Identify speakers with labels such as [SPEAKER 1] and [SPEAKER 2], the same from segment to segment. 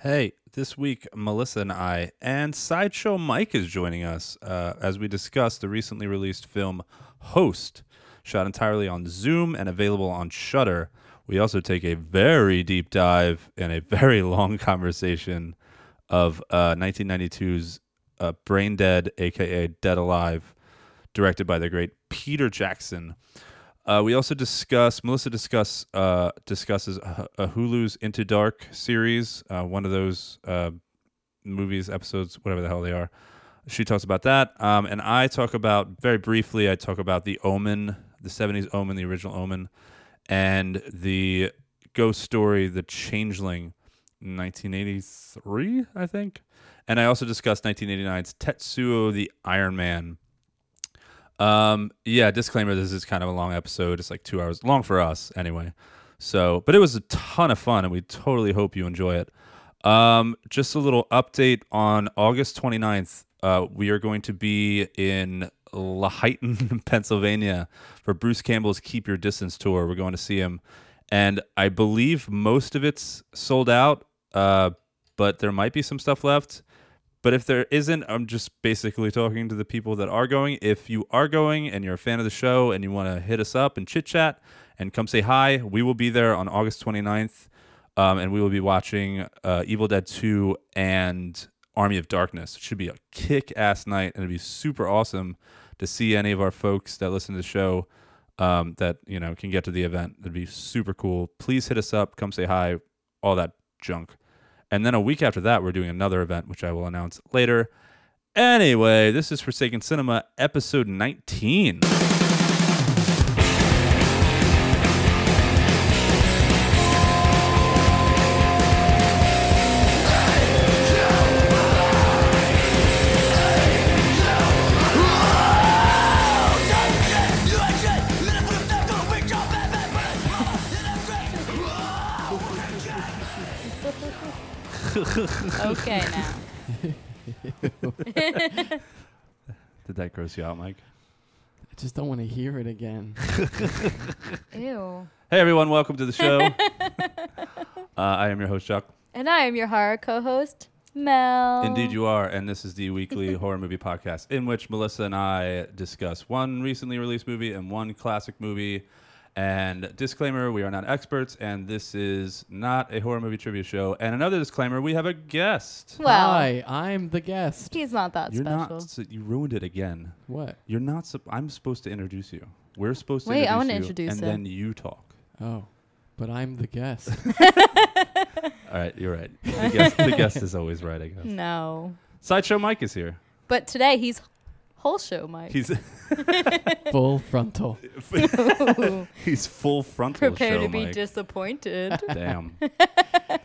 [SPEAKER 1] Hey, this week, Melissa and I and Sideshow Mike is joining us uh, as we discuss the recently released film Host, shot entirely on Zoom and available on Shudder. We also take a very deep dive and a very long conversation of uh, 1992's uh, Brain Dead, aka Dead Alive, directed by the great Peter Jackson. Uh, we also discuss Melissa discuss uh, discusses uh, uh, Hulu's Into Dark series, uh, one of those uh, movies, episodes, whatever the hell they are. She talks about that, um, and I talk about very briefly. I talk about the Omen, the '70s Omen, the original Omen, and the ghost story, The Changeling, 1983, I think. And I also discussed 1989's Tetsuo the Iron Man. Um, yeah, disclaimer this is kind of a long episode. It's like two hours long for us anyway. So, but it was a ton of fun and we totally hope you enjoy it. Um, just a little update on August 29th. Uh, we are going to be in Laheyton, Pennsylvania for Bruce Campbell's Keep Your Distance tour. We're going to see him. And I believe most of it's sold out, uh, but there might be some stuff left. But if there isn't, I'm just basically talking to the people that are going. If you are going and you're a fan of the show and you want to hit us up and chit chat and come say hi, we will be there on August 29th. Um, and we will be watching uh, Evil Dead 2 and Army of Darkness. It should be a kick ass night. And it'd be super awesome to see any of our folks that listen to the show um, that, you know, can get to the event. It'd be super cool. Please hit us up. Come say hi. All that junk. And then a week after that, we're doing another event, which I will announce later. Anyway, this is Forsaken Cinema, episode 19.
[SPEAKER 2] Okay, now.
[SPEAKER 1] Did that gross you out, Mike?
[SPEAKER 3] I just don't want to hear it again.
[SPEAKER 2] Ew.
[SPEAKER 1] Hey, everyone, welcome to the show. uh, I am your host, Chuck.
[SPEAKER 2] And I am your horror co host, Mel.
[SPEAKER 1] Indeed, you are. And this is the weekly horror movie podcast in which Melissa and I discuss one recently released movie and one classic movie. And disclaimer, we are not experts, and this is not a horror movie trivia show. And another disclaimer, we have a guest.
[SPEAKER 2] Well,
[SPEAKER 3] Hi, I'm the guest.
[SPEAKER 2] he's not that
[SPEAKER 1] You're
[SPEAKER 2] special.
[SPEAKER 1] not. s- You ruined it again.
[SPEAKER 3] What?
[SPEAKER 1] You're not. sup- I'm supposed to introduce you. We're supposed to.
[SPEAKER 2] Wait, I
[SPEAKER 1] introduce
[SPEAKER 2] wanna
[SPEAKER 1] you,
[SPEAKER 2] introduce
[SPEAKER 1] And
[SPEAKER 2] him.
[SPEAKER 1] then you talk.
[SPEAKER 3] Oh, but I'm the guest.
[SPEAKER 1] All right, you're right. The guest, the guest is always right, I
[SPEAKER 2] Hmm.
[SPEAKER 1] guess.
[SPEAKER 2] no.
[SPEAKER 1] Sideshow Mike is here.
[SPEAKER 2] But today he's whole show Mike.
[SPEAKER 1] He's
[SPEAKER 3] Full frontal.
[SPEAKER 1] he's full frontal.
[SPEAKER 2] Prepare
[SPEAKER 1] show,
[SPEAKER 2] to be
[SPEAKER 1] Mike.
[SPEAKER 2] disappointed.
[SPEAKER 1] Damn.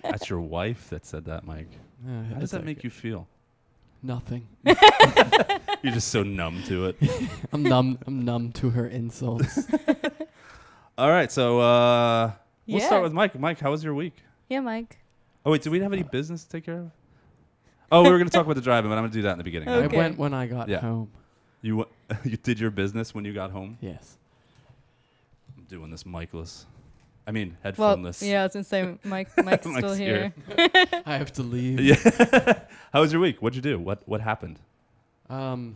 [SPEAKER 1] That's your wife that said that, Mike.
[SPEAKER 3] Uh,
[SPEAKER 1] How does that make you feel?
[SPEAKER 3] Nothing.
[SPEAKER 1] You're just so numb to it.
[SPEAKER 3] I'm numb. I'm numb to her insults.
[SPEAKER 1] All right, so uh, we'll
[SPEAKER 2] Yeah.
[SPEAKER 1] start with Mike. Mike, how was your week?
[SPEAKER 2] yeah, Mike.
[SPEAKER 1] Oh wait, do we have any business to take care of? Oh, we were going to talk about the driving, but I'm going to do that in the beginning.
[SPEAKER 2] Okay.
[SPEAKER 3] I went when I got
[SPEAKER 1] Yeah.
[SPEAKER 3] home.
[SPEAKER 1] You wa- you did your business when you got home.
[SPEAKER 3] Yes.
[SPEAKER 1] I'm doing this micless. I mean,
[SPEAKER 2] Well,
[SPEAKER 1] headphoneless.
[SPEAKER 2] yeah, I was going to say Mike, Mike's still
[SPEAKER 1] Mike's
[SPEAKER 2] here.
[SPEAKER 3] I have to leave.
[SPEAKER 1] Yeah. How was your week? What'd you do? What what happened?
[SPEAKER 3] Um,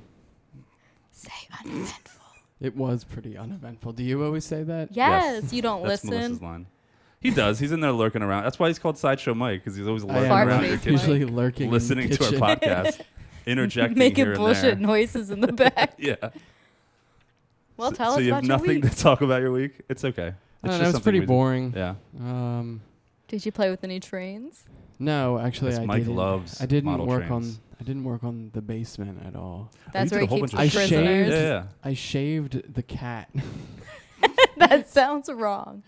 [SPEAKER 2] Say uneventful.
[SPEAKER 3] it was pretty uneventful. Do you always say that?
[SPEAKER 2] Yes, you don't
[SPEAKER 1] That's Melissa's
[SPEAKER 2] listen.
[SPEAKER 1] line. He does. He's in there lurking around. That's why he's called Sideshow Mike because he's always
[SPEAKER 3] I
[SPEAKER 1] lurking
[SPEAKER 3] am
[SPEAKER 2] Fart
[SPEAKER 1] around your
[SPEAKER 2] face
[SPEAKER 3] usually-
[SPEAKER 1] kitchen,
[SPEAKER 3] usually lurking. in the
[SPEAKER 1] listening to
[SPEAKER 3] kitchen.
[SPEAKER 1] our podcast, interjecting here
[SPEAKER 2] Making
[SPEAKER 1] and
[SPEAKER 2] bullshit
[SPEAKER 1] there.
[SPEAKER 2] noises in the back.
[SPEAKER 1] Yeah.
[SPEAKER 2] Well,
[SPEAKER 1] So-
[SPEAKER 2] tell
[SPEAKER 1] so
[SPEAKER 2] us
[SPEAKER 1] you
[SPEAKER 2] about
[SPEAKER 1] have
[SPEAKER 2] your
[SPEAKER 1] nothing
[SPEAKER 2] week.
[SPEAKER 1] to talk about your week. It's okay. It's
[SPEAKER 3] I
[SPEAKER 1] just
[SPEAKER 3] don't know, it's
[SPEAKER 1] something
[SPEAKER 3] pretty
[SPEAKER 1] we-
[SPEAKER 3] boring.
[SPEAKER 1] Yeah.
[SPEAKER 3] Um,
[SPEAKER 2] Did you play with any trains?
[SPEAKER 3] no, actually,
[SPEAKER 1] Yes,
[SPEAKER 3] I
[SPEAKER 1] Mike
[SPEAKER 3] didn't.
[SPEAKER 1] loves
[SPEAKER 3] I didn't
[SPEAKER 1] model
[SPEAKER 3] work
[SPEAKER 1] trains.
[SPEAKER 3] on. I didn't work on the basement at all.
[SPEAKER 2] That's
[SPEAKER 1] you did
[SPEAKER 2] where he
[SPEAKER 1] a whole
[SPEAKER 2] keeps
[SPEAKER 1] bunch of
[SPEAKER 3] shit. I
[SPEAKER 2] prisoners.
[SPEAKER 1] Yeah,
[SPEAKER 3] shaved.
[SPEAKER 1] yeah.
[SPEAKER 3] I shaved the cat.
[SPEAKER 2] that sounds wrong.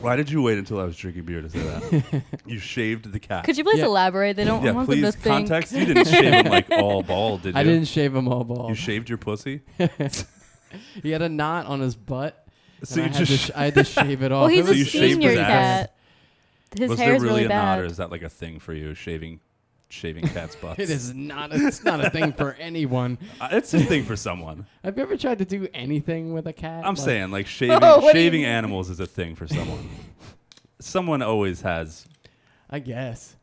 [SPEAKER 1] Why did you wait until I was drinking beer to say that? you shaved the cat.
[SPEAKER 2] Could you please
[SPEAKER 3] Yeah.
[SPEAKER 2] elaborate? They don't I
[SPEAKER 1] yeah,
[SPEAKER 2] want them
[SPEAKER 1] please
[SPEAKER 2] to think.
[SPEAKER 1] context. You didn't shave him like all bald, did you?
[SPEAKER 3] I didn't shave him all bald.
[SPEAKER 1] You shaved your pussy.
[SPEAKER 3] He had a knot on his butt.
[SPEAKER 1] So
[SPEAKER 3] and
[SPEAKER 1] you
[SPEAKER 3] I, had
[SPEAKER 1] just
[SPEAKER 3] to sh- I had to shave it off.
[SPEAKER 2] Well, he's
[SPEAKER 3] It
[SPEAKER 1] So
[SPEAKER 2] a
[SPEAKER 1] you
[SPEAKER 3] was-
[SPEAKER 1] shaved
[SPEAKER 2] senior
[SPEAKER 1] his ass?
[SPEAKER 2] cat. His
[SPEAKER 1] was
[SPEAKER 2] hair
[SPEAKER 1] there
[SPEAKER 2] is
[SPEAKER 1] really
[SPEAKER 2] really
[SPEAKER 1] an
[SPEAKER 2] bad.
[SPEAKER 1] honor? Is that like a thing for you? Shaving, shaving cats' butts.
[SPEAKER 3] It is not. It's not a thing for anyone.
[SPEAKER 1] Uh, it's a thing for someone.
[SPEAKER 3] Have you ever tried to do anything with a cat?
[SPEAKER 1] I'm
[SPEAKER 3] Like,
[SPEAKER 1] saying like shaving,
[SPEAKER 2] Oh, what do you
[SPEAKER 1] shaving
[SPEAKER 2] mean?
[SPEAKER 1] animals is a thing for someone. someone always has.
[SPEAKER 3] I guess.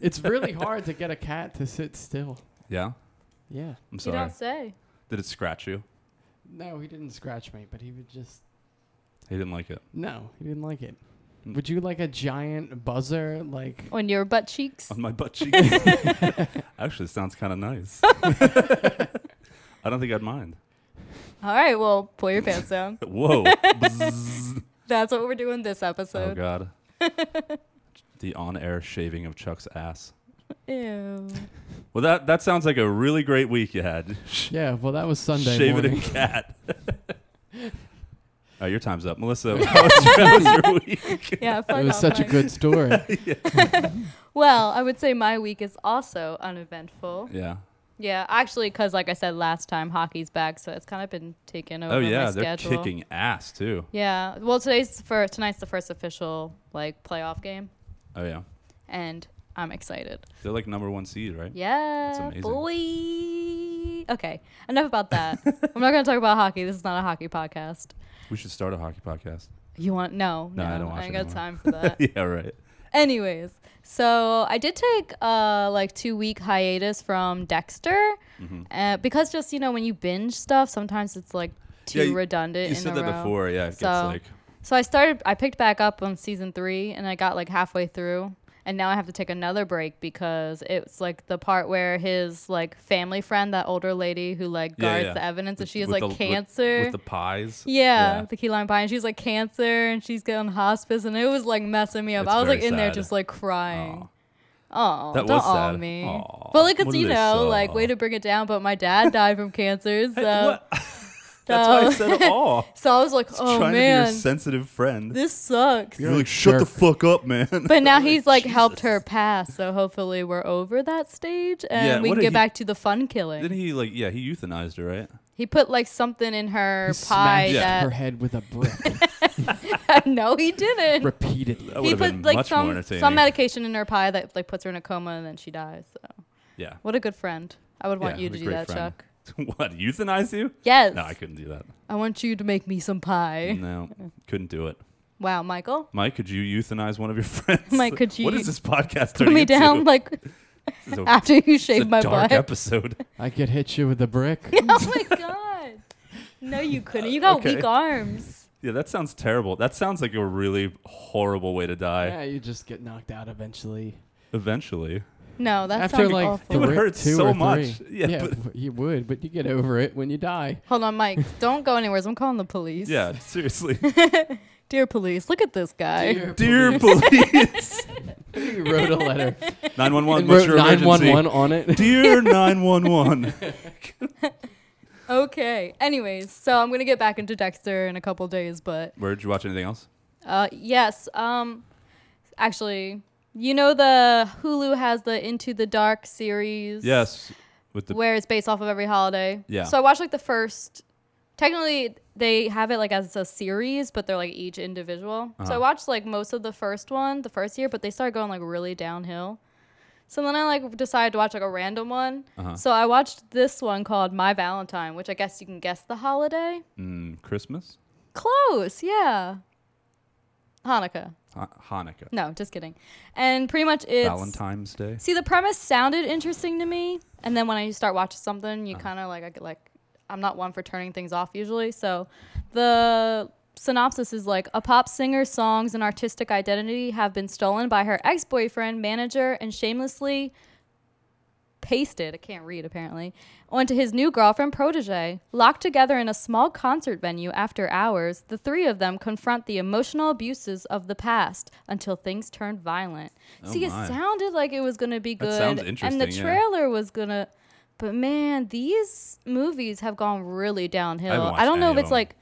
[SPEAKER 3] It's really hard to get a cat to sit still.
[SPEAKER 1] Yeah,
[SPEAKER 3] Yeah.
[SPEAKER 1] I'm
[SPEAKER 2] You
[SPEAKER 1] sorry.
[SPEAKER 2] don't say.
[SPEAKER 1] Did it scratch you?
[SPEAKER 3] No, he didn't scratch me, but he would just.
[SPEAKER 1] He didn't like it.
[SPEAKER 3] No, he didn't like it.
[SPEAKER 1] Mm.
[SPEAKER 3] Would you like a giant buzzer? Like,
[SPEAKER 2] On your butt cheeks.
[SPEAKER 1] on my butt cheeks. Actually, sounds kind of nice. I don't think I'd mind.
[SPEAKER 2] All right, well, pull your pants down.
[SPEAKER 1] Whoa. Bzzz.
[SPEAKER 2] That's what we're doing this
[SPEAKER 1] oh,
[SPEAKER 2] episode.
[SPEAKER 1] God. the on air shaving of Chuck's ass.
[SPEAKER 2] Ew.
[SPEAKER 1] Well, that, that sounds like a really great week you had.
[SPEAKER 3] yeah. Well, that was Sunday
[SPEAKER 1] Shaving
[SPEAKER 3] morning.
[SPEAKER 1] a cat. All right, Oh, your time's up. Melissa, how was, how was your week?
[SPEAKER 2] Yeah, fuck
[SPEAKER 3] It was
[SPEAKER 2] off,
[SPEAKER 3] such a
[SPEAKER 2] Mike.
[SPEAKER 3] good story.
[SPEAKER 2] Well, I would say my week is also uneventful.
[SPEAKER 1] Yeah.
[SPEAKER 2] Yeah, actually, because like I said last time, hockey's back, so it's kind of been taken over
[SPEAKER 1] Oh, yeah.
[SPEAKER 2] my
[SPEAKER 1] They're
[SPEAKER 2] schedule.
[SPEAKER 1] kicking ass, too.
[SPEAKER 2] Yeah. Well, today's for tonight's the first official like playoff game,
[SPEAKER 1] Oh, yeah.
[SPEAKER 2] and I'm excited.
[SPEAKER 1] They're like number one seed, right?
[SPEAKER 2] Yeah,
[SPEAKER 1] amazing.
[SPEAKER 2] boy. Okay, enough about that. I'm not going to talk about hockey. This is not a hockey podcast.
[SPEAKER 1] We should start a hockey podcast.
[SPEAKER 2] You want no?
[SPEAKER 1] No,
[SPEAKER 2] No,
[SPEAKER 1] I don't watch
[SPEAKER 2] I ain't got
[SPEAKER 1] anymore.
[SPEAKER 2] time for that.
[SPEAKER 1] yeah, right.
[SPEAKER 2] Anyways, so I did take uh like two week hiatus from Dexter,
[SPEAKER 1] Mm-hmm.
[SPEAKER 2] uh, because just you know when you binge stuff, sometimes it's like too
[SPEAKER 1] Yeah, you-
[SPEAKER 2] redundant.
[SPEAKER 1] You
[SPEAKER 2] in
[SPEAKER 1] said
[SPEAKER 2] a
[SPEAKER 1] that
[SPEAKER 2] row.
[SPEAKER 1] before, yeah. It gets
[SPEAKER 2] So-
[SPEAKER 1] like
[SPEAKER 2] So I started. I picked back up on season three, and I got like halfway through, and now I have to take another break because it's like the part where his like family friend, that older lady who like
[SPEAKER 1] Yeah,
[SPEAKER 2] guards
[SPEAKER 1] yeah.
[SPEAKER 2] the evidence, and she has
[SPEAKER 1] with
[SPEAKER 2] like
[SPEAKER 1] the- with-
[SPEAKER 2] cancer.
[SPEAKER 1] with, the pies.
[SPEAKER 2] Yeah,
[SPEAKER 1] Yeah.
[SPEAKER 2] the key lime pie, and she's like cancer, and she's getting hospice, and it was like messing me up.
[SPEAKER 1] It's
[SPEAKER 2] I was like
[SPEAKER 1] very
[SPEAKER 2] in there
[SPEAKER 1] sad.
[SPEAKER 2] just like crying.
[SPEAKER 1] Aw.
[SPEAKER 2] Oh,
[SPEAKER 1] That
[SPEAKER 2] don't
[SPEAKER 1] was
[SPEAKER 2] aw
[SPEAKER 1] sad.
[SPEAKER 2] me.
[SPEAKER 1] Aw,
[SPEAKER 2] but like, it's
[SPEAKER 1] what
[SPEAKER 2] you
[SPEAKER 1] a
[SPEAKER 2] know, like
[SPEAKER 1] song.
[SPEAKER 2] way to bring it down. But my dad died from cancer, so
[SPEAKER 1] What? That's why I
[SPEAKER 2] so-
[SPEAKER 1] said aw.
[SPEAKER 2] so I was like, oh
[SPEAKER 1] Trying to be
[SPEAKER 2] man,
[SPEAKER 1] your sensitive friend.
[SPEAKER 2] this sucks.
[SPEAKER 1] You're
[SPEAKER 3] You're
[SPEAKER 1] like,
[SPEAKER 3] a
[SPEAKER 1] shut the
[SPEAKER 3] jerk."
[SPEAKER 1] fuck up, man.
[SPEAKER 2] But now he's like helped
[SPEAKER 1] Jesus.
[SPEAKER 2] her pass, so hopefully we're over that stage and
[SPEAKER 1] Yeah,
[SPEAKER 2] we
[SPEAKER 1] what
[SPEAKER 2] can
[SPEAKER 1] did
[SPEAKER 2] get
[SPEAKER 1] he-
[SPEAKER 2] back to the fun killing.
[SPEAKER 1] Didn't
[SPEAKER 2] He,
[SPEAKER 1] he like yeah, he euthanized her, right?
[SPEAKER 2] put like something in her
[SPEAKER 3] He
[SPEAKER 2] pie
[SPEAKER 3] smashed
[SPEAKER 1] Yeah.
[SPEAKER 2] that
[SPEAKER 3] her head with a brick
[SPEAKER 2] no, he didn't.
[SPEAKER 3] repeatedly.
[SPEAKER 1] That
[SPEAKER 2] he
[SPEAKER 1] would've been
[SPEAKER 2] put like
[SPEAKER 1] much more
[SPEAKER 2] some
[SPEAKER 1] entertaining.
[SPEAKER 2] some medication in her pie that like puts her in a coma and then she dies. So
[SPEAKER 1] yeah.
[SPEAKER 2] what a good friend. I would want
[SPEAKER 1] Yeah,
[SPEAKER 2] you
[SPEAKER 1] what
[SPEAKER 2] to
[SPEAKER 1] a
[SPEAKER 2] do
[SPEAKER 1] great
[SPEAKER 2] that,
[SPEAKER 1] friend.
[SPEAKER 2] Chuck.
[SPEAKER 1] what, euthanize you?
[SPEAKER 2] Yes.
[SPEAKER 1] No, I Mm. couldn't do that.
[SPEAKER 2] I want you to make me some pie.
[SPEAKER 1] No, couldn't do it.
[SPEAKER 2] Wow, Michael.
[SPEAKER 1] Mike, could you euthanize one of your friends?
[SPEAKER 2] Mike, could
[SPEAKER 1] What
[SPEAKER 2] you
[SPEAKER 1] is this podcast
[SPEAKER 2] Put
[SPEAKER 1] turning
[SPEAKER 2] me
[SPEAKER 1] into?
[SPEAKER 2] down like
[SPEAKER 1] This is a-
[SPEAKER 2] after you
[SPEAKER 1] this is a
[SPEAKER 2] shave my
[SPEAKER 1] dark
[SPEAKER 2] butt.
[SPEAKER 1] episode.
[SPEAKER 3] I could hit you with a brick.
[SPEAKER 2] oh my god. No, you couldn't. You got
[SPEAKER 1] Okay.
[SPEAKER 2] weak arms.
[SPEAKER 1] Yeah, that sounds terrible. That sounds like a really horrible way to die.
[SPEAKER 3] yeah, you just get knocked out eventually.
[SPEAKER 1] Eventually.
[SPEAKER 2] No, that
[SPEAKER 3] After
[SPEAKER 2] sounds
[SPEAKER 3] like
[SPEAKER 2] awful.
[SPEAKER 1] It would
[SPEAKER 3] three-
[SPEAKER 1] hurt
[SPEAKER 3] two
[SPEAKER 1] so
[SPEAKER 3] or
[SPEAKER 1] much.
[SPEAKER 3] three.
[SPEAKER 1] Yeah,
[SPEAKER 3] Yeah,
[SPEAKER 1] but-
[SPEAKER 3] w- you would, but you get over it when you die.
[SPEAKER 2] Hold on, Mike. Don't go anywhere. 'cause I'm calling the police.
[SPEAKER 1] Yeah, seriously.
[SPEAKER 2] Dear police, look at this guy.
[SPEAKER 1] Dear police.
[SPEAKER 3] you wrote a letter.
[SPEAKER 1] 911,
[SPEAKER 3] and
[SPEAKER 1] what's
[SPEAKER 3] wrote
[SPEAKER 1] your emergency?
[SPEAKER 3] 911 on it.
[SPEAKER 1] Dear 911.
[SPEAKER 2] Okay. Anyways, so I'm gonna get back into Dexter in a couple days, but
[SPEAKER 1] Where did you watch anything else?
[SPEAKER 2] uh, yes. Um, actually, you know the Hulu has the Into the Dark series.
[SPEAKER 1] Yes. With the
[SPEAKER 2] where it's based off of every holiday.
[SPEAKER 1] Yeah.
[SPEAKER 2] So I watched like the first. Technically, they have it like as a series, but they're like each individual. So I
[SPEAKER 1] Uh-huh.
[SPEAKER 2] watched like most of the first one, the first year, but they started going like really downhill. So then I like decided to watch like a random one.
[SPEAKER 1] Uh-huh.
[SPEAKER 2] So I watched this one called My Valentine, which I guess you can guess the holiday.
[SPEAKER 1] mm, Christmas?
[SPEAKER 2] Close, yeah. Hanukkah.
[SPEAKER 1] Ha- Hanukkah.
[SPEAKER 2] No, just kidding. And pretty much it's
[SPEAKER 1] Valentine's Day?
[SPEAKER 2] See, the premise sounded interesting to me, and then when I start watching something, you kind of like I get like I'm not one for turning things off usually. So the synopsis is like a pop singer's songs and artistic identity have been stolen by her ex-boyfriend, manager, and shamelessly pasted, I can't read apparently, onto his new girlfriend protege. Locked together in a small concert venue after hours, the three of them confront the emotional abuses of the past until things turn violent.
[SPEAKER 1] Oh my.
[SPEAKER 2] See, it sounded like it was going to be
[SPEAKER 1] That
[SPEAKER 2] good.
[SPEAKER 1] sounds
[SPEAKER 2] And the
[SPEAKER 1] interesting, yeah.
[SPEAKER 2] trailer was going to. But man, these movies have gone really downhill.
[SPEAKER 1] haven't
[SPEAKER 2] I,
[SPEAKER 1] watched
[SPEAKER 2] don't know
[SPEAKER 1] any
[SPEAKER 2] if
[SPEAKER 1] of
[SPEAKER 2] it's
[SPEAKER 1] them.
[SPEAKER 2] like.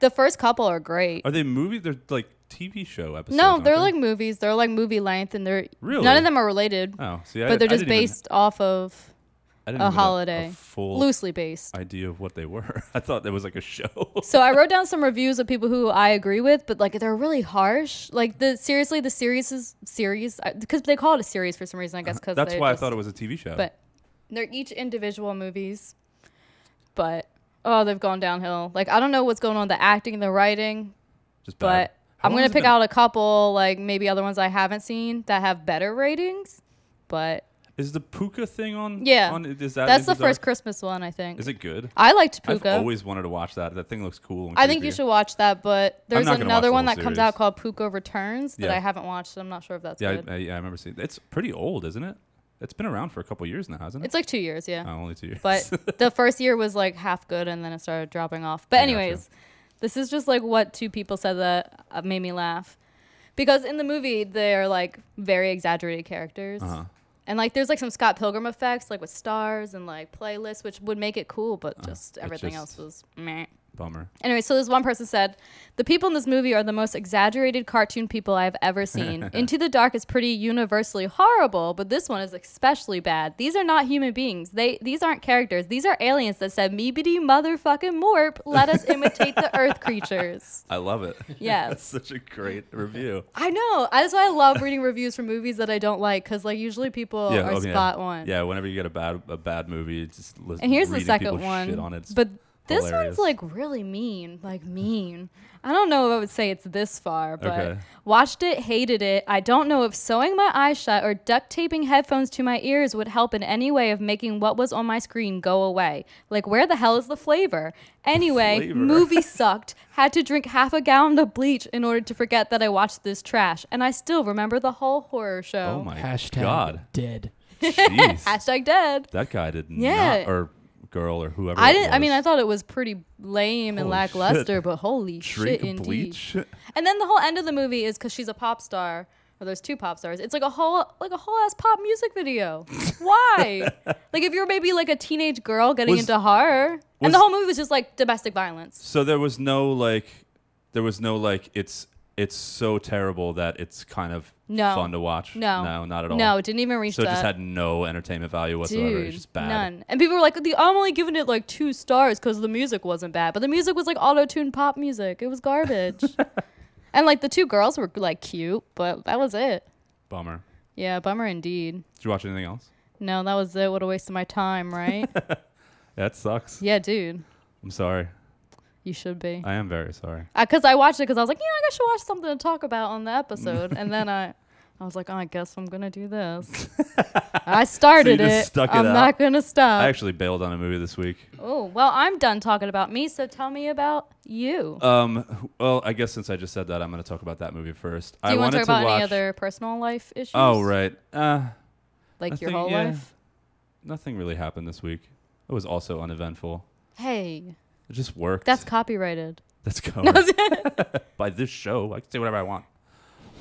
[SPEAKER 2] The first couple are great.
[SPEAKER 1] Are they movies? They're like TV show episodes.
[SPEAKER 2] no,
[SPEAKER 1] aren't
[SPEAKER 2] they're
[SPEAKER 1] they?
[SPEAKER 2] like movies. They're like movie length, and they're
[SPEAKER 1] Really?
[SPEAKER 2] none of them are related,
[SPEAKER 1] Oh, see, I,
[SPEAKER 2] but they're
[SPEAKER 1] I
[SPEAKER 2] just
[SPEAKER 1] didn't even-
[SPEAKER 2] based off of
[SPEAKER 1] I didn't
[SPEAKER 2] a
[SPEAKER 1] even have
[SPEAKER 2] holiday,
[SPEAKER 1] A full
[SPEAKER 2] loosely based.
[SPEAKER 1] idea of what they were. I thought there was like a show.
[SPEAKER 2] so I wrote down some reviews of people who I agree with, but like they're really harsh. Like the seriously, the series is series because they call it a series for some reason. I guess because
[SPEAKER 1] Uh-huh. That's why I thought it was a TV show.
[SPEAKER 2] But they're each individual movies, but oh, they've gone downhill. Like I don't know what's going on with the acting and the writing,
[SPEAKER 1] Just bad.
[SPEAKER 2] but
[SPEAKER 1] How
[SPEAKER 2] I'm
[SPEAKER 1] long
[SPEAKER 2] gonna
[SPEAKER 1] has it
[SPEAKER 2] pick
[SPEAKER 1] been-
[SPEAKER 2] out a couple like maybe other ones I haven't seen that have better ratings. but
[SPEAKER 1] Is the Puka thing on?
[SPEAKER 2] Yeah.
[SPEAKER 1] on, is that
[SPEAKER 2] that's
[SPEAKER 1] in
[SPEAKER 2] the
[SPEAKER 1] Bizarre?
[SPEAKER 2] first Christmas one, I think.
[SPEAKER 1] Is it good?
[SPEAKER 2] I liked
[SPEAKER 1] I've
[SPEAKER 2] Puka.
[SPEAKER 1] always wanted to watch that. That thing looks cool. and
[SPEAKER 2] I think you
[SPEAKER 1] creepy.
[SPEAKER 2] should watch that, but there's
[SPEAKER 1] not gonna watch
[SPEAKER 2] another
[SPEAKER 1] the
[SPEAKER 2] one
[SPEAKER 1] whole
[SPEAKER 2] that comes
[SPEAKER 1] series.
[SPEAKER 2] out called Puka Returns that
[SPEAKER 1] Yeah.
[SPEAKER 2] I haven't watched. So I'm not sure if that's
[SPEAKER 1] Yeah,
[SPEAKER 2] good.
[SPEAKER 1] I, I, yeah, I remember seeing. It's pretty old, isn't it? It's been around for a couple years now, hasn't it?
[SPEAKER 2] it's like two years, yeah.
[SPEAKER 1] oh, only two years.
[SPEAKER 2] But the first year was like half good, and then it started dropping off. But
[SPEAKER 1] I gotcha.
[SPEAKER 2] anyways, this is just like what two people said that uh, made me laugh, because in the movie they're like very exaggerated characters.
[SPEAKER 1] Uh-huh.
[SPEAKER 2] And like, there's like some Scott Pilgrim effects, like with stars and like playlists, which would make it cool, but just
[SPEAKER 1] Uh-huh. it
[SPEAKER 2] everything
[SPEAKER 1] just-
[SPEAKER 2] else was meh.
[SPEAKER 1] Bummer.
[SPEAKER 2] Anyway, so this one person said, "The people in this movie are the most exaggerated cartoon people I've ever seen. Into the Dark is pretty universally horrible, but this one is especially bad. These are not human beings. They these aren't characters. These are aliens that said, "Meebity motherfucking morp, let us imitate the earth creatures."
[SPEAKER 1] I love it.
[SPEAKER 2] Yes.
[SPEAKER 1] That's such a great review.
[SPEAKER 2] I know. That's why I love reading reviews for movies that I don't like cuz like usually people are
[SPEAKER 1] oh,
[SPEAKER 2] spot on.
[SPEAKER 1] Yeah, whenever you get a bad a bad movie, it's just li-
[SPEAKER 2] And here's the
[SPEAKER 1] reading
[SPEAKER 2] second
[SPEAKER 1] people's
[SPEAKER 2] one.
[SPEAKER 1] Shit on it.
[SPEAKER 2] but this
[SPEAKER 1] hilarious.
[SPEAKER 2] one's like really mean, like mean. I don't know if I would say it's this far, but
[SPEAKER 1] Okay.
[SPEAKER 2] watched it, hated it. I don't know if sewing my eyes shut or duct taping headphones to my ears would help in any way of making what was on my screen go away. Like, where the hell is the flavor? Anyway,
[SPEAKER 1] Flavor.
[SPEAKER 2] movie sucked. Had to drink half a gallon of bleach in order to forget that I watched this trash, and I still remember the whole horror show.
[SPEAKER 1] oh my
[SPEAKER 3] Hashtag
[SPEAKER 1] god,
[SPEAKER 3] dead.
[SPEAKER 1] jeez,
[SPEAKER 2] Hashtag dead.
[SPEAKER 1] that guy did
[SPEAKER 2] Yeah.
[SPEAKER 1] not or girl or whoever.
[SPEAKER 2] I
[SPEAKER 1] it
[SPEAKER 2] didn't. I mean,
[SPEAKER 1] was.
[SPEAKER 2] I thought it was pretty lame and
[SPEAKER 1] Holy
[SPEAKER 2] lackluster,
[SPEAKER 1] shit.
[SPEAKER 2] but holy
[SPEAKER 1] drink
[SPEAKER 2] shit, indeed.
[SPEAKER 1] bleach.
[SPEAKER 2] And then the whole end of the movie is because she's a pop star. Or there's two pop stars. It's like a whole like a whole ass pop music video. Why? like if you're maybe like a teenage girl getting
[SPEAKER 1] Was-
[SPEAKER 2] into horror,
[SPEAKER 1] was-
[SPEAKER 2] and the whole movie was just like domestic violence.
[SPEAKER 1] So there was no like, there was no like. It's it's so terrible that it's kind of
[SPEAKER 2] No.
[SPEAKER 1] fun to watch.
[SPEAKER 2] No,
[SPEAKER 1] no, not at all.
[SPEAKER 2] No, it didn't even reach
[SPEAKER 1] so it
[SPEAKER 2] that.
[SPEAKER 1] just had no entertainment value whatsoever.
[SPEAKER 2] Dude,
[SPEAKER 1] It was just bad.
[SPEAKER 2] none. And people were like, "The I'm only giving it like two stars because the music wasn't bad, but the music was like auto-tuned pop music. It was garbage." and like the two girls were like cute, but that was it.
[SPEAKER 1] Bummer.
[SPEAKER 2] Yeah, bummer indeed.
[SPEAKER 1] Did you watch anything else?
[SPEAKER 2] No, that was it. What a waste of my time, right?
[SPEAKER 1] That sucks.
[SPEAKER 2] yeah, dude,
[SPEAKER 1] I'm sorry.
[SPEAKER 2] you should be.
[SPEAKER 1] I am very sorry.
[SPEAKER 2] Because I, watched it because I was like, "Yeah, I should watch something to talk about on the episode," and then I. I was like, oh, I guess I'm gonna do this. I started
[SPEAKER 1] just
[SPEAKER 2] it.
[SPEAKER 1] stuck it
[SPEAKER 2] I'm
[SPEAKER 1] out.
[SPEAKER 2] not gonna stop.
[SPEAKER 1] I actually bailed on a movie this week.
[SPEAKER 2] Oh, well, I'm done talking about me, so tell me about you.
[SPEAKER 1] Um, well, I guess since I just said that, I'm going to talk about that movie first.
[SPEAKER 2] Do you
[SPEAKER 1] I wanted
[SPEAKER 2] want to talk about
[SPEAKER 1] watch.
[SPEAKER 2] any other personal life issues?
[SPEAKER 1] oh right. Uh,
[SPEAKER 2] Like
[SPEAKER 1] I
[SPEAKER 2] your
[SPEAKER 1] think-
[SPEAKER 2] whole
[SPEAKER 1] yeah.
[SPEAKER 2] life?
[SPEAKER 1] nothing really happened this week. It was also uneventful.
[SPEAKER 2] Hey,
[SPEAKER 1] It just worked.
[SPEAKER 2] that's copyrighted.
[SPEAKER 1] that's covered
[SPEAKER 2] No,
[SPEAKER 1] by this show. I can say whatever I want.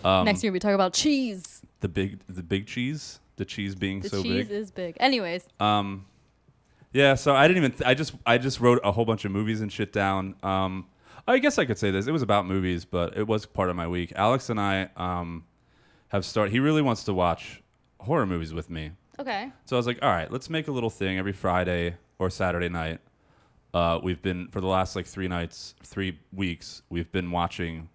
[SPEAKER 1] Um,
[SPEAKER 2] Next year, we talk about cheese.
[SPEAKER 1] The big, the big cheese. The cheese being
[SPEAKER 2] The
[SPEAKER 1] so
[SPEAKER 2] cheese
[SPEAKER 1] big.
[SPEAKER 2] is big. Anyways,
[SPEAKER 1] Um, yeah, so I didn't even. Th- I just I just wrote a whole bunch of movies and shit down. Um, I guess I could say this. It was about movies, but it was part of my week. Alex and I um, have started. He really wants to watch horror movies with me,
[SPEAKER 2] okay.
[SPEAKER 1] so I was like, all right, let's make a little thing every Friday or Saturday night. Uh, we've been for the last like three nights, three weeks. We've been watching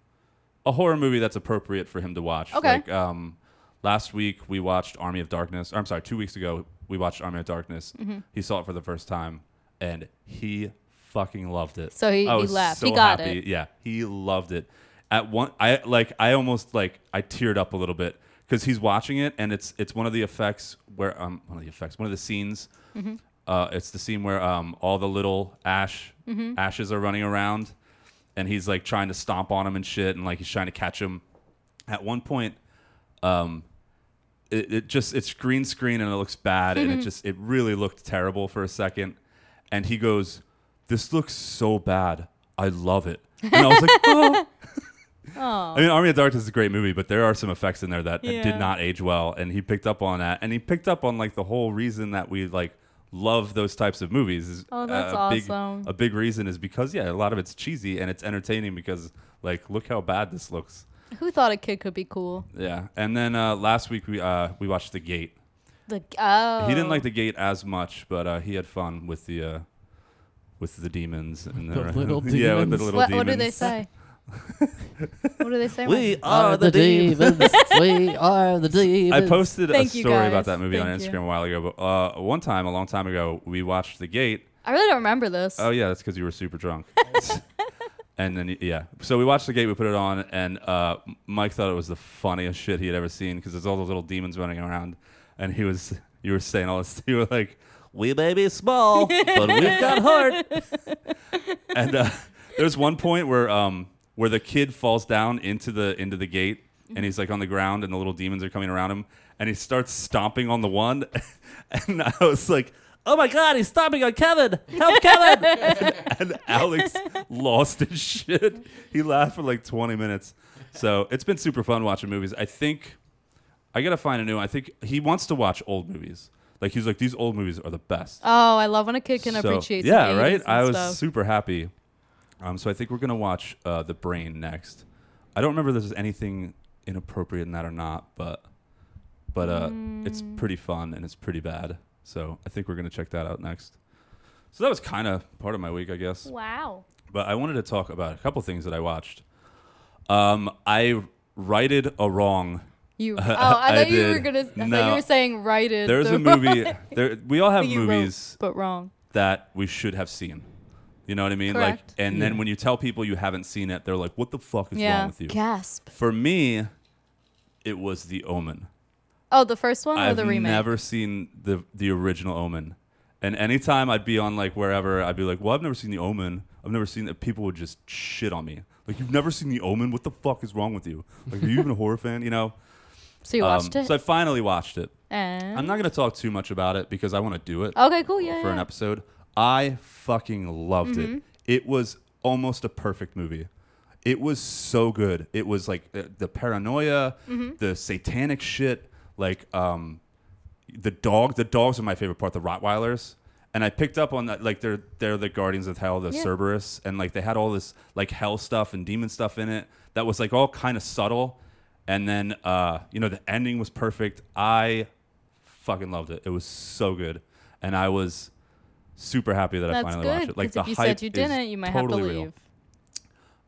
[SPEAKER 1] a horror movie that's appropriate for him to watch.
[SPEAKER 2] Okay.
[SPEAKER 1] Like um, last week we watched Army of Darkness. Or, I'm sorry, two weeks ago we watched Army of Darkness.
[SPEAKER 2] Mm-hmm.
[SPEAKER 1] He saw it for the first time and he fucking loved it.
[SPEAKER 2] So he-
[SPEAKER 1] I
[SPEAKER 2] he
[SPEAKER 1] was
[SPEAKER 2] laughed.
[SPEAKER 1] so
[SPEAKER 2] He got
[SPEAKER 1] happy.
[SPEAKER 2] it.
[SPEAKER 1] Yeah, he loved it. At one, I like, I almost like, I teared up a little bit because he's watching it, and it's it's one of the effects where um one of the effects, one of the scenes.
[SPEAKER 2] Mm-hmm.
[SPEAKER 1] Uh, it's the scene where um all the little ash
[SPEAKER 2] Mm-hmm.
[SPEAKER 1] ashes are running around, and he's like trying to stomp on him and shit, and like he's trying to catch him. At one point, um, it, it just it's green screen and it looks bad
[SPEAKER 2] Mm-hmm.
[SPEAKER 1] and it just it really looked terrible for a second and he goes this looks so bad i love it and i was like oh. i mean army of darkness is a great movie but there are some effects in there that
[SPEAKER 2] Yeah.
[SPEAKER 1] did not age well and he picked up on that and he picked up on like the whole reason that we like love those types of movies is uh,
[SPEAKER 2] Oh, that's
[SPEAKER 1] a big-
[SPEAKER 2] awesome.
[SPEAKER 1] a big reason is because yeah a lot of it's cheesy and it's entertaining because like look how bad this looks
[SPEAKER 2] Who thought a kid could be cool?
[SPEAKER 1] yeah and then uh, last week we uh, we watched the gate
[SPEAKER 2] The oh,
[SPEAKER 1] he didn't like the gate as much, but uh, he had fun with the uh, with the demons and
[SPEAKER 3] The little
[SPEAKER 1] yeah, with the
[SPEAKER 3] demons.
[SPEAKER 1] little
[SPEAKER 2] What,
[SPEAKER 1] demons.
[SPEAKER 2] what do they say? what do they say?
[SPEAKER 1] We
[SPEAKER 2] when-
[SPEAKER 1] are Ah, the demons.
[SPEAKER 3] we are the
[SPEAKER 1] I
[SPEAKER 3] demons.
[SPEAKER 1] posted a
[SPEAKER 2] Thank you,
[SPEAKER 1] story about
[SPEAKER 2] guys.
[SPEAKER 1] that movie on
[SPEAKER 2] Thank you.
[SPEAKER 1] Instagram a while ago. But uh, one time, a long time ago, we watched The Gate.
[SPEAKER 2] I really don't remember this.
[SPEAKER 1] Oh yeah, that's because you were super drunk. and then yeah, so we watched The Gate. We put it on, and uh, Mike thought it was the funniest shit he had ever seen because there's all those little demons running around. and he was you were saying all this. You were like, "We may be small, but we've got heart." and uh, there's one point where um where the kid falls down into the into the gate, and he's like on the ground, and the little demons are coming around him, and he starts stomping on the one, and I was like. Oh my God! He's stomping on Kevin. Help Kevin! and, and Alex lost his shit. He laughed for like 20 minutes. So it's been super fun watching movies. I think I gotta find a new. I think he wants to watch old movies. Like he's like these old movies are the best.
[SPEAKER 2] Oh, I love when a kid can
[SPEAKER 1] So-
[SPEAKER 2] appreciate. some
[SPEAKER 1] Yeah,
[SPEAKER 2] 80s
[SPEAKER 1] right.
[SPEAKER 2] and
[SPEAKER 1] I was
[SPEAKER 2] stuff.
[SPEAKER 1] super happy. Um, so I think we're gonna watch uh, The Brain next. I don't remember if there's anything inappropriate in that or not, but but uh, it's
[SPEAKER 2] Mm.
[SPEAKER 1] pretty fun and it's pretty bad. So I think we're gonna check that out next. So that was kind of part of my week, I guess
[SPEAKER 2] Wow.
[SPEAKER 1] but I wanted to talk about a couple things that I watched. Um, I righted a wrong.
[SPEAKER 2] You. Oh,
[SPEAKER 1] I
[SPEAKER 2] I thought you were
[SPEAKER 1] did.
[SPEAKER 2] gonna. I thought
[SPEAKER 1] No.
[SPEAKER 2] you were saying write it.
[SPEAKER 1] There's
[SPEAKER 2] the
[SPEAKER 1] a movie.
[SPEAKER 2] right-
[SPEAKER 1] There, we all have
[SPEAKER 2] you wrote,
[SPEAKER 1] movies
[SPEAKER 2] but wrong.
[SPEAKER 1] that we should have seen. You know what I mean?
[SPEAKER 2] Correct.
[SPEAKER 1] Like, and then when you tell people you haven't seen it, they're like, "What the fuck is
[SPEAKER 2] yeah.
[SPEAKER 1] wrong with you?"
[SPEAKER 2] Gasp.
[SPEAKER 1] For me, it was The Omen.
[SPEAKER 2] Oh, the first one or
[SPEAKER 1] I've
[SPEAKER 2] the remake?
[SPEAKER 1] never seen the the original Omen. And anytime I'd be on like wherever, I'd be like, "Well, I've never seen the Omen. I've never seen that." People would just shit on me. Like, "You've never seen the Omen? What the fuck is wrong with you? Like, are you even a horror fan?" You know.
[SPEAKER 2] so you
[SPEAKER 1] Um,
[SPEAKER 2] watched it.
[SPEAKER 1] So I finally watched it.
[SPEAKER 2] and
[SPEAKER 1] I'm not gonna talk too much about it because I want to do it
[SPEAKER 2] okay, cool. Yeah.
[SPEAKER 1] for
[SPEAKER 2] yeah. Mm-hmm.
[SPEAKER 1] an episode. I fucking loved it. It was almost a perfect movie. It was so good. It was like uh, the paranoia,
[SPEAKER 2] Mm-hmm.
[SPEAKER 1] the satanic shit, like um, the dog. The dogs are my favorite part. The Rottweilers. And I picked up on that, like they're they're the guardians of hell, the
[SPEAKER 2] Yeah.
[SPEAKER 1] Cerberus, and like they had all this like hell stuff and demon stuff in it that was like all kind of subtle. And then uh, you know the ending was perfect. I fucking loved it. It was so good, and I was super happy that I
[SPEAKER 2] That's
[SPEAKER 1] finally watched
[SPEAKER 2] good.
[SPEAKER 1] it. Like
[SPEAKER 2] because
[SPEAKER 1] the
[SPEAKER 2] if you
[SPEAKER 1] hype
[SPEAKER 2] said you
[SPEAKER 1] is
[SPEAKER 2] didn't, you might
[SPEAKER 1] totally
[SPEAKER 2] have to
[SPEAKER 1] real.
[SPEAKER 2] leave.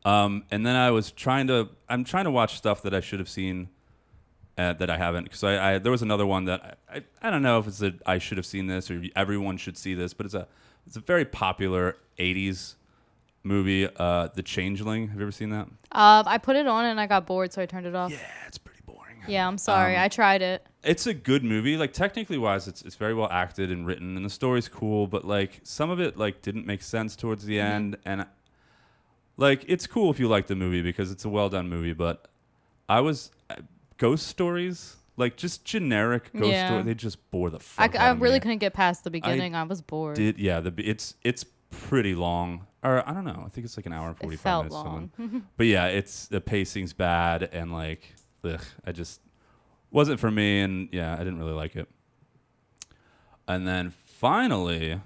[SPEAKER 1] Um, and then I was trying to, I'm trying to watch stuff that I should have seen uh, that I haven't. Because I, I, there was another one that I, I, I don't know if it's a, I should have seen this or everyone should see this, but it's a, it's a very popular 80s movie, uh, The Changeling. Have you ever seen that?
[SPEAKER 2] Um, I put it on and I got bored, so I turned it off. Yeah,
[SPEAKER 1] it's pretty boring.
[SPEAKER 2] I'm sorry.
[SPEAKER 1] Um,
[SPEAKER 2] I tried it.
[SPEAKER 1] It's a good movie. Like technically wise, it's, it's very well acted and written and the story's cool, but like some of it like didn't make sense towards the
[SPEAKER 2] Mm-hmm.
[SPEAKER 1] end. And like it's cool if you like the movie because it's a well done movie but i was uh, ghost stories like just generic ghost
[SPEAKER 2] Yeah.
[SPEAKER 1] stories they just bore the
[SPEAKER 2] I,
[SPEAKER 1] fuck
[SPEAKER 2] c-
[SPEAKER 1] out
[SPEAKER 2] I
[SPEAKER 1] of
[SPEAKER 2] really
[SPEAKER 1] me.
[SPEAKER 2] couldn't get past the beginning. I, was bored.
[SPEAKER 1] did yeah the it's it's pretty long or i don't know i think it's like an hour and 45
[SPEAKER 2] felt
[SPEAKER 1] minutes long. but yeah it's the pacing's bad and like ugh, i just wasn't for me and yeah i didn't really like it and then finally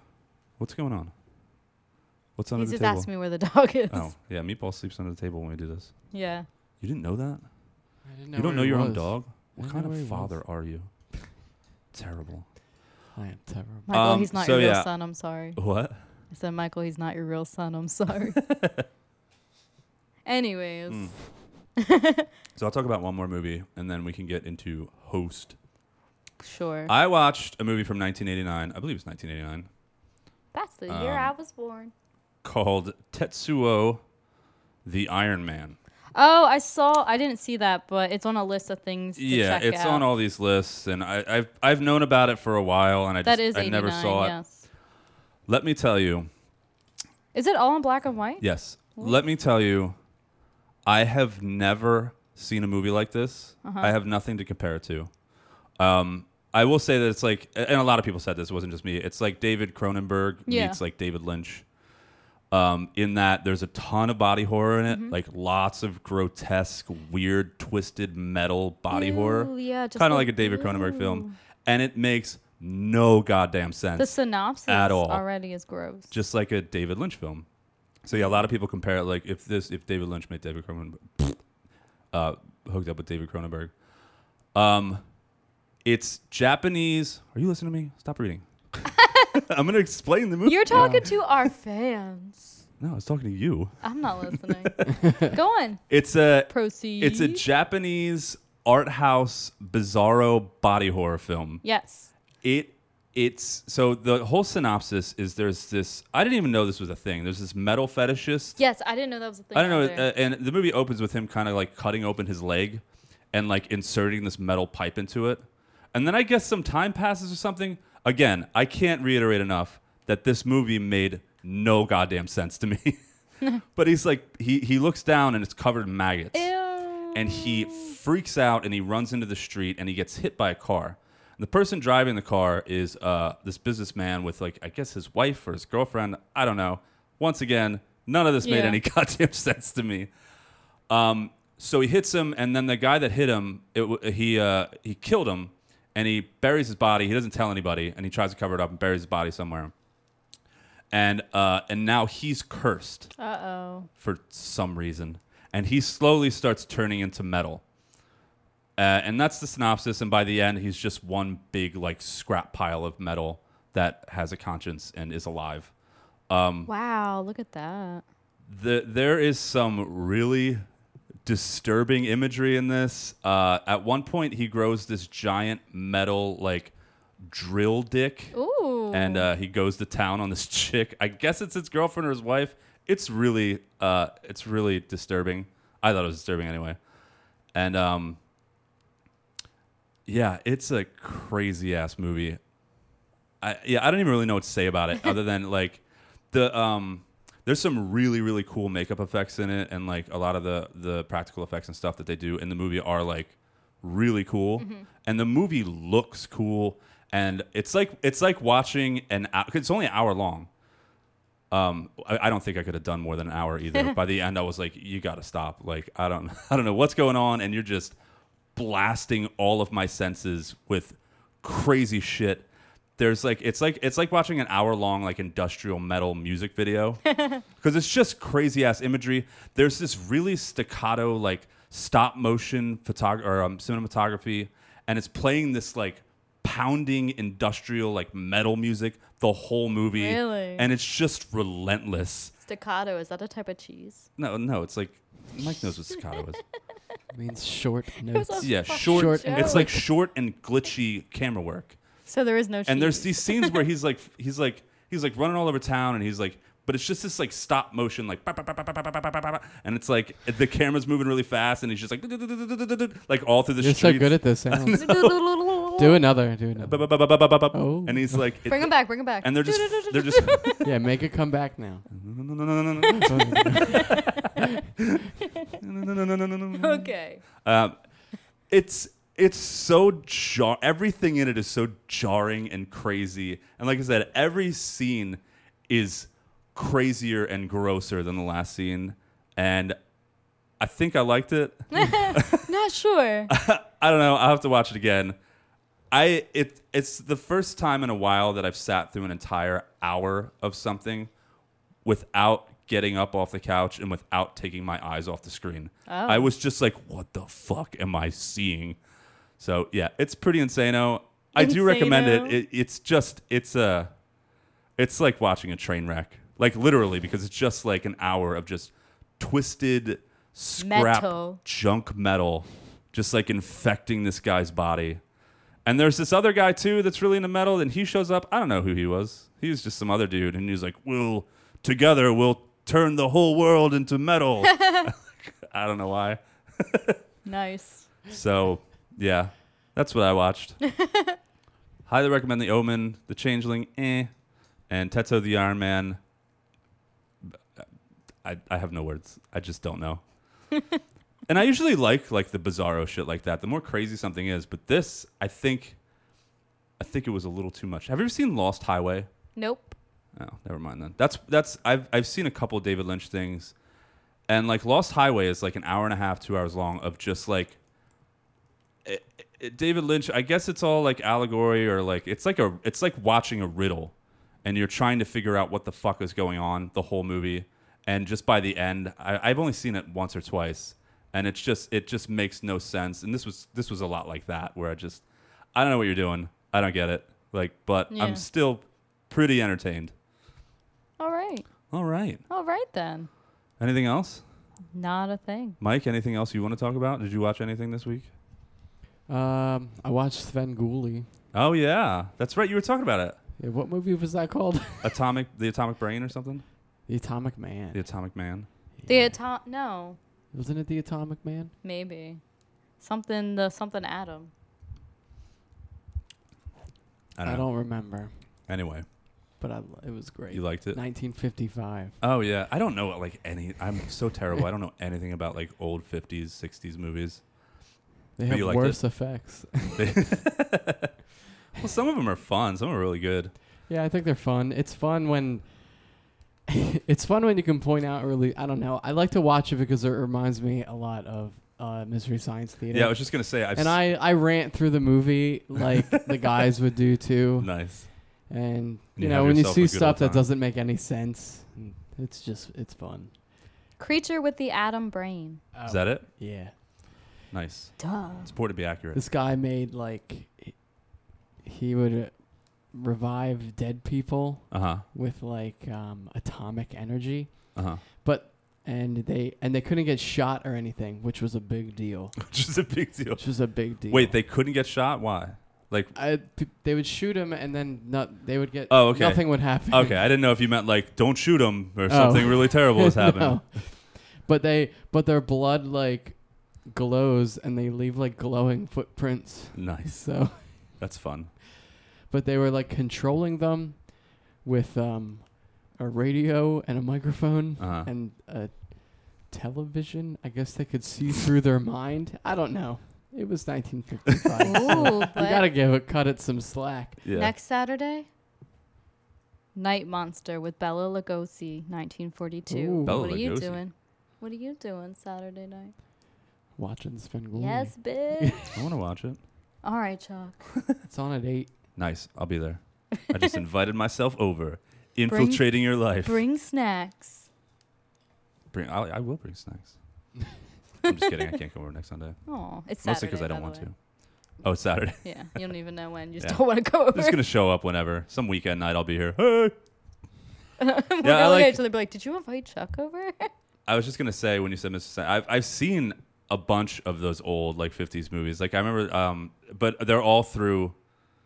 [SPEAKER 1] what's going on what's under
[SPEAKER 2] He
[SPEAKER 1] the
[SPEAKER 2] just
[SPEAKER 1] table
[SPEAKER 2] asked me where the dog is.
[SPEAKER 1] oh yeah meatball sleeps under the table when we do this
[SPEAKER 2] Yeah.
[SPEAKER 1] you didn't know that?
[SPEAKER 3] I didn't
[SPEAKER 1] you don't
[SPEAKER 3] where
[SPEAKER 1] know
[SPEAKER 3] he
[SPEAKER 1] your own
[SPEAKER 3] was.
[SPEAKER 1] dog? What
[SPEAKER 3] didn't
[SPEAKER 1] kind
[SPEAKER 3] know where
[SPEAKER 1] of
[SPEAKER 3] he was.
[SPEAKER 1] father are you? Terrible.
[SPEAKER 3] I am terrible.
[SPEAKER 2] Michael,
[SPEAKER 1] Um,
[SPEAKER 2] he's not
[SPEAKER 1] so
[SPEAKER 2] your real
[SPEAKER 1] yeah.
[SPEAKER 2] son. I'm sorry.
[SPEAKER 1] What?
[SPEAKER 2] I said, Michael, he's not your real son. I'm sorry. Anyways,
[SPEAKER 1] Mm. So I'll talk about one more movie and then we can get into host.
[SPEAKER 2] sure.
[SPEAKER 1] I watched a movie from 1989. I believe it's 1989
[SPEAKER 2] That's the
[SPEAKER 1] year I
[SPEAKER 2] was born.
[SPEAKER 1] called Tetsuo the Iron Man.
[SPEAKER 2] Oh, I saw. I didn't see that, but it's on a list of things. To
[SPEAKER 1] yeah,
[SPEAKER 2] check
[SPEAKER 1] it's
[SPEAKER 2] out.
[SPEAKER 1] on all these lists and I I've I've known about it for a while and I
[SPEAKER 2] That
[SPEAKER 1] just
[SPEAKER 2] is
[SPEAKER 1] I
[SPEAKER 2] 89.
[SPEAKER 1] never saw it.
[SPEAKER 2] yes.
[SPEAKER 1] Let me tell you.
[SPEAKER 2] Is it all in black and white?
[SPEAKER 1] Yes. Let me tell you, I have never seen a movie like this.
[SPEAKER 2] Uh-huh.
[SPEAKER 1] I have nothing to compare it to. Um, I will say that it's like, and a lot of people said this it wasn't just me. It's like David Cronenberg
[SPEAKER 2] Yeah.
[SPEAKER 1] meets like David Lynch. Um, in that there's a ton of body horror in it,
[SPEAKER 2] Mm-hmm.
[SPEAKER 1] like lots of grotesque, weird, twisted metal body
[SPEAKER 2] Ew,
[SPEAKER 1] horror,
[SPEAKER 2] Yeah,
[SPEAKER 1] kind of like a David Cronenberg film, and it makes no goddamn sense
[SPEAKER 2] The synopsis
[SPEAKER 1] At all.
[SPEAKER 2] already is gross.
[SPEAKER 1] just like a David Lynch film. So yeah, a lot of people compare it like if this if David Lynch made David Cronenberg uh, hooked up with David Cronenberg. Um, it's Japanese. Are you listening to me? Stop reading. I'm gonna explain the movie.
[SPEAKER 2] You're talking to our fans.
[SPEAKER 1] no, I was talking to you.
[SPEAKER 2] I'm not listening. Go on.
[SPEAKER 1] It's a
[SPEAKER 2] Proceed.
[SPEAKER 1] it's a Japanese art house bizarro body horror film.
[SPEAKER 2] yes.
[SPEAKER 1] it it's so the whole synopsis is there's this I didn't even know this was a thing. There's this metal fetishist
[SPEAKER 2] Yes, I didn't know that was a thing.
[SPEAKER 1] I don't know.
[SPEAKER 2] either.
[SPEAKER 1] Uh, and the movie opens with him kind of like cutting open his leg and like inserting this metal pipe into it. And then I guess some time passes or something. Again, I can't reiterate enough that this movie made no goddamn sense to me. but he's like, he, he looks down and it's covered in maggots.
[SPEAKER 2] Ew.
[SPEAKER 1] uh, And he freaks out and he runs into the street and he gets hit by a car. The person driving the car is uh, this businessman with, like, I guess his wife or his girlfriend. I don't know. Once again, none of this made
[SPEAKER 2] Yeah.
[SPEAKER 1] any goddamn sense to me. Um, so he hits him, and then the guy that hit him, it, w- he uh, he killed him, and he buries his body. He doesn't tell anybody, and he tries to cover it up and buries his body somewhere. And uh, and now he's cursed
[SPEAKER 2] Uh oh.
[SPEAKER 1] for some reason, and he slowly starts turning into metal. Uh, and that's the synopsis. And by the end, he's just one big like scrap pile of metal that has a conscience and is alive. Um,
[SPEAKER 2] Wow, look at that.
[SPEAKER 1] the, there is some really disturbing imagery in this. Uh, at one point, he grows this giant metal like drill dick,
[SPEAKER 2] Ooh.
[SPEAKER 1] and uh, he goes to town on this chick. I guess it's his girlfriend or his wife. It's really, uh, it's really disturbing. I thought it was disturbing anyway, and um, yeah, it's a crazy ass movie. I, yeah, I don't even really know what to say about it other than like the um there's some really really cool makeup effects in it and like a lot of the the practical effects and stuff that they do in the movie are like really cool and the movie looks cool and it's like it's like watching an hour, 'cause it's only an hour long. Um, I, I don't think I could have done more than an hour either. By the end, I was like, you got to stop. Like, I don't, I don't know what's going on, and you're just blasting all of my senses with crazy shit. There's like it's like it's like watching an hour long like industrial metal music video because it's just crazy ass imagery. There's this really staccato like stop motion photog- or um, cinematography, and it's playing this like pounding industrial like metal music the whole movie,
[SPEAKER 2] Really?
[SPEAKER 1] and it's just relentless.
[SPEAKER 2] Staccato, is that a type of cheese?
[SPEAKER 1] No, no, it's like Mike knows what staccato is.
[SPEAKER 3] It means short
[SPEAKER 2] was
[SPEAKER 3] notes.
[SPEAKER 2] a-
[SPEAKER 1] Yeah,
[SPEAKER 2] Fucking
[SPEAKER 1] short.
[SPEAKER 2] Short
[SPEAKER 1] it's
[SPEAKER 2] joke.
[SPEAKER 1] like short and glitchy camera work.
[SPEAKER 2] So there is no cheese.
[SPEAKER 1] And there's these scenes where he's like, he's like, he's like running all over town, and he's like, but it's just this like stop motion, like, "Bah, bah, bah, bah, bah, bah, bah, bah, bah, bah, bah," and it's like the camera's moving really fast, and he's just like, like all through the
[SPEAKER 3] You're so
[SPEAKER 1] streets.
[SPEAKER 3] good at this. Aaron. Do another. Do
[SPEAKER 1] Bah, bah,
[SPEAKER 3] another.
[SPEAKER 1] bah, bah, bah, bah, bah, bah.
[SPEAKER 3] Oh.
[SPEAKER 1] And he's like,
[SPEAKER 2] Bring him back, bring him back.
[SPEAKER 1] and they're just, they're just,
[SPEAKER 3] yeah, make a comeback now.
[SPEAKER 2] okay.
[SPEAKER 1] Um, it's it's so jar. Everything in it is so jarring and crazy. And like I said, every scene is crazier and grosser than the last scene. And I think I liked it.
[SPEAKER 2] Not sure.
[SPEAKER 1] I don't know. I'll have to watch it again. I it it's the first time in a while that I've sat through an entire hour of something without getting up off the couch and without taking my eyes off the screen. I was just like, what the fuck am I seeing? So yeah, it's pretty insano. I do recommend
[SPEAKER 2] Insano.
[SPEAKER 1] it. it. It's just it's a it's like watching a train wreck. Like literally, because it's just like an hour of just twisted scrap
[SPEAKER 2] Metal.
[SPEAKER 1] junk metal just like infecting this guy's body. And there's this other guy too that's really into metal, and he shows up. I don't know who he was. He was just some other dude, and he's like, "We'll together we'll turn the whole world into metal." I don't know why.
[SPEAKER 2] nice.
[SPEAKER 1] So yeah, that's what I watched. Highly recommend The Omen, The Changeling, eh, and Tetsuo the Iron Man. I, I have no words. I just don't know. and I usually like like the bizarro shit like that. The more crazy something is, but this I think, I think it was a little too much. Have you ever seen Lost Highway?
[SPEAKER 2] Nope.
[SPEAKER 1] Oh, never mind then. That's that's I've I've seen a couple David Lynch things, and like Lost Highway is like an hour and a half, two hours long of just like. It, it- David Lynch, I guess it's all like allegory or like it's like a it's like watching a riddle, and you're trying to figure out what the fuck is going on the whole movie, and just by the end, I, I've only seen it once or twice, and it's just it just makes no sense. And this was this was a lot like that where I just I don't know what you're doing, I don't get it, like, but
[SPEAKER 2] Yeah.
[SPEAKER 1] I'm still pretty entertained.
[SPEAKER 2] All right.
[SPEAKER 1] All right.
[SPEAKER 2] All right then.
[SPEAKER 1] Anything else?
[SPEAKER 2] Not a thing.
[SPEAKER 1] Mike, anything else you want to talk about? Did you watch anything this week?
[SPEAKER 3] Um, I watched Sven Gulli.
[SPEAKER 1] Oh yeah. That's right. You were talking about it.
[SPEAKER 3] Yeah, what movie was that called?
[SPEAKER 1] Atomic the Atomic Brain or something?
[SPEAKER 3] the Atomic Man.
[SPEAKER 1] The Atomic Man.
[SPEAKER 2] The
[SPEAKER 3] Yeah.
[SPEAKER 2] atom. No,
[SPEAKER 3] Wasn't it the Atomic Man?
[SPEAKER 2] maybe something. The something atom.
[SPEAKER 1] I
[SPEAKER 3] I
[SPEAKER 1] don't know.
[SPEAKER 3] don't remember,
[SPEAKER 1] Anyway,
[SPEAKER 3] but I, it was great.
[SPEAKER 1] you liked it.
[SPEAKER 3] 1955.
[SPEAKER 1] Oh yeah, I don't know like any. I'm so terrible. I don't know anything about like old 50s, 60s movies.
[SPEAKER 3] They
[SPEAKER 1] But
[SPEAKER 3] have
[SPEAKER 1] you liked it?
[SPEAKER 3] worse effects.
[SPEAKER 1] They- well, some of them are fun. Some are really good.
[SPEAKER 3] yeah, I think they're fun. It's fun when it's fun when you can point out early. I don't know. I like to watch it because it reminds me a lot of uh, Mystery Science Theater.
[SPEAKER 1] Yeah, I was just gonna say. I've s-
[SPEAKER 3] and I I rant through the movie like the guys would do too.
[SPEAKER 1] nice.
[SPEAKER 3] And
[SPEAKER 1] You
[SPEAKER 3] you,
[SPEAKER 1] have
[SPEAKER 3] know when you
[SPEAKER 1] yourself a
[SPEAKER 3] see
[SPEAKER 1] good old
[SPEAKER 3] stuff that
[SPEAKER 1] time.
[SPEAKER 3] doesn't make any sense, it's just it's fun.
[SPEAKER 2] Creature with the atom brain.
[SPEAKER 1] Is that it?
[SPEAKER 3] Yeah.
[SPEAKER 1] Nice.
[SPEAKER 2] Duh.
[SPEAKER 1] It's poor to be accurate.
[SPEAKER 3] This guy made like h- he would uh, revive dead people
[SPEAKER 1] Uh huh.
[SPEAKER 3] with like um, atomic energy,
[SPEAKER 1] Uh huh.
[SPEAKER 3] but and they and they couldn't get shot or anything, which was a big deal.
[SPEAKER 1] Which is a big deal.
[SPEAKER 3] Which was a big deal.
[SPEAKER 1] Wait, they couldn't get shot. Why? Like,
[SPEAKER 3] I, p- they would shoot him and then not they would get
[SPEAKER 1] Oh, okay.
[SPEAKER 3] nothing would happen.
[SPEAKER 1] okay, I didn't know if you meant like don't shoot them or
[SPEAKER 3] Oh.
[SPEAKER 1] something really terrible has happened.
[SPEAKER 3] No. But they but their blood like glows and they leave like glowing footprints.
[SPEAKER 1] Nice.
[SPEAKER 3] So
[SPEAKER 1] That's fun.
[SPEAKER 3] but they were like controlling them with um a radio and a microphone
[SPEAKER 1] Uh-huh.
[SPEAKER 3] and a television. I guess they could see through their mind. I don't know. It was 1955.
[SPEAKER 2] Ooh,
[SPEAKER 3] you
[SPEAKER 2] but
[SPEAKER 3] gotta give it cut it some slack.
[SPEAKER 1] Yeah.
[SPEAKER 2] next Saturday, Night Monster with Bella Lugosi, 1942.
[SPEAKER 3] Ooh.
[SPEAKER 1] Bella
[SPEAKER 2] what are you
[SPEAKER 1] Lugosi.
[SPEAKER 2] doing? What are you doing Saturday night?
[SPEAKER 3] Watching Svengoolie.
[SPEAKER 2] Yes, bitch.
[SPEAKER 1] I want to watch it.
[SPEAKER 2] All right, Chuck.
[SPEAKER 3] It's on at eight.
[SPEAKER 1] Nice. I'll be there. I just invited myself over, infiltrating your life.
[SPEAKER 2] Bring snacks.
[SPEAKER 1] Bring- I'll, I will bring snacks. I'm just kidding. I can't come over next Sunday.
[SPEAKER 2] Oh, it's Saturday.
[SPEAKER 1] Mostly because I
[SPEAKER 2] by
[SPEAKER 1] don't
[SPEAKER 2] the
[SPEAKER 1] want
[SPEAKER 2] way.
[SPEAKER 1] to. Oh, it's Saturday.
[SPEAKER 2] Yeah, you don't even know when. You just
[SPEAKER 1] Yeah.
[SPEAKER 2] don't want to go
[SPEAKER 1] I'm
[SPEAKER 2] over.
[SPEAKER 1] just gonna show up whenever. Some weekend night, I'll be here. Hey.
[SPEAKER 2] We're
[SPEAKER 1] Yeah, I
[SPEAKER 2] gonna look
[SPEAKER 1] like-
[SPEAKER 2] at each other and be like, "Did you invite Chuck over?"
[SPEAKER 1] I was just gonna say when you said Mr. Science, I've I've seen a bunch of those old like '50s movies. Like I remember, um, but they're all through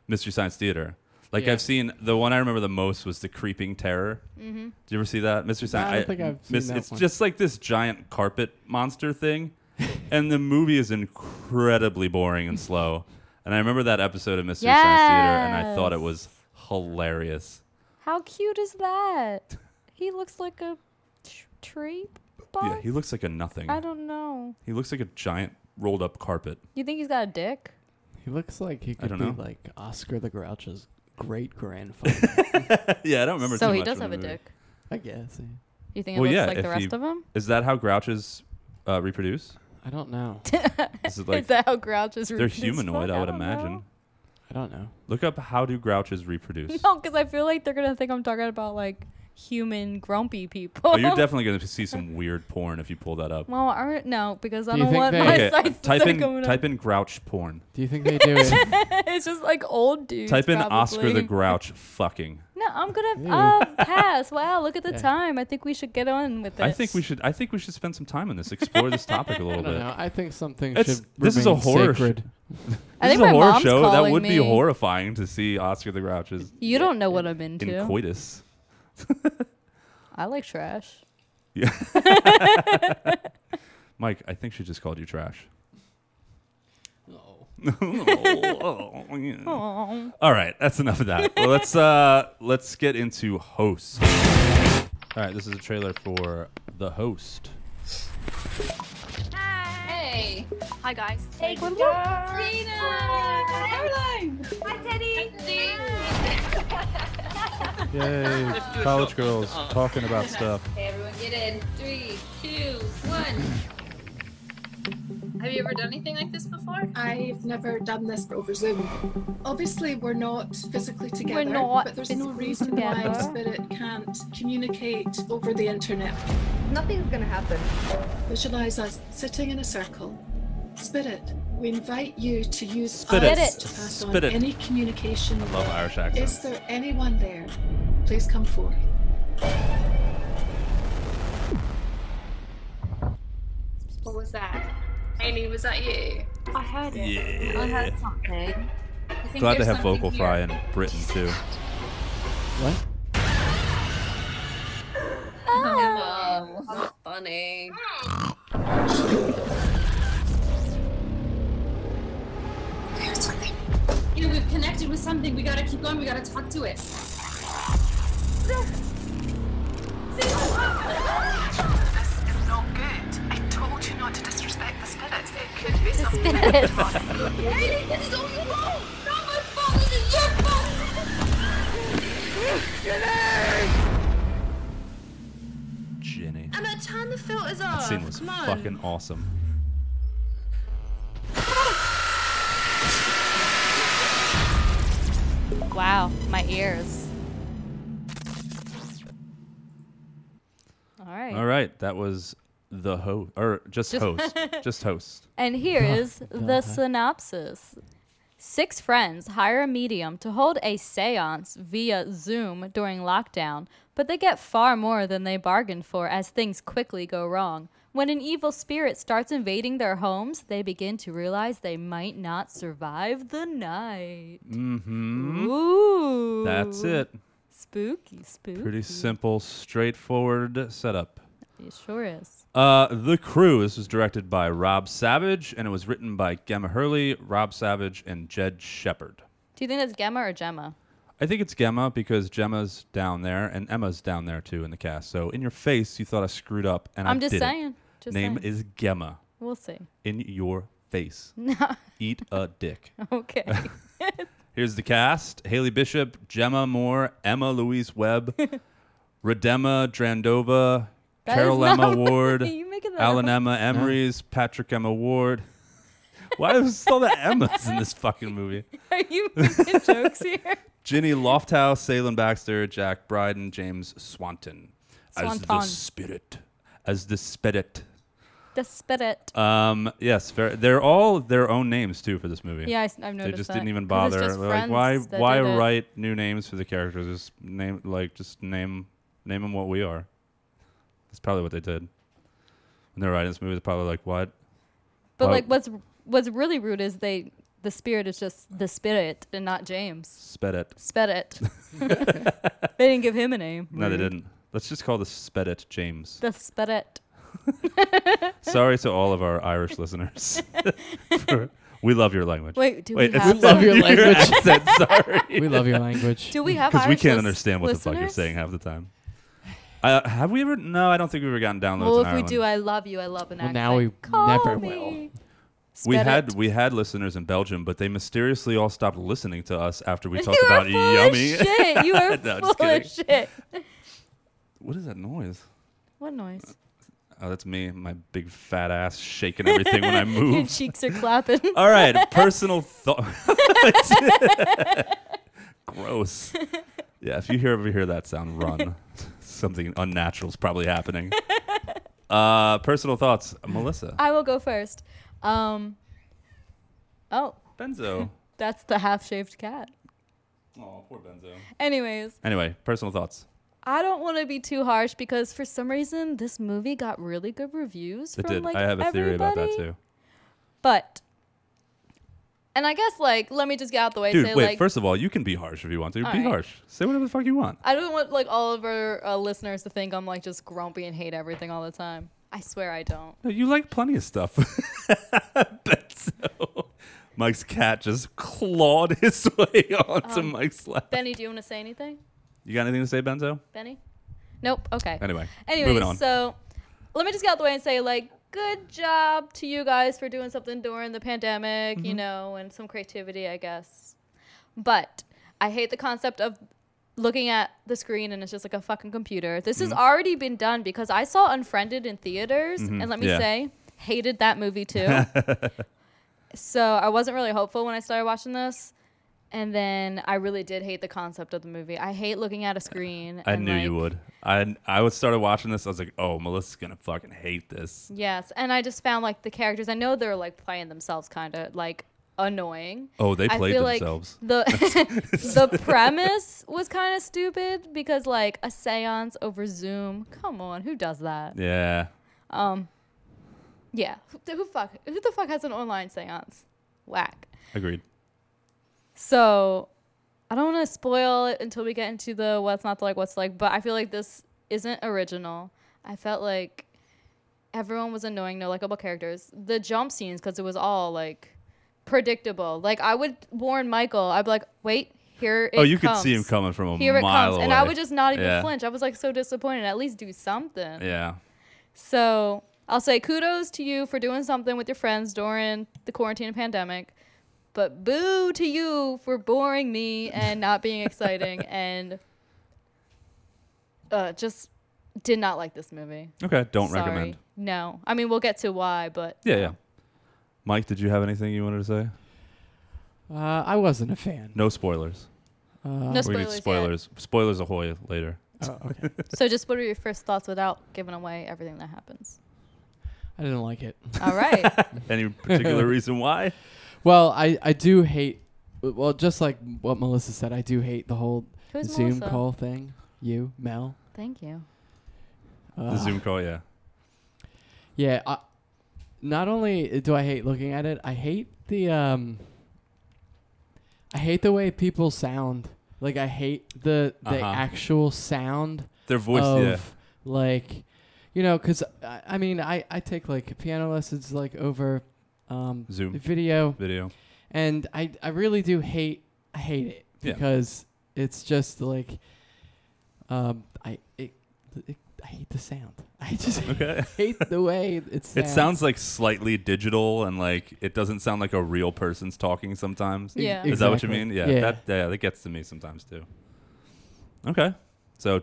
[SPEAKER 1] Mystery Science Theater. Like
[SPEAKER 3] Yeah.
[SPEAKER 1] I've seen the one I remember the most was the Creeping Terror.
[SPEAKER 2] mm-hmm.
[SPEAKER 1] Did you ever see that, Mystery
[SPEAKER 3] No, I
[SPEAKER 1] Science?
[SPEAKER 3] don't think I've seen that
[SPEAKER 1] It's
[SPEAKER 3] one.
[SPEAKER 1] just like this giant carpet monster thing, and the movie is incredibly boring and slow. And I remember that episode of Mystery Science Theater, and I thought it
[SPEAKER 2] Yes.
[SPEAKER 1] was hilarious.
[SPEAKER 2] How cute is that? He looks like a tr- tree bug.
[SPEAKER 1] Yeah, he looks like a nothing.
[SPEAKER 2] I don't know.
[SPEAKER 1] He looks like a giant rolled up carpet.
[SPEAKER 2] You think he's got a dick?
[SPEAKER 3] He looks like he
[SPEAKER 1] I
[SPEAKER 3] could
[SPEAKER 1] don't
[SPEAKER 3] be
[SPEAKER 1] know.
[SPEAKER 3] like Oscar the Grouch's great grandfather.
[SPEAKER 1] yeah, I don't remember.
[SPEAKER 2] so
[SPEAKER 1] too
[SPEAKER 2] he
[SPEAKER 1] much
[SPEAKER 2] does
[SPEAKER 1] from
[SPEAKER 2] have
[SPEAKER 1] the
[SPEAKER 2] a
[SPEAKER 1] movie.
[SPEAKER 2] dick.
[SPEAKER 3] I guess. yeah.
[SPEAKER 2] You think
[SPEAKER 1] Well,
[SPEAKER 2] it looks
[SPEAKER 1] yeah,
[SPEAKER 2] like the
[SPEAKER 1] if he-
[SPEAKER 2] rest of him?
[SPEAKER 1] Is that how grouches uh, reproduce?
[SPEAKER 3] I don't know.
[SPEAKER 1] Is it like
[SPEAKER 2] is that how grouches?
[SPEAKER 1] they're humanoid? I would imagine.
[SPEAKER 3] I don't know.
[SPEAKER 1] Look up how do grouches reproduce.
[SPEAKER 2] No, because I feel like they're gonna think I'm talking about like human grumpy people.
[SPEAKER 1] Oh, you're definitely going to see some weird porn if you pull that up.
[SPEAKER 2] well, aren't no, because I
[SPEAKER 3] Do you
[SPEAKER 2] don't
[SPEAKER 3] think
[SPEAKER 2] want
[SPEAKER 3] they-
[SPEAKER 2] my
[SPEAKER 1] okay,
[SPEAKER 2] sites to
[SPEAKER 1] type
[SPEAKER 2] start
[SPEAKER 1] in
[SPEAKER 2] coming
[SPEAKER 1] type in grouch porn.
[SPEAKER 3] Do you think they do it?
[SPEAKER 2] up. it's just like old dudes.
[SPEAKER 1] type in Oscar the
[SPEAKER 2] probably.
[SPEAKER 1] Grouch fucking.
[SPEAKER 2] No, I'm
[SPEAKER 3] Ew.
[SPEAKER 2] gonna uh, pass. Wow, look at the
[SPEAKER 3] Yeah.
[SPEAKER 2] time. I think we should get on with this.
[SPEAKER 1] I think we should. I think we should spend some time on this. Explore this topic a
[SPEAKER 3] I
[SPEAKER 1] little
[SPEAKER 3] don't
[SPEAKER 1] bit.
[SPEAKER 3] know. I think something
[SPEAKER 1] It's-
[SPEAKER 3] should
[SPEAKER 1] this is a
[SPEAKER 3] remain
[SPEAKER 1] horror sh-
[SPEAKER 3] sacred.
[SPEAKER 2] I
[SPEAKER 1] this
[SPEAKER 2] think
[SPEAKER 1] is
[SPEAKER 2] my
[SPEAKER 1] a horror
[SPEAKER 2] mom's
[SPEAKER 1] show. That
[SPEAKER 2] calling
[SPEAKER 1] would be
[SPEAKER 2] me.
[SPEAKER 1] horrifying to see Oscar the Grouch's
[SPEAKER 2] You don't know what I'm into.
[SPEAKER 1] in coitus.
[SPEAKER 2] I like trash.
[SPEAKER 1] Mike, I think she just called you trash.
[SPEAKER 3] oh.
[SPEAKER 1] Oh, yeah.
[SPEAKER 2] Oh,
[SPEAKER 1] All right, that's enough of that. well, let's uh, let's get into host. All right, this is a trailer for the host.
[SPEAKER 4] Hey.
[SPEAKER 2] hi guys.
[SPEAKER 4] Take a look. Gina. Caroline. Hi, Teddy.
[SPEAKER 5] Yay, college girls talking about stuff.
[SPEAKER 4] Okay, everyone get in. Three, two, one. Have you ever done anything like this before?
[SPEAKER 6] I've never done this over Zoom. Obviously, we're not physically together,
[SPEAKER 2] not
[SPEAKER 6] but there's no
[SPEAKER 2] physically
[SPEAKER 6] reason why
[SPEAKER 2] together.
[SPEAKER 6] spirit can't communicate over the internet.
[SPEAKER 7] Nothing's gonna happen.
[SPEAKER 6] Visualize us sitting in a circle. Spirit, we invite you to use
[SPEAKER 1] Spit
[SPEAKER 2] it.
[SPEAKER 6] us to pass
[SPEAKER 1] Spit it.
[SPEAKER 6] on any communication.
[SPEAKER 1] Love Irish
[SPEAKER 6] Is
[SPEAKER 1] accents.
[SPEAKER 6] there anyone there? Please come forward.
[SPEAKER 4] What was that? Amy, was that you? I heard it. I
[SPEAKER 1] Yeah.
[SPEAKER 4] heard something. I think
[SPEAKER 1] Glad they
[SPEAKER 4] there's
[SPEAKER 1] have vocal
[SPEAKER 4] something
[SPEAKER 1] fry
[SPEAKER 4] here.
[SPEAKER 1] in Britain too.
[SPEAKER 3] What?
[SPEAKER 4] Oh, that's funny. There's something. You know, we've connected with something. We gotta keep going. We gotta talk to it.
[SPEAKER 7] This is not good. I told you not to disrespect the spirits. It could be something.
[SPEAKER 2] Spirits.
[SPEAKER 4] Hey, this is all your fault. Not my fault. This is your fault.
[SPEAKER 1] Jenny.
[SPEAKER 4] Emma, turn the filters
[SPEAKER 1] That
[SPEAKER 4] off.
[SPEAKER 1] scene was
[SPEAKER 4] Come on.
[SPEAKER 1] fucking awesome.
[SPEAKER 2] Wow, my ears. All right.
[SPEAKER 1] All right, that was the host, or just,
[SPEAKER 2] Just-
[SPEAKER 1] host, just host.
[SPEAKER 2] And here is
[SPEAKER 1] Uh-huh.
[SPEAKER 2] the synopsis. Six friends hire a medium to hold a seance via Zoom during lockdown, but they get far more than they bargained for as things quickly go wrong. When an evil spirit starts invading their homes, they begin to realize they might not survive the night.
[SPEAKER 1] Mm-hmm.
[SPEAKER 2] Ooh.
[SPEAKER 1] That's it.
[SPEAKER 2] Spooky, spooky.
[SPEAKER 1] Pretty simple, straightforward setup.
[SPEAKER 2] It sure is.
[SPEAKER 1] Uh, the crew. This was directed by Rob Savage, and it was written by Gemma Hurley, Rob Savage, and Jed Shepard.
[SPEAKER 2] Do you think that's Gemma or Gemma?
[SPEAKER 1] I think it's Gemma because Gemma's down there and Emma's down there too in the cast. So in your face, you thought I screwed up, and I
[SPEAKER 2] I'm just
[SPEAKER 1] didn't.
[SPEAKER 2] saying. Just
[SPEAKER 1] Name
[SPEAKER 2] saying.
[SPEAKER 1] is Gemma.
[SPEAKER 2] We'll see.
[SPEAKER 1] In your face. Eat a dick.
[SPEAKER 2] Okay.
[SPEAKER 1] Here's the cast: Haley Bishop, Gemma Moore, Emma Louise Webb, Redema Drandova,
[SPEAKER 2] That is
[SPEAKER 1] Carol
[SPEAKER 2] not
[SPEAKER 1] Emma
[SPEAKER 2] what-
[SPEAKER 1] Ward,
[SPEAKER 2] You're making that
[SPEAKER 1] Alan
[SPEAKER 2] up.
[SPEAKER 1] Emma Emery's, Patrick Emma Ward. Why is all the Emmas in this fucking movie?
[SPEAKER 2] Are you making jokes here?
[SPEAKER 1] Ginny Lofthouse, Salem Baxter, Jack Bryden, James Swanton. As the
[SPEAKER 2] Swanton.
[SPEAKER 1] spirit. As the spirit.
[SPEAKER 2] The spirit.
[SPEAKER 1] Um, yes, fair. they're all their own names too for this movie.
[SPEAKER 2] Yeah, I, have noticed
[SPEAKER 1] They just
[SPEAKER 2] that.
[SPEAKER 1] didn't even
[SPEAKER 2] 'Cause
[SPEAKER 1] bother.
[SPEAKER 2] it's just
[SPEAKER 1] They're like,
[SPEAKER 2] friends
[SPEAKER 1] why?
[SPEAKER 2] that
[SPEAKER 1] Why
[SPEAKER 2] did it.
[SPEAKER 1] write new names for the characters? Just name, like, just name, name them what we are. That's probably what they did. When they're writing this movie, they're probably like, what?
[SPEAKER 2] But
[SPEAKER 1] why-
[SPEAKER 2] like, what's what's really rude is they the spirit is just the spirit and not James.
[SPEAKER 1] Sped it.
[SPEAKER 2] Spirit. they didn't give him a name.
[SPEAKER 1] No, they didn't. Let's just call the sped it James.
[SPEAKER 2] The spirit.
[SPEAKER 1] Sorry to all of our Irish listeners. For- we love your language.
[SPEAKER 2] Wait, do
[SPEAKER 1] Wait,
[SPEAKER 2] we
[SPEAKER 1] it's-
[SPEAKER 2] have?
[SPEAKER 3] We love your language.
[SPEAKER 1] accent, sorry.
[SPEAKER 3] We love your language.
[SPEAKER 2] do we have?
[SPEAKER 1] because we
[SPEAKER 2] Irish
[SPEAKER 1] can't
[SPEAKER 2] lis-
[SPEAKER 1] understand what the fuck you're
[SPEAKER 2] listeners?
[SPEAKER 1] saying half the time. Uh, have we ever? No, I don't think we've ever gotten downloads. in
[SPEAKER 2] Well, if we
[SPEAKER 1] Ireland.
[SPEAKER 2] do, I love you. I love an
[SPEAKER 3] Well,
[SPEAKER 2] accent.
[SPEAKER 3] now we
[SPEAKER 2] Call
[SPEAKER 3] never
[SPEAKER 2] me.
[SPEAKER 3] will.
[SPEAKER 1] we
[SPEAKER 2] Spit
[SPEAKER 1] had
[SPEAKER 2] it.
[SPEAKER 1] we had listeners in Belgium, but they mysteriously all stopped listening to us after we
[SPEAKER 2] You
[SPEAKER 1] talked
[SPEAKER 2] are
[SPEAKER 1] about
[SPEAKER 2] full of
[SPEAKER 1] yummy.
[SPEAKER 2] shit. You are
[SPEAKER 1] No, I'm just
[SPEAKER 2] full
[SPEAKER 1] kidding.
[SPEAKER 2] of shit.
[SPEAKER 1] What is that noise?
[SPEAKER 2] What noise?
[SPEAKER 1] Oh, that's me, my big fat ass shaking everything when I
[SPEAKER 2] Your
[SPEAKER 1] move.
[SPEAKER 2] cheeks are clapping.
[SPEAKER 1] All right, personal thought. Gross. Yeah, if you hear ever hear that sound, run. Something unnatural is probably happening. Uh, personal thoughts, Melissa.
[SPEAKER 2] I will go first. Um, oh,
[SPEAKER 1] Benzo.
[SPEAKER 2] that's the half-shaved cat.
[SPEAKER 1] Oh, poor Benzo.
[SPEAKER 2] Anyways,
[SPEAKER 1] Anyway, personal thoughts.
[SPEAKER 2] I don't want to be too harsh because for some reason this movie got really good reviews
[SPEAKER 1] It
[SPEAKER 2] from
[SPEAKER 1] did.
[SPEAKER 2] like
[SPEAKER 1] I have a theory about that
[SPEAKER 2] everybody.
[SPEAKER 1] too.
[SPEAKER 2] But and I guess like let me just get out the way and
[SPEAKER 1] Dude,
[SPEAKER 2] say
[SPEAKER 1] wait.
[SPEAKER 2] like
[SPEAKER 1] first of all, you can be harsh if you want to. Be
[SPEAKER 2] All right.
[SPEAKER 1] harsh. Say whatever the fuck you want.
[SPEAKER 2] I don't want like all of our uh, listeners to think I'm like just grumpy and hate everything all the time. I swear I don't.
[SPEAKER 1] No, you like plenty of stuff. Benzo. Mike's cat just clawed his way onto
[SPEAKER 2] Um,
[SPEAKER 1] Mike's lap.
[SPEAKER 2] Benny, do you want to say anything?
[SPEAKER 1] You got anything to say, Benzo?
[SPEAKER 2] Benny? Nope. Okay.
[SPEAKER 1] Anyway, moving
[SPEAKER 2] Anyway,
[SPEAKER 1] on.
[SPEAKER 2] so let me just get out the way and say, like, good job to you guys for doing something during the pandemic,
[SPEAKER 1] Mm-hmm.
[SPEAKER 2] you know, and some creativity, I guess. But I hate the concept of looking at the screen and it's just like a fucking computer. This
[SPEAKER 1] Mm-hmm.
[SPEAKER 2] has already been done because I saw Unfriended in theaters, and let me
[SPEAKER 1] Mm-hmm. Yeah.
[SPEAKER 2] say, hated that movie too. so I wasn't really hopeful when I started watching this. And then I really did hate the concept of the movie. I hate looking at a screen.
[SPEAKER 1] I
[SPEAKER 2] and,
[SPEAKER 1] knew you
[SPEAKER 2] like,
[SPEAKER 1] would. I I was started watching this. I was like, oh, Melissa's gonna fucking hate this.
[SPEAKER 2] Yes, and I just found like the characters. I know they're like playing themselves, kind of like annoying.
[SPEAKER 1] Oh, they
[SPEAKER 2] I
[SPEAKER 1] played
[SPEAKER 2] feel
[SPEAKER 1] themselves.
[SPEAKER 2] Like the the premise was kind of stupid because like a séance over Zoom. Come on, who does that?
[SPEAKER 1] Yeah.
[SPEAKER 2] Yeah, who, who fuck who the fuck has an online séance? Whack.
[SPEAKER 1] Agreed.
[SPEAKER 2] So I don't want to spoil it until we get into the what's not the like, what's like, but I feel like this isn't original. I felt like everyone was annoying, no likable characters. The jump scenes, because it was all like predictable. Like I would warn Michael. I'd be like, wait, here it
[SPEAKER 1] oh, you
[SPEAKER 2] comes.
[SPEAKER 1] could see him coming from a
[SPEAKER 2] Here it
[SPEAKER 1] mile
[SPEAKER 2] comes,
[SPEAKER 1] away.
[SPEAKER 2] and I would just not even
[SPEAKER 1] Yeah.
[SPEAKER 2] flinch. I was like so disappointed. At least do something.
[SPEAKER 1] Yeah.
[SPEAKER 2] So I'll say kudos to you for doing something with your friends during the quarantine and pandemic, but boo to you for boring me and not being exciting and uh, just did not like this movie.
[SPEAKER 1] Okay. Don't
[SPEAKER 2] Sorry.
[SPEAKER 1] recommend.
[SPEAKER 2] No, I mean we'll get to why, but
[SPEAKER 1] Yeah, yeah. Mike, did you have anything you wanted to say?
[SPEAKER 3] Uh, I wasn't a fan.
[SPEAKER 1] No spoilers.
[SPEAKER 3] Uh,
[SPEAKER 2] no
[SPEAKER 1] we need
[SPEAKER 2] spoilers. yet.
[SPEAKER 1] spoilers. Spoilers ahoy later.
[SPEAKER 3] oh, okay.
[SPEAKER 2] So just what are your first thoughts without giving away everything that happens?
[SPEAKER 3] I didn't like it.
[SPEAKER 2] All right.
[SPEAKER 1] Any particular reason why?
[SPEAKER 3] Well, I, I do hate. Well, just like what Melissa said, I do hate the whole
[SPEAKER 2] Who's
[SPEAKER 3] Zoom
[SPEAKER 2] Melissa?
[SPEAKER 3] call thing. You, Mel.
[SPEAKER 2] Thank you.
[SPEAKER 1] The
[SPEAKER 3] Ugh.
[SPEAKER 1] Zoom call, yeah.
[SPEAKER 3] Yeah. I, not only do I hate looking at it, I hate the um. I hate the way people sound. Like I hate the the
[SPEAKER 1] Uh-huh.
[SPEAKER 3] actual sound
[SPEAKER 1] Their voice,
[SPEAKER 3] of
[SPEAKER 1] yeah.
[SPEAKER 3] like, you know, because I, I mean I I take like piano lessons like over, um,
[SPEAKER 1] Zoom.
[SPEAKER 3] video.
[SPEAKER 1] Video.
[SPEAKER 3] and I I really do hate I hate it
[SPEAKER 1] Yeah.
[SPEAKER 3] because it's just like um I it, it I hate the sound. I just
[SPEAKER 1] Okay.
[SPEAKER 3] hate the way it sounds.
[SPEAKER 1] It sounds like slightly digital and like it doesn't sound like a real person's talking sometimes.
[SPEAKER 2] Yeah.
[SPEAKER 1] Is that what you
[SPEAKER 3] Exactly.
[SPEAKER 1] mean? Yeah,
[SPEAKER 3] Yeah.
[SPEAKER 1] That yeah, that gets to me sometimes too. Okay. So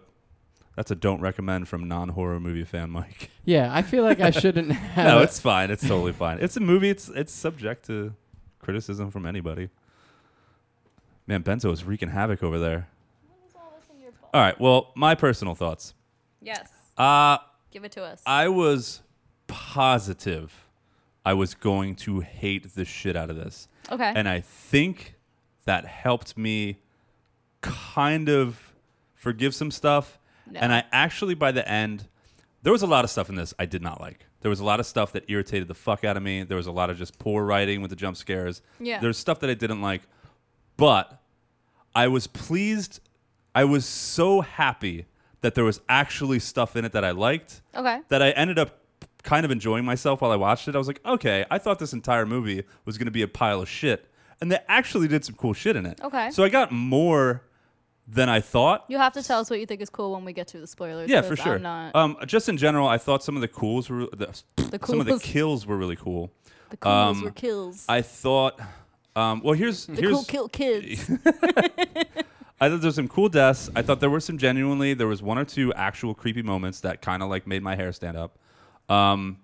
[SPEAKER 1] that's a don't recommend from non horror movie fan Mike.
[SPEAKER 3] Yeah, I feel like I shouldn't have
[SPEAKER 1] no,
[SPEAKER 3] a-
[SPEAKER 1] it's fine. It's totally fine. It's a movie. It's it's subject to criticism from anybody. Man, Benzo is wreaking havoc over there. All right. Well, my personal thoughts.
[SPEAKER 2] Yes.
[SPEAKER 1] Uh
[SPEAKER 2] Give it to us.
[SPEAKER 1] I was positive I was going to hate the shit out of this.
[SPEAKER 2] okay.
[SPEAKER 1] And I think that helped me kind of forgive some stuff. And I actually, by the end, there was a lot of stuff in this I did not like. There was a lot of stuff that irritated the fuck out of me. There was a lot of just poor writing with the jump scares.
[SPEAKER 2] Yeah.
[SPEAKER 1] There's stuff that I didn't like. But I was pleased. I was so happy that there was actually stuff in it that I liked
[SPEAKER 2] okay.
[SPEAKER 1] that I ended up kind of enjoying myself while I watched it. I was like, okay, I thought this entire movie was going to be a pile of shit, and they actually did some cool shit in it.
[SPEAKER 2] Okay.
[SPEAKER 1] So I got more than I thought.
[SPEAKER 2] You have to tell us what you think is cool when we get to the spoilers.
[SPEAKER 1] yeah,
[SPEAKER 2] 'cause
[SPEAKER 1] for sure.
[SPEAKER 2] I'm not.
[SPEAKER 1] Um, just in general, I thought some of the cools were the, some of the
[SPEAKER 2] cools.
[SPEAKER 1] kills were really cool.
[SPEAKER 2] the cools
[SPEAKER 1] um,
[SPEAKER 2] were kills.
[SPEAKER 1] I thought, um, well, here's
[SPEAKER 2] the
[SPEAKER 1] here's
[SPEAKER 2] cool kill kids.
[SPEAKER 1] I thought there were some cool deaths. I thought there were some genuinely there was one or two actual creepy moments that kind of like made my hair stand up. Um,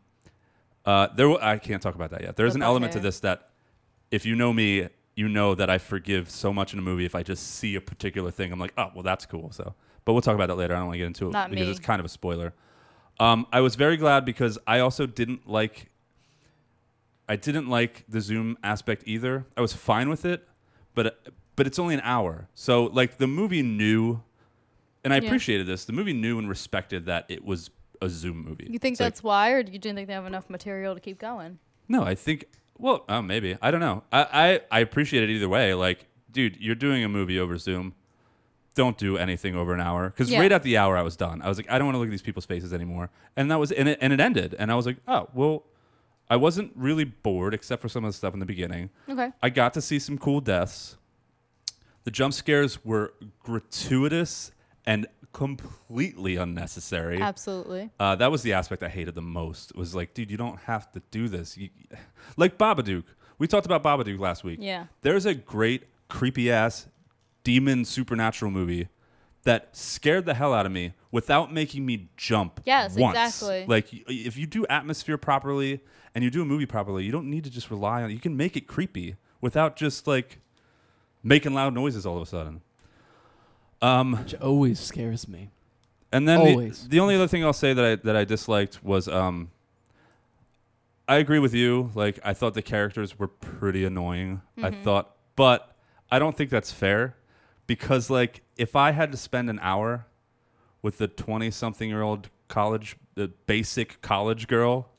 [SPEAKER 1] uh, there wa- I can't talk about that yet. There is an
[SPEAKER 2] About
[SPEAKER 1] element to
[SPEAKER 2] hair.
[SPEAKER 1] this that if you know me, you know that I forgive so much in a movie if I just see a particular thing. I'm like, oh well, that's cool. So, but we'll talk about that later. I don't want to get into it
[SPEAKER 2] Not
[SPEAKER 1] because
[SPEAKER 2] me.
[SPEAKER 1] it's kind of a spoiler. Um, I was very glad because I also didn't like I didn't like the Zoom aspect either. I was fine with it, but but it's only an hour. So like the movie knew, and I
[SPEAKER 2] Yeah.
[SPEAKER 1] appreciated this. The movie knew and respected that it was a Zoom movie.
[SPEAKER 2] you think
[SPEAKER 1] It's like-
[SPEAKER 2] that's why, or you didn't think they have enough material to keep going?
[SPEAKER 1] no? I think well, uh, maybe I don't know. I, I I appreciate it either way. Like, dude, you're doing a movie over Zoom. Don't do anything over an hour because
[SPEAKER 2] Yeah.
[SPEAKER 1] right at the hour I was done. I was like, I don't want to look at these people's faces anymore, and that was and it and it ended. And I was like, oh well, I wasn't really bored except for some of the stuff in the beginning.
[SPEAKER 2] Okay.
[SPEAKER 1] I got to see some cool deaths. The jump scares were gratuitous and completely unnecessary.
[SPEAKER 2] Absolutely.
[SPEAKER 1] Uh, that was the aspect I hated the most. Was like, dude, you don't have to do this. You, like Babadook. We talked about Babadook last week.
[SPEAKER 2] Yeah.
[SPEAKER 1] There's a great creepy ass demon supernatural movie that scared the hell out of me without making me jump.
[SPEAKER 2] Yes,
[SPEAKER 1] once.
[SPEAKER 2] exactly.
[SPEAKER 1] Like y- if you do atmosphere properly and you do a movie properly, you don't need to just rely on. You can make it creepy without just like making loud noises all of a sudden. Um,
[SPEAKER 3] which always scares me.
[SPEAKER 1] And then the,
[SPEAKER 3] Always.
[SPEAKER 1] the only other thing I'll say that I that I disliked was um I agree with you. Like I thought the characters were pretty annoying. I thought but I don't think that's fair because like if I had to spend an hour with the 20 something year old college the basic college girl,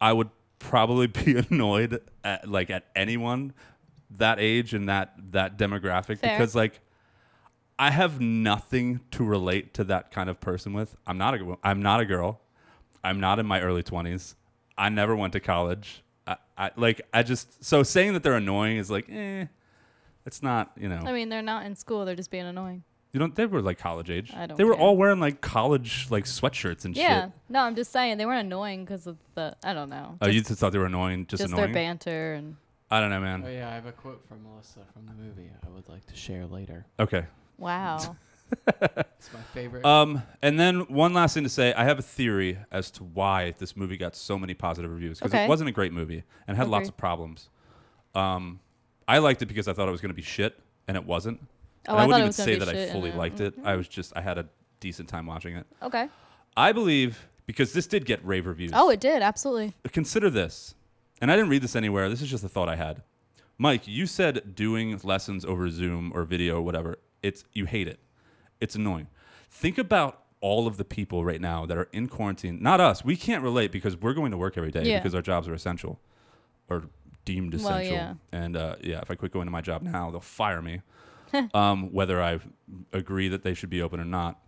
[SPEAKER 1] I would probably be annoyed at like at anyone that age and that that demographic
[SPEAKER 2] Fair.
[SPEAKER 1] because like I have nothing to relate to that kind of person with. I'm not a I'm not a girl. I'm not in my early 20s. I never went to college. I, I like I just so saying that they're annoying is like eh, it's not you know
[SPEAKER 2] I mean, they're not in school; they're just being annoying.
[SPEAKER 1] you don't they were like college age
[SPEAKER 2] I don't
[SPEAKER 1] they were
[SPEAKER 2] care.
[SPEAKER 1] all wearing like college like sweatshirts and
[SPEAKER 2] Yeah.
[SPEAKER 1] shit
[SPEAKER 2] No, I'm just saying they weren't annoying because of the I don't know.
[SPEAKER 1] oh
[SPEAKER 2] just,
[SPEAKER 1] you just thought they were annoying just,
[SPEAKER 2] just their
[SPEAKER 1] annoying
[SPEAKER 2] banter and
[SPEAKER 1] I don't know man
[SPEAKER 3] Oh yeah, I have a quote from Melissa from the movie I would like to share later.
[SPEAKER 1] okay
[SPEAKER 2] wow. Oh,
[SPEAKER 3] It's my favorite.
[SPEAKER 1] Um, and then one last thing to say, I have a theory as to why this movie got so many positive reviews because
[SPEAKER 2] Okay.
[SPEAKER 1] it wasn't a great movie and had lots
[SPEAKER 2] Agree.
[SPEAKER 1] of problems. Um, I liked it because I thought it was going to be shit, and it wasn't.
[SPEAKER 2] Oh,
[SPEAKER 1] and
[SPEAKER 2] I
[SPEAKER 1] I,
[SPEAKER 2] thought
[SPEAKER 1] wouldn't
[SPEAKER 2] it
[SPEAKER 1] even
[SPEAKER 2] was gonna
[SPEAKER 1] say
[SPEAKER 2] be
[SPEAKER 1] that
[SPEAKER 2] shit
[SPEAKER 1] I
[SPEAKER 2] and
[SPEAKER 1] fully
[SPEAKER 2] then- mm-hmm.
[SPEAKER 1] liked it. I was just I had a decent time watching it.
[SPEAKER 2] okay.
[SPEAKER 1] I believe because this did get rave reviews.
[SPEAKER 2] Oh, it did absolutely.
[SPEAKER 1] consider this, and I didn't read this anywhere. This is just a thought I had. Mike, you said doing lessons over Zoom or video or whatever, it's you hate it. It's annoying. Think about all of the people right now that are in quarantine. Not us. We can't relate because we're going to work every day
[SPEAKER 2] Yeah.
[SPEAKER 1] because our jobs are essential or deemed
[SPEAKER 2] Well,
[SPEAKER 1] essential.
[SPEAKER 2] yeah.
[SPEAKER 1] And uh, yeah, if I quit going to my job now, they'll fire me. um, whether I agree that they should be open or not.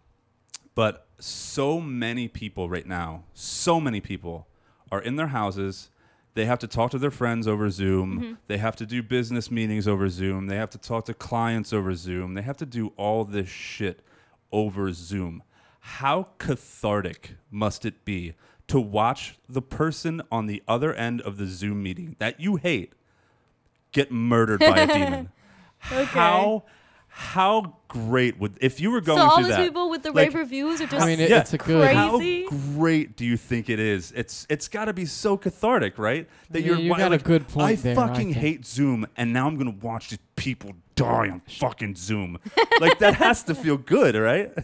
[SPEAKER 1] But so many people right now, so many people are in their houses. They have to talk to their friends over Zoom.
[SPEAKER 2] Mm-hmm.
[SPEAKER 1] They have to do business meetings over Zoom. They have to talk to clients over Zoom. They have to do all this shit over Zoom. How cathartic must it be to watch the person on the other end of the Zoom meeting that you hate get murdered by a demon? How how great would if you were going
[SPEAKER 2] so all
[SPEAKER 1] through
[SPEAKER 2] these
[SPEAKER 1] that?
[SPEAKER 2] people with the
[SPEAKER 1] like,
[SPEAKER 2] rave reviews are just
[SPEAKER 3] I mean, it,
[SPEAKER 1] yeah,
[SPEAKER 3] it's a good.
[SPEAKER 2] crazy.
[SPEAKER 1] how great do you think it is? It's it's got to be so cathartic, right? That
[SPEAKER 3] Yeah,
[SPEAKER 1] you're
[SPEAKER 3] you
[SPEAKER 1] wa-
[SPEAKER 3] got a
[SPEAKER 1] like,
[SPEAKER 3] good point
[SPEAKER 1] I
[SPEAKER 3] there, I
[SPEAKER 1] fucking
[SPEAKER 3] think.
[SPEAKER 1] hate Zoom, and now I'm gonna watch these people die on fucking Zoom. like that has to feel good, right?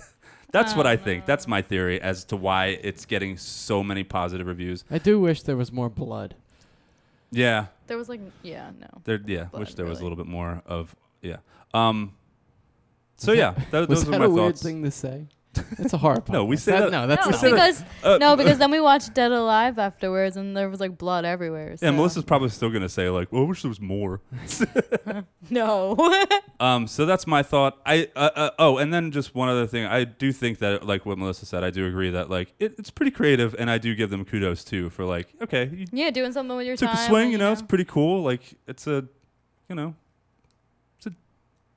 [SPEAKER 1] That's what I
[SPEAKER 3] Uh.
[SPEAKER 1] think. That's my theory as to why it's getting so many positive reviews.
[SPEAKER 3] I do wish there was more blood.
[SPEAKER 1] Yeah,
[SPEAKER 2] there was like yeah no.
[SPEAKER 1] there. Yeah,
[SPEAKER 2] But
[SPEAKER 1] wish there was a
[SPEAKER 2] really.
[SPEAKER 1] little bit more of yeah. Um. So yeah, tho-
[SPEAKER 3] Was
[SPEAKER 1] those
[SPEAKER 3] that
[SPEAKER 1] were my
[SPEAKER 3] a weird
[SPEAKER 1] thoughts.
[SPEAKER 3] thing to say? It's a hard.
[SPEAKER 1] No, we
[SPEAKER 3] podcast.
[SPEAKER 1] say that-
[SPEAKER 3] No, that's
[SPEAKER 2] no,
[SPEAKER 1] we
[SPEAKER 3] not.
[SPEAKER 1] say that-
[SPEAKER 2] because
[SPEAKER 1] Uh,
[SPEAKER 2] no, because then we watched Dead Alive afterwards, and there was like blood everywhere. So.
[SPEAKER 1] Yeah, Melissa's probably still gonna say like, "Well, I wish there was more."
[SPEAKER 2] No.
[SPEAKER 1] Um, so that's my thought. I uh, uh, oh, and then just one other thing. I do think that like what Melissa said, I do agree that like it, it's pretty creative, and I do give them kudos too for like okay, you
[SPEAKER 2] yeah, doing something with your
[SPEAKER 1] took
[SPEAKER 2] time.
[SPEAKER 1] a swing.
[SPEAKER 2] and,
[SPEAKER 1] You know, it's pretty cool. Like it's a, you know, it's a,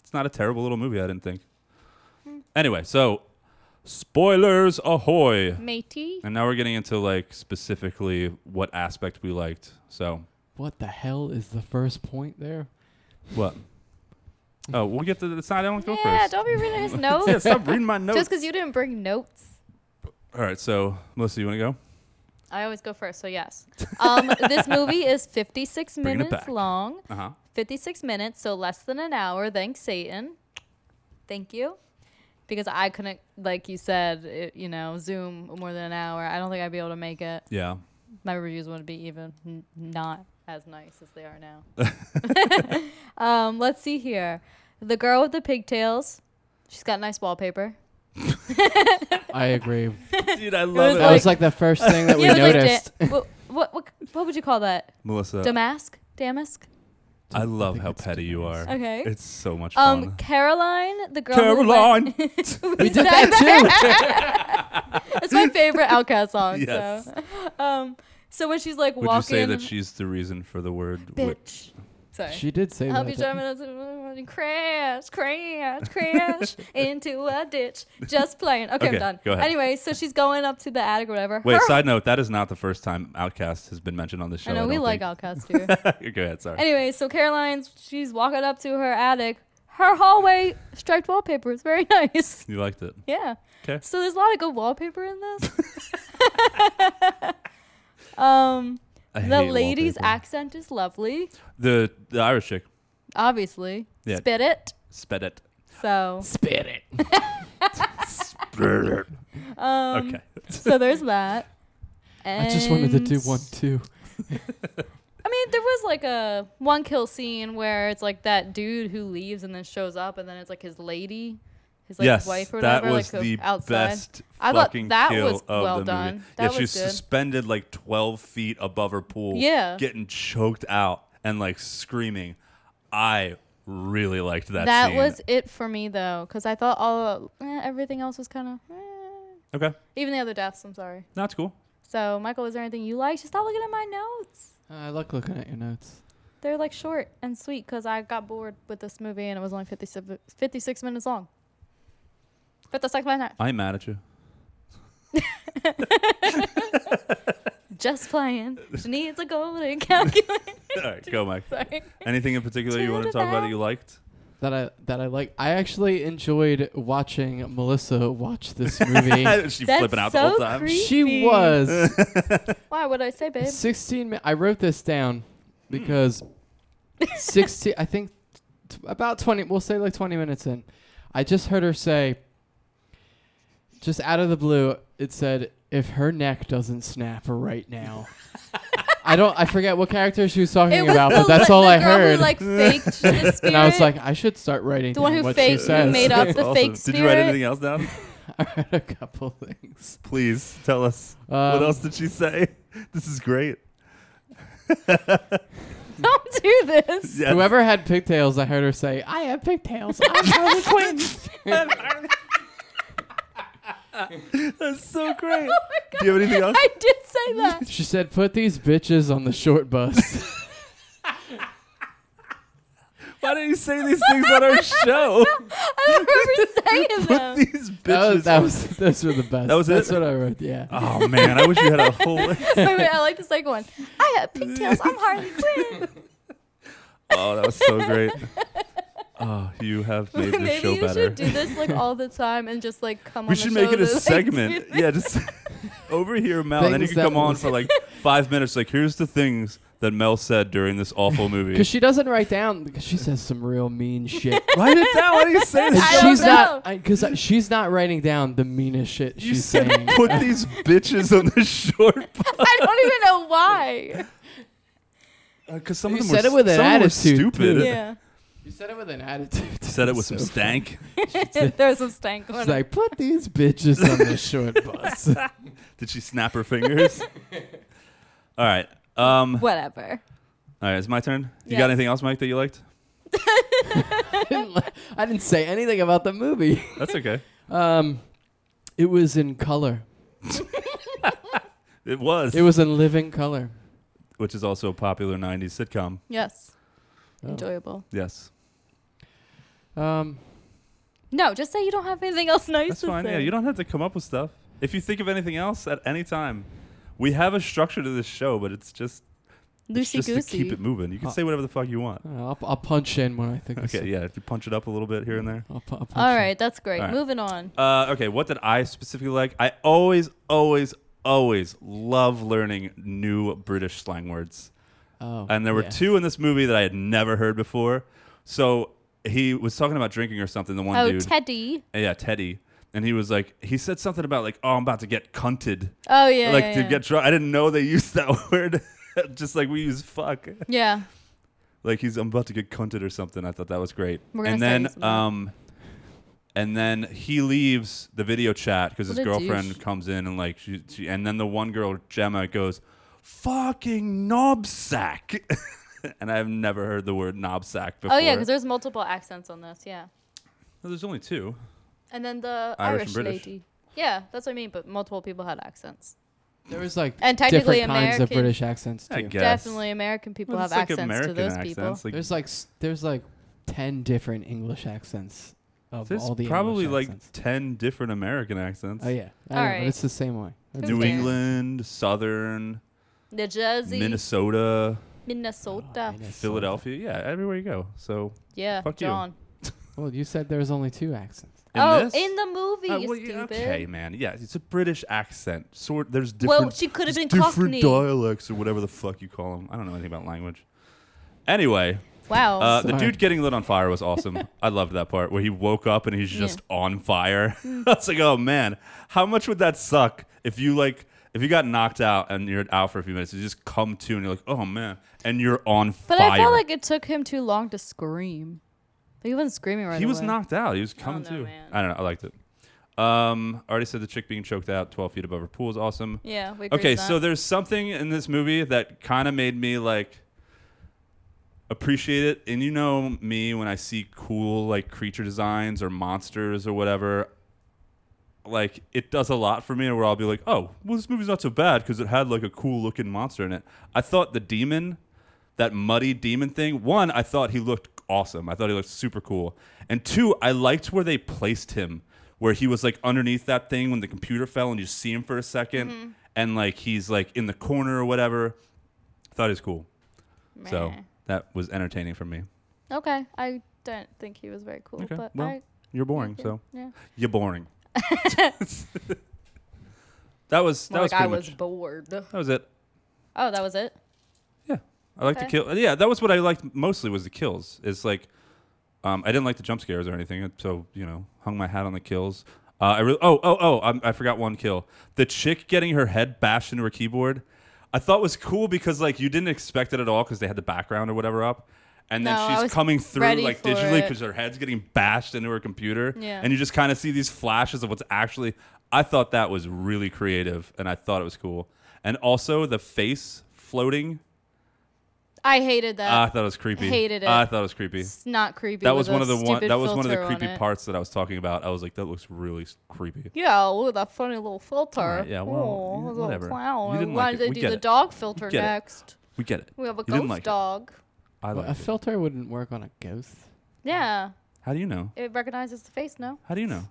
[SPEAKER 1] it's not a terrible little movie. I didn't think.
[SPEAKER 2] Mm.
[SPEAKER 1] Anyway, so spoilers ahoy!
[SPEAKER 2] matey.
[SPEAKER 1] And now we're getting into like specifically what aspect we liked. So
[SPEAKER 3] What the hell is the first point there?
[SPEAKER 1] what? Oh, we'll get to. It's not. I don't go
[SPEAKER 2] Yeah,
[SPEAKER 1] 1st
[SPEAKER 2] don't be reading his
[SPEAKER 1] yeah,
[SPEAKER 2] notes.
[SPEAKER 1] stop reading my notes.
[SPEAKER 2] Just because you didn't bring notes.
[SPEAKER 1] All right, so Melissa, you want to go?
[SPEAKER 2] I always go first, so yes. Um, this movie is 56
[SPEAKER 1] Bringing it
[SPEAKER 2] minutes
[SPEAKER 1] back.
[SPEAKER 2] long.
[SPEAKER 1] Uh
[SPEAKER 3] Uh-huh.
[SPEAKER 1] huh.
[SPEAKER 2] 56 minutes, so less than an hour. Thanks, Satan. Thank you. Because I couldn't, like you said, it, you know, Zoom more than an hour. I don't think I'd be able to make it.
[SPEAKER 1] Yeah.
[SPEAKER 2] My reviews would be even n- not as nice as they are now. um, let's see here. The girl with the pigtails. She's got nice wallpaper.
[SPEAKER 3] I agree.
[SPEAKER 1] Dude, I
[SPEAKER 2] love was it.
[SPEAKER 3] That
[SPEAKER 2] Like-
[SPEAKER 3] was like the first thing that we
[SPEAKER 2] it was like da-
[SPEAKER 3] noticed.
[SPEAKER 2] what, what, what, what would you call that?
[SPEAKER 1] Melissa,
[SPEAKER 2] Damask? Damask?
[SPEAKER 1] I love
[SPEAKER 3] think
[SPEAKER 1] how
[SPEAKER 3] it's
[SPEAKER 1] petty you are.
[SPEAKER 2] Okay.
[SPEAKER 1] It's so much
[SPEAKER 2] Um,
[SPEAKER 1] fun.
[SPEAKER 2] Caroline, the girl. who
[SPEAKER 1] Caroline!
[SPEAKER 2] went- we did that, too. It's my favorite Outcast song.
[SPEAKER 1] Yes.
[SPEAKER 2] So, um, so when she's like
[SPEAKER 1] Would you
[SPEAKER 2] walking,
[SPEAKER 1] say that she's the reason for the word wi-
[SPEAKER 2] bitch. Sorry.
[SPEAKER 3] She did say
[SPEAKER 2] I'll
[SPEAKER 3] that.
[SPEAKER 2] be
[SPEAKER 3] didn't-
[SPEAKER 2] driving us- uh, crash, crash, crash into a ditch. Just playing. Okay,
[SPEAKER 1] Okay,
[SPEAKER 2] I'm done.
[SPEAKER 1] go ahead.
[SPEAKER 2] Anyway, so she's going up to the attic or whatever.
[SPEAKER 1] Wait,
[SPEAKER 2] Her-
[SPEAKER 1] side note, that is not the first time Outcast has been mentioned on this show.
[SPEAKER 2] I know we
[SPEAKER 1] don't
[SPEAKER 2] like
[SPEAKER 1] think.
[SPEAKER 2] Outcast here.
[SPEAKER 1] Go ahead, sorry.
[SPEAKER 2] anyway, so Caroline's she's walking up to her attic. Her hallway striped wallpaper is very nice.
[SPEAKER 1] You liked it.
[SPEAKER 2] Yeah.
[SPEAKER 1] 'Kay.
[SPEAKER 2] So there's a lot of good wallpaper in this. um,
[SPEAKER 1] I
[SPEAKER 2] the
[SPEAKER 1] hate
[SPEAKER 2] lady's
[SPEAKER 1] wallpaper.
[SPEAKER 2] accent is lovely.
[SPEAKER 1] The, the Irish chick.
[SPEAKER 2] Obviously,
[SPEAKER 1] Yeah.
[SPEAKER 2] spit it.
[SPEAKER 1] Sped it.
[SPEAKER 2] So,
[SPEAKER 3] Spit it.
[SPEAKER 1] Sped it.
[SPEAKER 2] um,
[SPEAKER 1] Okay.
[SPEAKER 2] so there's that. And
[SPEAKER 3] I just wanted to do one too.
[SPEAKER 2] I mean, there was like a one kill scene where it's like that dude who leaves and then shows up, and then it's like his lady, his like
[SPEAKER 1] yes,
[SPEAKER 2] wife or
[SPEAKER 1] that
[SPEAKER 2] whatever,
[SPEAKER 1] was
[SPEAKER 2] like
[SPEAKER 1] the
[SPEAKER 2] who- outside.
[SPEAKER 1] best
[SPEAKER 2] I thought
[SPEAKER 1] fucking
[SPEAKER 2] that
[SPEAKER 1] kill
[SPEAKER 2] was
[SPEAKER 1] of
[SPEAKER 2] well
[SPEAKER 1] the
[SPEAKER 2] done.
[SPEAKER 1] movie.
[SPEAKER 2] That
[SPEAKER 1] yeah,
[SPEAKER 2] was
[SPEAKER 1] she's
[SPEAKER 2] good.
[SPEAKER 1] suspended like 12 feet above her pool,
[SPEAKER 2] Yeah.
[SPEAKER 1] getting choked out and like screaming. I really liked that.
[SPEAKER 2] That
[SPEAKER 1] scene.
[SPEAKER 2] was it for me though, because I thought all eh, everything else was kind of. Eh.
[SPEAKER 1] okay.
[SPEAKER 2] Even the other deaths, I'm sorry.
[SPEAKER 1] That's cool.
[SPEAKER 2] So, Michael, is there anything you liked? Just stop looking at my notes.
[SPEAKER 3] Uh, I like looking at your notes.
[SPEAKER 2] They're like short and sweet because I got bored with this movie and it was only 56, 56 minutes long. 56 minutes.
[SPEAKER 1] I'm mad at you.
[SPEAKER 2] Just playing. She needs a golden calculator.
[SPEAKER 1] All right, go, Mike.
[SPEAKER 2] Sorry.
[SPEAKER 1] Anything in particular you want to
[SPEAKER 2] Turn
[SPEAKER 1] talk about that
[SPEAKER 2] about.
[SPEAKER 1] you liked?
[SPEAKER 3] That I that I like. I actually enjoyed watching Melissa watch this movie.
[SPEAKER 1] she
[SPEAKER 2] That's
[SPEAKER 1] flipping out
[SPEAKER 2] so
[SPEAKER 1] the whole time.
[SPEAKER 2] creepy.
[SPEAKER 3] she was
[SPEAKER 2] Why would I say, babe?
[SPEAKER 3] 16 mi- I wrote this down because 60 I think t- about 20 we'll say like 20 minutes in. I just heard her say just out of the blue it said if her neck doesn't snap right now. I don't I forget what character she was talking about but that's
[SPEAKER 2] li-
[SPEAKER 3] all
[SPEAKER 2] the
[SPEAKER 3] I
[SPEAKER 2] girl
[SPEAKER 3] heard.
[SPEAKER 2] Who, like faked the spirit.
[SPEAKER 3] and I was like I should start writing
[SPEAKER 2] The one
[SPEAKER 3] down
[SPEAKER 2] who
[SPEAKER 3] what
[SPEAKER 1] She
[SPEAKER 2] faked- who
[SPEAKER 3] she says.
[SPEAKER 2] made up the fake
[SPEAKER 1] Did you write
[SPEAKER 2] spirit?
[SPEAKER 1] anything else down?
[SPEAKER 3] I read a couple things.
[SPEAKER 1] Please tell us. what
[SPEAKER 3] Um,
[SPEAKER 1] else did she say? This is great.
[SPEAKER 2] Don't do this.
[SPEAKER 1] Yes.
[SPEAKER 3] Whoever had pigtails, I heard her say, "I have pigtails. I'm Harley Quinn."
[SPEAKER 1] That's
[SPEAKER 2] Oh
[SPEAKER 1] so great. Do you have anything else?
[SPEAKER 2] I did say that.
[SPEAKER 3] She said, "Put these bitches on the short bus."
[SPEAKER 1] Why didn't you say these things on our show?
[SPEAKER 2] I don't remember saying
[SPEAKER 1] Put
[SPEAKER 2] them.
[SPEAKER 1] these bitches.
[SPEAKER 3] that was, that
[SPEAKER 1] on-
[SPEAKER 3] was those were the best.
[SPEAKER 1] That was
[SPEAKER 3] That's
[SPEAKER 1] it?
[SPEAKER 3] what I wrote. Yeah.
[SPEAKER 1] oh man, I wish you had a whole.
[SPEAKER 2] wait, wait, I like the second one. I have pigtails. I'm Harley Quinn.
[SPEAKER 1] Oh, that was so great. Oh, you have made this
[SPEAKER 2] Maybe
[SPEAKER 1] show
[SPEAKER 2] you
[SPEAKER 1] better.
[SPEAKER 2] should do this like all the time and just like come
[SPEAKER 1] we
[SPEAKER 2] on.
[SPEAKER 1] should
[SPEAKER 2] the
[SPEAKER 1] make
[SPEAKER 2] show
[SPEAKER 1] it a
[SPEAKER 2] to, like,
[SPEAKER 1] segment.
[SPEAKER 2] do this.
[SPEAKER 1] yeah, just over here, Mel. and then you
[SPEAKER 3] Things
[SPEAKER 1] can come
[SPEAKER 3] that
[SPEAKER 1] on
[SPEAKER 3] was-
[SPEAKER 1] for like five minutes. Like, here's the things that Mel said during this awful movie.
[SPEAKER 3] Because she doesn't write down because she says some real mean shit.
[SPEAKER 1] Write it down. Why do you say
[SPEAKER 3] And
[SPEAKER 1] this?
[SPEAKER 2] I don't
[SPEAKER 3] she's not
[SPEAKER 2] know.
[SPEAKER 3] because she's not writing down the meanest shit
[SPEAKER 1] You
[SPEAKER 3] she's
[SPEAKER 1] said
[SPEAKER 3] saying.
[SPEAKER 1] put these bitches on the short
[SPEAKER 2] I don't even know why.
[SPEAKER 1] because Uh, some
[SPEAKER 3] You
[SPEAKER 1] of them
[SPEAKER 3] said it
[SPEAKER 1] were,
[SPEAKER 3] with an
[SPEAKER 1] some of them were
[SPEAKER 3] attitude,
[SPEAKER 1] stupid.
[SPEAKER 3] too.
[SPEAKER 2] yeah.
[SPEAKER 3] You said it with an attitude.
[SPEAKER 1] Said it with some
[SPEAKER 3] So-
[SPEAKER 1] stank.
[SPEAKER 2] There's some stank on
[SPEAKER 3] She's
[SPEAKER 2] it.
[SPEAKER 3] like, put these bitches on the short bus.
[SPEAKER 1] Did she snap her fingers? all right. Um, all
[SPEAKER 2] Whatever.
[SPEAKER 1] right. It's my turn. You got
[SPEAKER 2] Yes.
[SPEAKER 1] anything else, Mike, that you liked?
[SPEAKER 3] I didn't li- I didn't say anything about the movie.
[SPEAKER 1] That's okay.
[SPEAKER 3] Um, it was in color.
[SPEAKER 1] It was.
[SPEAKER 3] It was in living color.
[SPEAKER 1] Which is also a popular 90s sitcom.
[SPEAKER 2] Yes.
[SPEAKER 3] Oh.
[SPEAKER 2] Enjoyable.
[SPEAKER 1] Yes.
[SPEAKER 3] Um,
[SPEAKER 2] No, just say you don't have anything else nice
[SPEAKER 1] That's
[SPEAKER 2] to
[SPEAKER 1] fine.
[SPEAKER 2] say.
[SPEAKER 1] Yeah, you don't have to come up with stuff. If you think of anything else at any time, we have a structure to this show, but it's just, it's
[SPEAKER 2] Lucy
[SPEAKER 1] just to keep it
[SPEAKER 2] Goosey.
[SPEAKER 1] moving. You can
[SPEAKER 3] Uh,
[SPEAKER 1] say whatever the fuck you want.
[SPEAKER 3] I'll, I'll punch in when I think. of
[SPEAKER 1] Okay,
[SPEAKER 3] something.
[SPEAKER 1] yeah, if you punch it up a little bit here and there.
[SPEAKER 3] I'll, pu- I'll punch
[SPEAKER 2] All
[SPEAKER 3] in.
[SPEAKER 2] right, that's great.
[SPEAKER 1] All right.
[SPEAKER 2] Moving on.
[SPEAKER 1] Uh, okay, what did I specifically like? I always, always, always love learning new British slang words.
[SPEAKER 3] Oh,
[SPEAKER 1] And there were
[SPEAKER 3] yeah.
[SPEAKER 1] two in this movie that I had never heard before. So he was talking about drinking or something, the one
[SPEAKER 2] Oh,
[SPEAKER 1] dude.
[SPEAKER 2] Teddy.
[SPEAKER 1] yeah, Teddy. And he was like, he said something about like, oh, I'm about to get cunted.
[SPEAKER 2] Oh yeah.
[SPEAKER 1] like
[SPEAKER 2] yeah,
[SPEAKER 1] to
[SPEAKER 2] yeah.
[SPEAKER 1] get drunk. I didn't know they used that word. Just like we use fuck.
[SPEAKER 2] Yeah.
[SPEAKER 1] Like he's I'm about to get cunted or something. I thought that was great.
[SPEAKER 2] We're gonna
[SPEAKER 1] and
[SPEAKER 2] start
[SPEAKER 1] then
[SPEAKER 2] using that.
[SPEAKER 1] um and then he leaves the video chat because his
[SPEAKER 2] What a
[SPEAKER 1] girlfriend
[SPEAKER 2] douche.
[SPEAKER 1] comes in and like she, she and then the one girl Gemma goes fucking knobsack. and I've never heard the word knobsack before.
[SPEAKER 2] Oh yeah, because there's multiple accents on this. Yeah.
[SPEAKER 1] No, there's only two.
[SPEAKER 2] And then the
[SPEAKER 1] Irish and
[SPEAKER 2] Irish,
[SPEAKER 1] British.
[SPEAKER 2] lady. Yeah, that's what I mean. But multiple people had accents.
[SPEAKER 3] There was like
[SPEAKER 2] And technically
[SPEAKER 3] different kinds of
[SPEAKER 2] American-
[SPEAKER 3] British accents too.
[SPEAKER 1] I guess.
[SPEAKER 2] Definitely, American people
[SPEAKER 1] Well,
[SPEAKER 2] have
[SPEAKER 1] it's like
[SPEAKER 2] accents to those people.
[SPEAKER 1] Like,
[SPEAKER 3] There's like s- there's like ten different English accents of
[SPEAKER 1] there's
[SPEAKER 3] all the
[SPEAKER 1] probably
[SPEAKER 3] English
[SPEAKER 1] like
[SPEAKER 3] accents.
[SPEAKER 1] ten different American accents.
[SPEAKER 3] Oh yeah, I
[SPEAKER 2] All
[SPEAKER 3] know,
[SPEAKER 2] right.
[SPEAKER 3] but it's the same way.
[SPEAKER 2] Who
[SPEAKER 1] New
[SPEAKER 2] cares?
[SPEAKER 1] England, Southern,
[SPEAKER 2] New Jersey,
[SPEAKER 1] Minnesota, Oh,
[SPEAKER 2] Minnesota.
[SPEAKER 3] Minnesota.
[SPEAKER 1] Philadelphia. Yeah, everywhere you go. So
[SPEAKER 2] Yeah,
[SPEAKER 1] Fuck you.
[SPEAKER 2] John.
[SPEAKER 3] Well, you said there was only two accents.
[SPEAKER 1] in
[SPEAKER 2] oh,
[SPEAKER 1] this,
[SPEAKER 2] in the movie,
[SPEAKER 1] Uh,
[SPEAKER 2] you
[SPEAKER 1] well, yeah,
[SPEAKER 2] stupid.
[SPEAKER 1] okay, man. Yeah, it's a British accent. Sort there's different.
[SPEAKER 2] Well, she could have been
[SPEAKER 1] there's different
[SPEAKER 2] Cockney.
[SPEAKER 1] dialects or whatever the fuck you call them. I don't know anything about language. Anyway,
[SPEAKER 2] Wow.
[SPEAKER 1] uh, the
[SPEAKER 3] Sorry.
[SPEAKER 1] dude getting lit on fire was awesome. I loved that part where he woke up and he's just on fire.
[SPEAKER 2] Mm.
[SPEAKER 1] I was like, oh man, how much would that suck if you like if you got knocked out and you're out for a few minutes, you just come to and you're like, oh man, and you're on
[SPEAKER 2] but
[SPEAKER 1] fire.
[SPEAKER 2] I felt like it took him too long to scream. Like, he wasn't screaming right
[SPEAKER 1] he was
[SPEAKER 2] away.
[SPEAKER 1] knocked out. He was coming
[SPEAKER 2] Oh, no,
[SPEAKER 1] to.
[SPEAKER 2] man.
[SPEAKER 1] I don't know. I liked it. Um, I already said the chick being choked out 12 feet above her pool is awesome.
[SPEAKER 2] Yeah. We agree
[SPEAKER 1] Okay,
[SPEAKER 2] with that.
[SPEAKER 1] so there's something in this movie that kind of made me like appreciate it. And you know me when I see cool like creature designs or monsters or whatever, like it does a lot for me where I'll be like, oh, well, this movie's not so bad because it had like a cool looking monster in it. I thought the demon, that muddy demon thing, one, I thought he looked awesome. I thought he looked super cool. And two, I liked where they placed him, where he was like underneath that thing when the computer fell and you see him for a 2nd
[SPEAKER 2] Mm-hmm.
[SPEAKER 1] and like he's like in the corner or whatever. I thought he was cool. So
[SPEAKER 2] Meh.
[SPEAKER 1] that was entertaining for me.
[SPEAKER 2] Okay, I don't think he was very cool,
[SPEAKER 1] Okay,
[SPEAKER 2] but
[SPEAKER 1] well,
[SPEAKER 2] I,
[SPEAKER 1] You're boring, so
[SPEAKER 2] yeah.
[SPEAKER 1] you're boring. that was that
[SPEAKER 2] More
[SPEAKER 1] was
[SPEAKER 2] like I
[SPEAKER 1] pretty
[SPEAKER 2] was
[SPEAKER 1] much,
[SPEAKER 2] bored.
[SPEAKER 1] that was it.
[SPEAKER 2] Oh, that was it.
[SPEAKER 1] I like the
[SPEAKER 2] Okay.
[SPEAKER 1] kill. Yeah, that was what I liked mostly was the kills. It's like um, I didn't like the jump scares or anything, so you know, hung my hat on the kills. Uh, I really oh oh oh i I forgot one kill. The chick getting her head bashed into her keyboard, I thought was cool because like you didn't expect it at all because they had the background or whatever up, and
[SPEAKER 2] No, I
[SPEAKER 1] then she's
[SPEAKER 2] was
[SPEAKER 1] coming through
[SPEAKER 2] ready
[SPEAKER 1] like
[SPEAKER 2] for
[SPEAKER 1] digitally
[SPEAKER 2] it.
[SPEAKER 1] because her head's getting bashed into her computer,
[SPEAKER 2] Yeah.
[SPEAKER 1] and you just kind of see these flashes of what's actually. I thought that was really creative, and I thought it was cool, and also the face floating
[SPEAKER 2] I hated that.
[SPEAKER 1] I thought it was creepy.
[SPEAKER 2] hated it.
[SPEAKER 1] I thought it was creepy.
[SPEAKER 2] it's not creepy.
[SPEAKER 1] Ah, That was
[SPEAKER 2] with
[SPEAKER 1] one
[SPEAKER 2] a
[SPEAKER 1] of the one.
[SPEAKER 2] stupid
[SPEAKER 1] That was one of the
[SPEAKER 2] filter
[SPEAKER 1] creepy
[SPEAKER 2] it.
[SPEAKER 1] parts that I was talking about. I was like, that looks really s- creepy.
[SPEAKER 2] Yeah, look at that funny little filter.
[SPEAKER 1] Alright, yeah, well,
[SPEAKER 2] Aw,
[SPEAKER 1] yeah,
[SPEAKER 2] the little
[SPEAKER 1] whatever.
[SPEAKER 2] Clown.
[SPEAKER 1] You didn't like
[SPEAKER 2] Why did
[SPEAKER 1] it.
[SPEAKER 2] they
[SPEAKER 1] We
[SPEAKER 2] do
[SPEAKER 1] get
[SPEAKER 2] the
[SPEAKER 1] it.
[SPEAKER 2] dog filter
[SPEAKER 1] Get it.
[SPEAKER 2] next?
[SPEAKER 1] We get it.
[SPEAKER 2] We have a
[SPEAKER 1] You didn't
[SPEAKER 2] ghost
[SPEAKER 1] like it.
[SPEAKER 2] dog.
[SPEAKER 1] I
[SPEAKER 3] Well,
[SPEAKER 1] like
[SPEAKER 3] a
[SPEAKER 1] it.
[SPEAKER 3] filter wouldn't work on a ghost
[SPEAKER 2] Yeah,
[SPEAKER 1] How do you know?
[SPEAKER 2] it recognizes the face. No,
[SPEAKER 1] How do you know?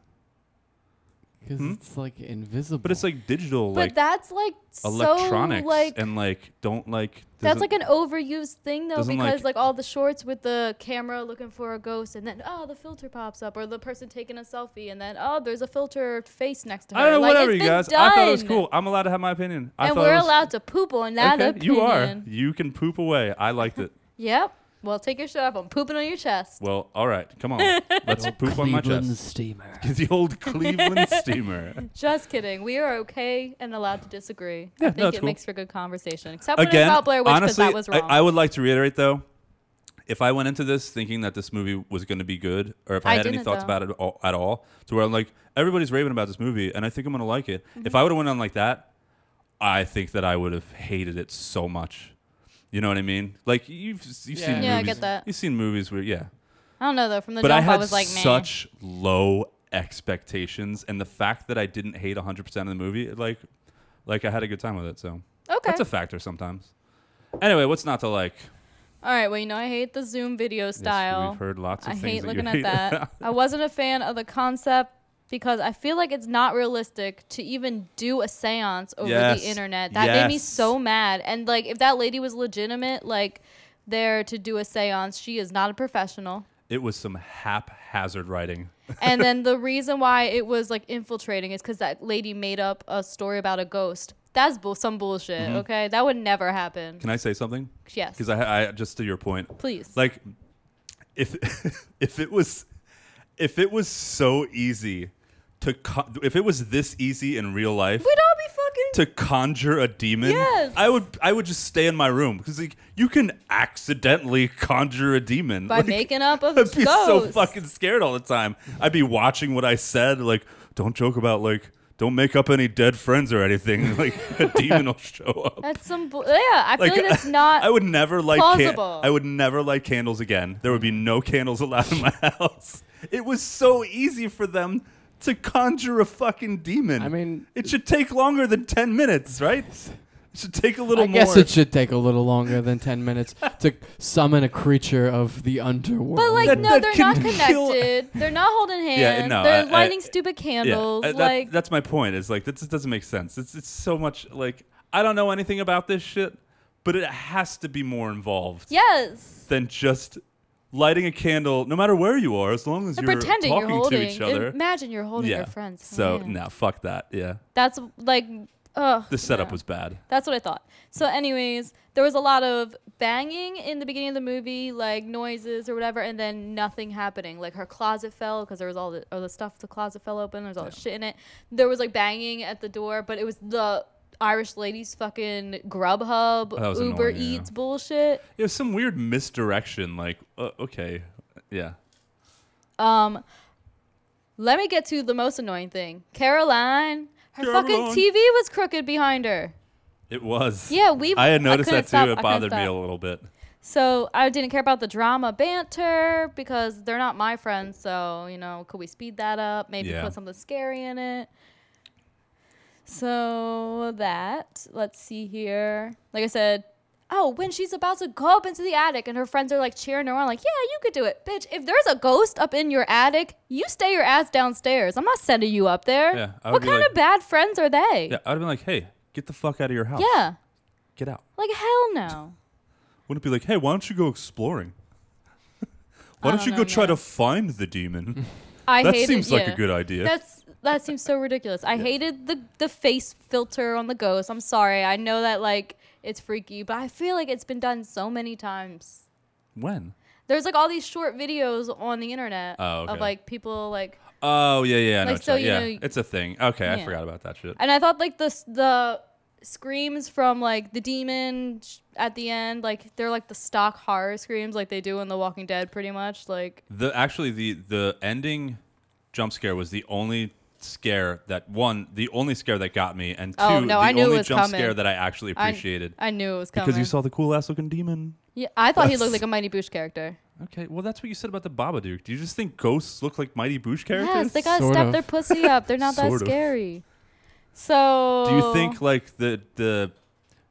[SPEAKER 3] because
[SPEAKER 1] Hmm?
[SPEAKER 3] it's like invisible.
[SPEAKER 1] But it's like digital,
[SPEAKER 2] but
[SPEAKER 1] like
[SPEAKER 2] that's like
[SPEAKER 1] electronics,
[SPEAKER 2] so like
[SPEAKER 1] and like don't like.
[SPEAKER 2] that's
[SPEAKER 1] doesn't-
[SPEAKER 2] like an overused thing though
[SPEAKER 1] doesn't, like-
[SPEAKER 2] because like, all the shorts with the camera looking for a ghost and then oh the filter pops up or the person taking a selfie and then oh there's a filter face next to her.
[SPEAKER 1] I don't know.
[SPEAKER 2] Like,
[SPEAKER 1] whatever
[SPEAKER 2] it's
[SPEAKER 1] you
[SPEAKER 2] been
[SPEAKER 1] guys. I thought it was
[SPEAKER 2] done.
[SPEAKER 1] cool. I'm allowed to have my opinion. I
[SPEAKER 2] and
[SPEAKER 1] thought
[SPEAKER 2] we're
[SPEAKER 1] it was,
[SPEAKER 2] allowed to poop on that
[SPEAKER 1] Okay,
[SPEAKER 2] opinion.
[SPEAKER 1] you are. You can poop away. I liked it.
[SPEAKER 2] Yep. Well, take your shirt off. I'm pooping on your chest.
[SPEAKER 1] Well, all right. Come on. Let's poop on my chest.
[SPEAKER 3] steamer.
[SPEAKER 1] The old Cleveland steamer.
[SPEAKER 2] Just kidding. We are okay and allowed to disagree.
[SPEAKER 1] Yeah,
[SPEAKER 2] I
[SPEAKER 1] no,
[SPEAKER 2] think
[SPEAKER 1] it's
[SPEAKER 2] it
[SPEAKER 1] cool.
[SPEAKER 2] makes for good conversation. Except when
[SPEAKER 1] again,
[SPEAKER 2] it's about Blair Witch, because
[SPEAKER 1] honestly,
[SPEAKER 2] that was wrong.
[SPEAKER 1] I, I would like to reiterate though, if I went into this thinking that this movie was going to be good, or if I,
[SPEAKER 2] I
[SPEAKER 1] had any
[SPEAKER 2] didn't,
[SPEAKER 1] thoughts
[SPEAKER 2] though.
[SPEAKER 1] about it all, at all, to where I'm like, everybody's raving about this movie, and I think I'm going to like it.
[SPEAKER 2] Mm-hmm.
[SPEAKER 1] If I would have went on like that, I think that I would have hated it so much. You know what I mean? Like you've you've
[SPEAKER 3] Yeah.
[SPEAKER 1] seen movies,
[SPEAKER 2] Yeah, I get that.
[SPEAKER 1] you've seen movies where yeah,
[SPEAKER 2] I don't know though. From the
[SPEAKER 1] but I
[SPEAKER 2] jump, I,
[SPEAKER 1] had
[SPEAKER 2] was like, man.
[SPEAKER 1] such low expectations, and the fact that I didn't hate 100 percent of the movie, it, like, like I had a good time with it. So
[SPEAKER 2] okay.
[SPEAKER 1] that's a factor sometimes. Anyway, what's not to like?
[SPEAKER 2] All right. Well, you know, I hate the Zoom video
[SPEAKER 1] Yes,
[SPEAKER 2] style.
[SPEAKER 1] we've heard lots of
[SPEAKER 2] I
[SPEAKER 1] things.
[SPEAKER 2] hate
[SPEAKER 1] that
[SPEAKER 2] looking
[SPEAKER 1] you
[SPEAKER 2] at
[SPEAKER 1] hate.
[SPEAKER 2] that. I wasn't a fan of the concept because I feel like it's not realistic to even do a seance over
[SPEAKER 1] Yes.
[SPEAKER 2] the internet. That made me
[SPEAKER 1] Yes.
[SPEAKER 2] so mad. And like, if that lady was legitimate, like there to do a seance, she is not a professional.
[SPEAKER 1] it was some haphazard writing.
[SPEAKER 2] and then the reason why it was like infiltrating is because that lady made up a story about a ghost. That's bull- some bullshit. Okay, that would never happen.
[SPEAKER 1] Mm-hmm. Can I say something?
[SPEAKER 2] Yes.
[SPEAKER 1] Because I, I just to your point,
[SPEAKER 2] Please.
[SPEAKER 1] like if if it was if it was so easy to co- if it was this easy in real life,
[SPEAKER 2] We'd all be fucking.
[SPEAKER 1] to conjure a demon,
[SPEAKER 2] Yes.
[SPEAKER 1] I would I would just stay in my room because like you can accidentally conjure a demon
[SPEAKER 2] By
[SPEAKER 1] Like,
[SPEAKER 2] making up a
[SPEAKER 1] I'd be so
[SPEAKER 2] ghost.
[SPEAKER 1] fucking scared all the time. I'd be watching what I said, like don't joke about like don't make up any dead friends or anything. Like a demon will show up.
[SPEAKER 2] that's some. Bu- yeah, I feel
[SPEAKER 1] Like
[SPEAKER 2] like, that's not.
[SPEAKER 1] I would never light can-
[SPEAKER 2] plausible.
[SPEAKER 1] I would never light candles again. There would be no candles allowed in my house. It was so easy for them to conjure a fucking demon.
[SPEAKER 3] I mean-
[SPEAKER 1] it should take longer than 10 minutes, right? It should take a little
[SPEAKER 3] I
[SPEAKER 1] more.
[SPEAKER 3] guess it should take a little longer than ten minutes to summon a creature of the underworld.
[SPEAKER 2] But like,
[SPEAKER 1] That-
[SPEAKER 2] no,
[SPEAKER 1] that
[SPEAKER 2] they're
[SPEAKER 1] can
[SPEAKER 2] not
[SPEAKER 1] kill-
[SPEAKER 2] connected. They're not holding
[SPEAKER 1] Yeah,
[SPEAKER 2] hands.
[SPEAKER 1] no,
[SPEAKER 2] they're
[SPEAKER 1] I- I-
[SPEAKER 2] lighting stupid
[SPEAKER 1] Yeah,
[SPEAKER 2] candles.
[SPEAKER 1] uh, that-
[SPEAKER 2] like,
[SPEAKER 1] that's my point. Is like that just doesn't make sense. It's it's so much like I don't know anything about this shit, but it has to be more involved
[SPEAKER 2] yes,
[SPEAKER 1] than just lighting a candle. No matter where you are, as long as
[SPEAKER 2] they're
[SPEAKER 1] you're
[SPEAKER 2] pretending
[SPEAKER 1] talking
[SPEAKER 2] you're holding.
[SPEAKER 1] to each other.
[SPEAKER 2] Imagine you're holding
[SPEAKER 1] yeah.
[SPEAKER 2] your friends. Oh,
[SPEAKER 1] So
[SPEAKER 2] hand.
[SPEAKER 1] no, fuck that. Yeah,
[SPEAKER 2] that's like, ugh.
[SPEAKER 1] the setup
[SPEAKER 2] no.
[SPEAKER 1] was bad.
[SPEAKER 2] That's what I thought. So, anyways, there was a lot of banging in the beginning of the movie, like noises or whatever, and then nothing happening. Like her closet fell because there was all the, all the stuff, the closet fell open, there was all the shit in it. There was like banging at the door, but it was the Irish lady's fucking Grubhub,
[SPEAKER 1] Oh, that was
[SPEAKER 2] Uber
[SPEAKER 1] annoying, yeah.
[SPEAKER 2] Eats bullshit.
[SPEAKER 1] It was some weird misdirection. Like uh, okay, yeah.
[SPEAKER 2] Um, let me get to the most annoying thing Caroline. Her
[SPEAKER 1] Caroline.
[SPEAKER 2] fucking TV was crooked behind her.
[SPEAKER 1] It was.
[SPEAKER 2] Yeah, we-
[SPEAKER 1] I had
[SPEAKER 2] I
[SPEAKER 1] noticed that
[SPEAKER 2] couldn't
[SPEAKER 1] too.
[SPEAKER 2] stop- I
[SPEAKER 1] It
[SPEAKER 2] couldn't
[SPEAKER 1] bothered me a
[SPEAKER 2] stop.
[SPEAKER 1] little bit.
[SPEAKER 2] So I didn't care about the drama banter because they're not my friends. So, you know, could we speed that up? Maybe
[SPEAKER 1] Yeah.
[SPEAKER 2] put something scary in it. So that, let's see here. Like I said, oh, when she's about to go up into the attic and her friends are like cheering her on, like, yeah, you could do it. Bitch, if there's a ghost up in your attic, you stay your ass downstairs. I'm not sending you up there.
[SPEAKER 1] Yeah, I would
[SPEAKER 2] what
[SPEAKER 1] be
[SPEAKER 2] kind
[SPEAKER 1] like-
[SPEAKER 2] of bad friends are they?
[SPEAKER 1] Yeah, I'd have been like, hey, get the fuck out of your house.
[SPEAKER 2] yeah.
[SPEAKER 1] Get out.
[SPEAKER 2] Like, hell no.
[SPEAKER 1] Wouldn't it be like, hey, why don't you go exploring? why don't,
[SPEAKER 2] don't
[SPEAKER 1] you go
[SPEAKER 2] know,
[SPEAKER 1] try
[SPEAKER 2] man.
[SPEAKER 1] to find the demon?
[SPEAKER 2] I
[SPEAKER 1] that
[SPEAKER 2] hate
[SPEAKER 1] seems
[SPEAKER 2] it.
[SPEAKER 1] like
[SPEAKER 2] yeah.
[SPEAKER 1] a good idea.
[SPEAKER 2] That's that seems so ridiculous. I hated the the face filter on the ghost. I'm sorry. I know that like it's freaky, but I feel like it's been done so many times.
[SPEAKER 1] when?
[SPEAKER 2] There's like all these short videos on the internet
[SPEAKER 1] Oh, okay.
[SPEAKER 2] of like people like
[SPEAKER 1] Oh yeah, yeah, I know
[SPEAKER 2] Like,
[SPEAKER 1] what
[SPEAKER 2] so
[SPEAKER 1] you're talking-
[SPEAKER 2] you
[SPEAKER 1] yeah.
[SPEAKER 2] know-
[SPEAKER 1] it's a thing. Okay, I
[SPEAKER 2] Yeah.
[SPEAKER 1] forgot about that shit.
[SPEAKER 2] and I thought like the s- the screams from like the demon sh- at the end like they're like the stock horror screams like they do in The Walking Dead pretty much like
[SPEAKER 1] The actually the the ending jump scare was the only scare that one the only scare that got me and two
[SPEAKER 2] Oh, no,
[SPEAKER 1] the
[SPEAKER 2] I knew it
[SPEAKER 1] only
[SPEAKER 2] was
[SPEAKER 1] jump
[SPEAKER 2] coming.
[SPEAKER 1] scare that I actually
[SPEAKER 2] I-
[SPEAKER 1] appreciated
[SPEAKER 2] I, knew it was coming
[SPEAKER 1] because you saw the cool ass looking demon.
[SPEAKER 2] yeah I thought he looked
[SPEAKER 1] That's-
[SPEAKER 2] like a Mighty Boosh character
[SPEAKER 1] Okay, well that's what you said about the Babadook. Do you just think ghosts look like Mighty Boosh characters?
[SPEAKER 2] Yes, they gotta
[SPEAKER 3] Sort
[SPEAKER 2] step
[SPEAKER 3] of.
[SPEAKER 2] their pussy up. They're not that
[SPEAKER 1] Sort of.
[SPEAKER 2] scary. So
[SPEAKER 1] Do you think like the the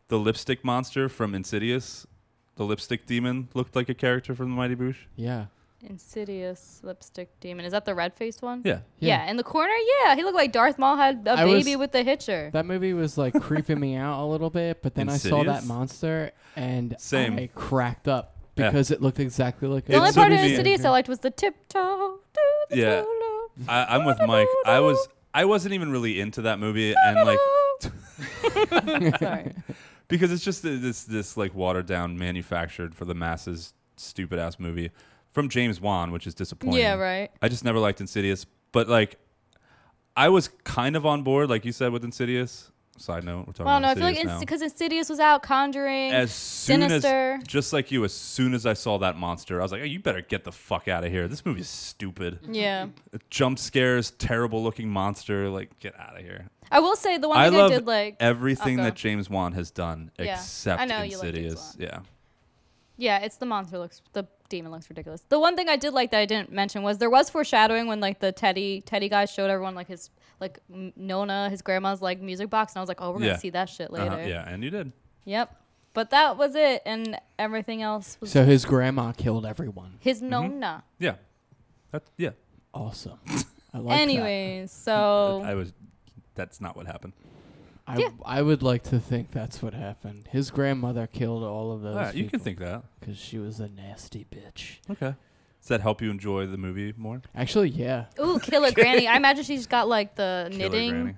[SPEAKER 1] the lipstick monster from Insidious, the lipstick demon looked like a character from the Mighty Boosh?
[SPEAKER 3] Yeah.
[SPEAKER 2] Insidious lipstick demon is that the red faced one?
[SPEAKER 1] Yeah.
[SPEAKER 2] yeah.
[SPEAKER 3] Yeah.
[SPEAKER 2] in the corner, yeah, he looked like Darth Maul had a
[SPEAKER 3] I was-
[SPEAKER 2] baby with the hitcher.
[SPEAKER 3] That movie was like creeping me out a little bit, but then I saw
[SPEAKER 1] Insidious?
[SPEAKER 3] that monster and
[SPEAKER 1] Same.
[SPEAKER 3] I craracked up
[SPEAKER 1] Yeah.
[SPEAKER 3] because it looked exactly like
[SPEAKER 2] the
[SPEAKER 1] It
[SPEAKER 2] only
[SPEAKER 1] took
[SPEAKER 2] part of
[SPEAKER 1] me-
[SPEAKER 2] Insidious I liked was the tiptoe. do the
[SPEAKER 1] Yeah.
[SPEAKER 2] toe-lo,
[SPEAKER 1] I, I'm with Mike. I was I wasn't even really into that movie and like
[SPEAKER 2] do-do-do. Sorry.
[SPEAKER 1] because it's just this this like watered down, manufactured for the masses, stupid ass movie from James Wan, which is disappointing.
[SPEAKER 2] Yeah, right.
[SPEAKER 1] I just never liked Insidious, but like I was kind of on board, like you said, with Insidious. Side note, we're talking
[SPEAKER 2] Well, no, I
[SPEAKER 1] about
[SPEAKER 2] feel like
[SPEAKER 1] Insidious now.
[SPEAKER 2] because Insidious was out conjuring.
[SPEAKER 1] as soon
[SPEAKER 2] Sinister.
[SPEAKER 1] as just like you as soon as i saw that monster i was like oh you better get the fuck out of here this movie is stupid
[SPEAKER 2] yeah,
[SPEAKER 1] jump scares terrible looking monster like get out of here
[SPEAKER 2] I will say the one
[SPEAKER 1] i
[SPEAKER 2] thing I
[SPEAKER 1] love
[SPEAKER 2] did like
[SPEAKER 1] everything
[SPEAKER 2] I'll go.
[SPEAKER 1] that james wan has done
[SPEAKER 2] Yeah.
[SPEAKER 1] except
[SPEAKER 2] I know you like James
[SPEAKER 1] insidious yeah
[SPEAKER 2] Yeah, it's the monster looks the demon looks ridiculous. The one thing I did like that I didn't mention was there was foreshadowing when like the Teddy Teddy guy showed everyone like his like m- Nona his grandma's like music box and I was like, "Oh, we're going
[SPEAKER 1] Yeah.
[SPEAKER 2] to see that shit later."
[SPEAKER 1] Uh-huh, yeah and you did
[SPEAKER 2] Yep. But that was it and everything else was
[SPEAKER 3] So his grandma killed everyone.
[SPEAKER 1] Mm-hmm.
[SPEAKER 2] his Nona.
[SPEAKER 1] yeah that yeah
[SPEAKER 3] Awesome. I like that.
[SPEAKER 2] Anyways, so
[SPEAKER 1] i was that's not what happened
[SPEAKER 3] I,
[SPEAKER 2] Yeah.
[SPEAKER 3] I would like to think that's what happened. His grandmother killed all of those.
[SPEAKER 1] all right Ah, you can think that
[SPEAKER 3] because she was a nasty bitch.
[SPEAKER 1] okay does that help you enjoy the movie more
[SPEAKER 3] Actually, yeah.
[SPEAKER 2] ooh, killer granny. I imagine she's got like the
[SPEAKER 1] Killer Granny.
[SPEAKER 2] knitting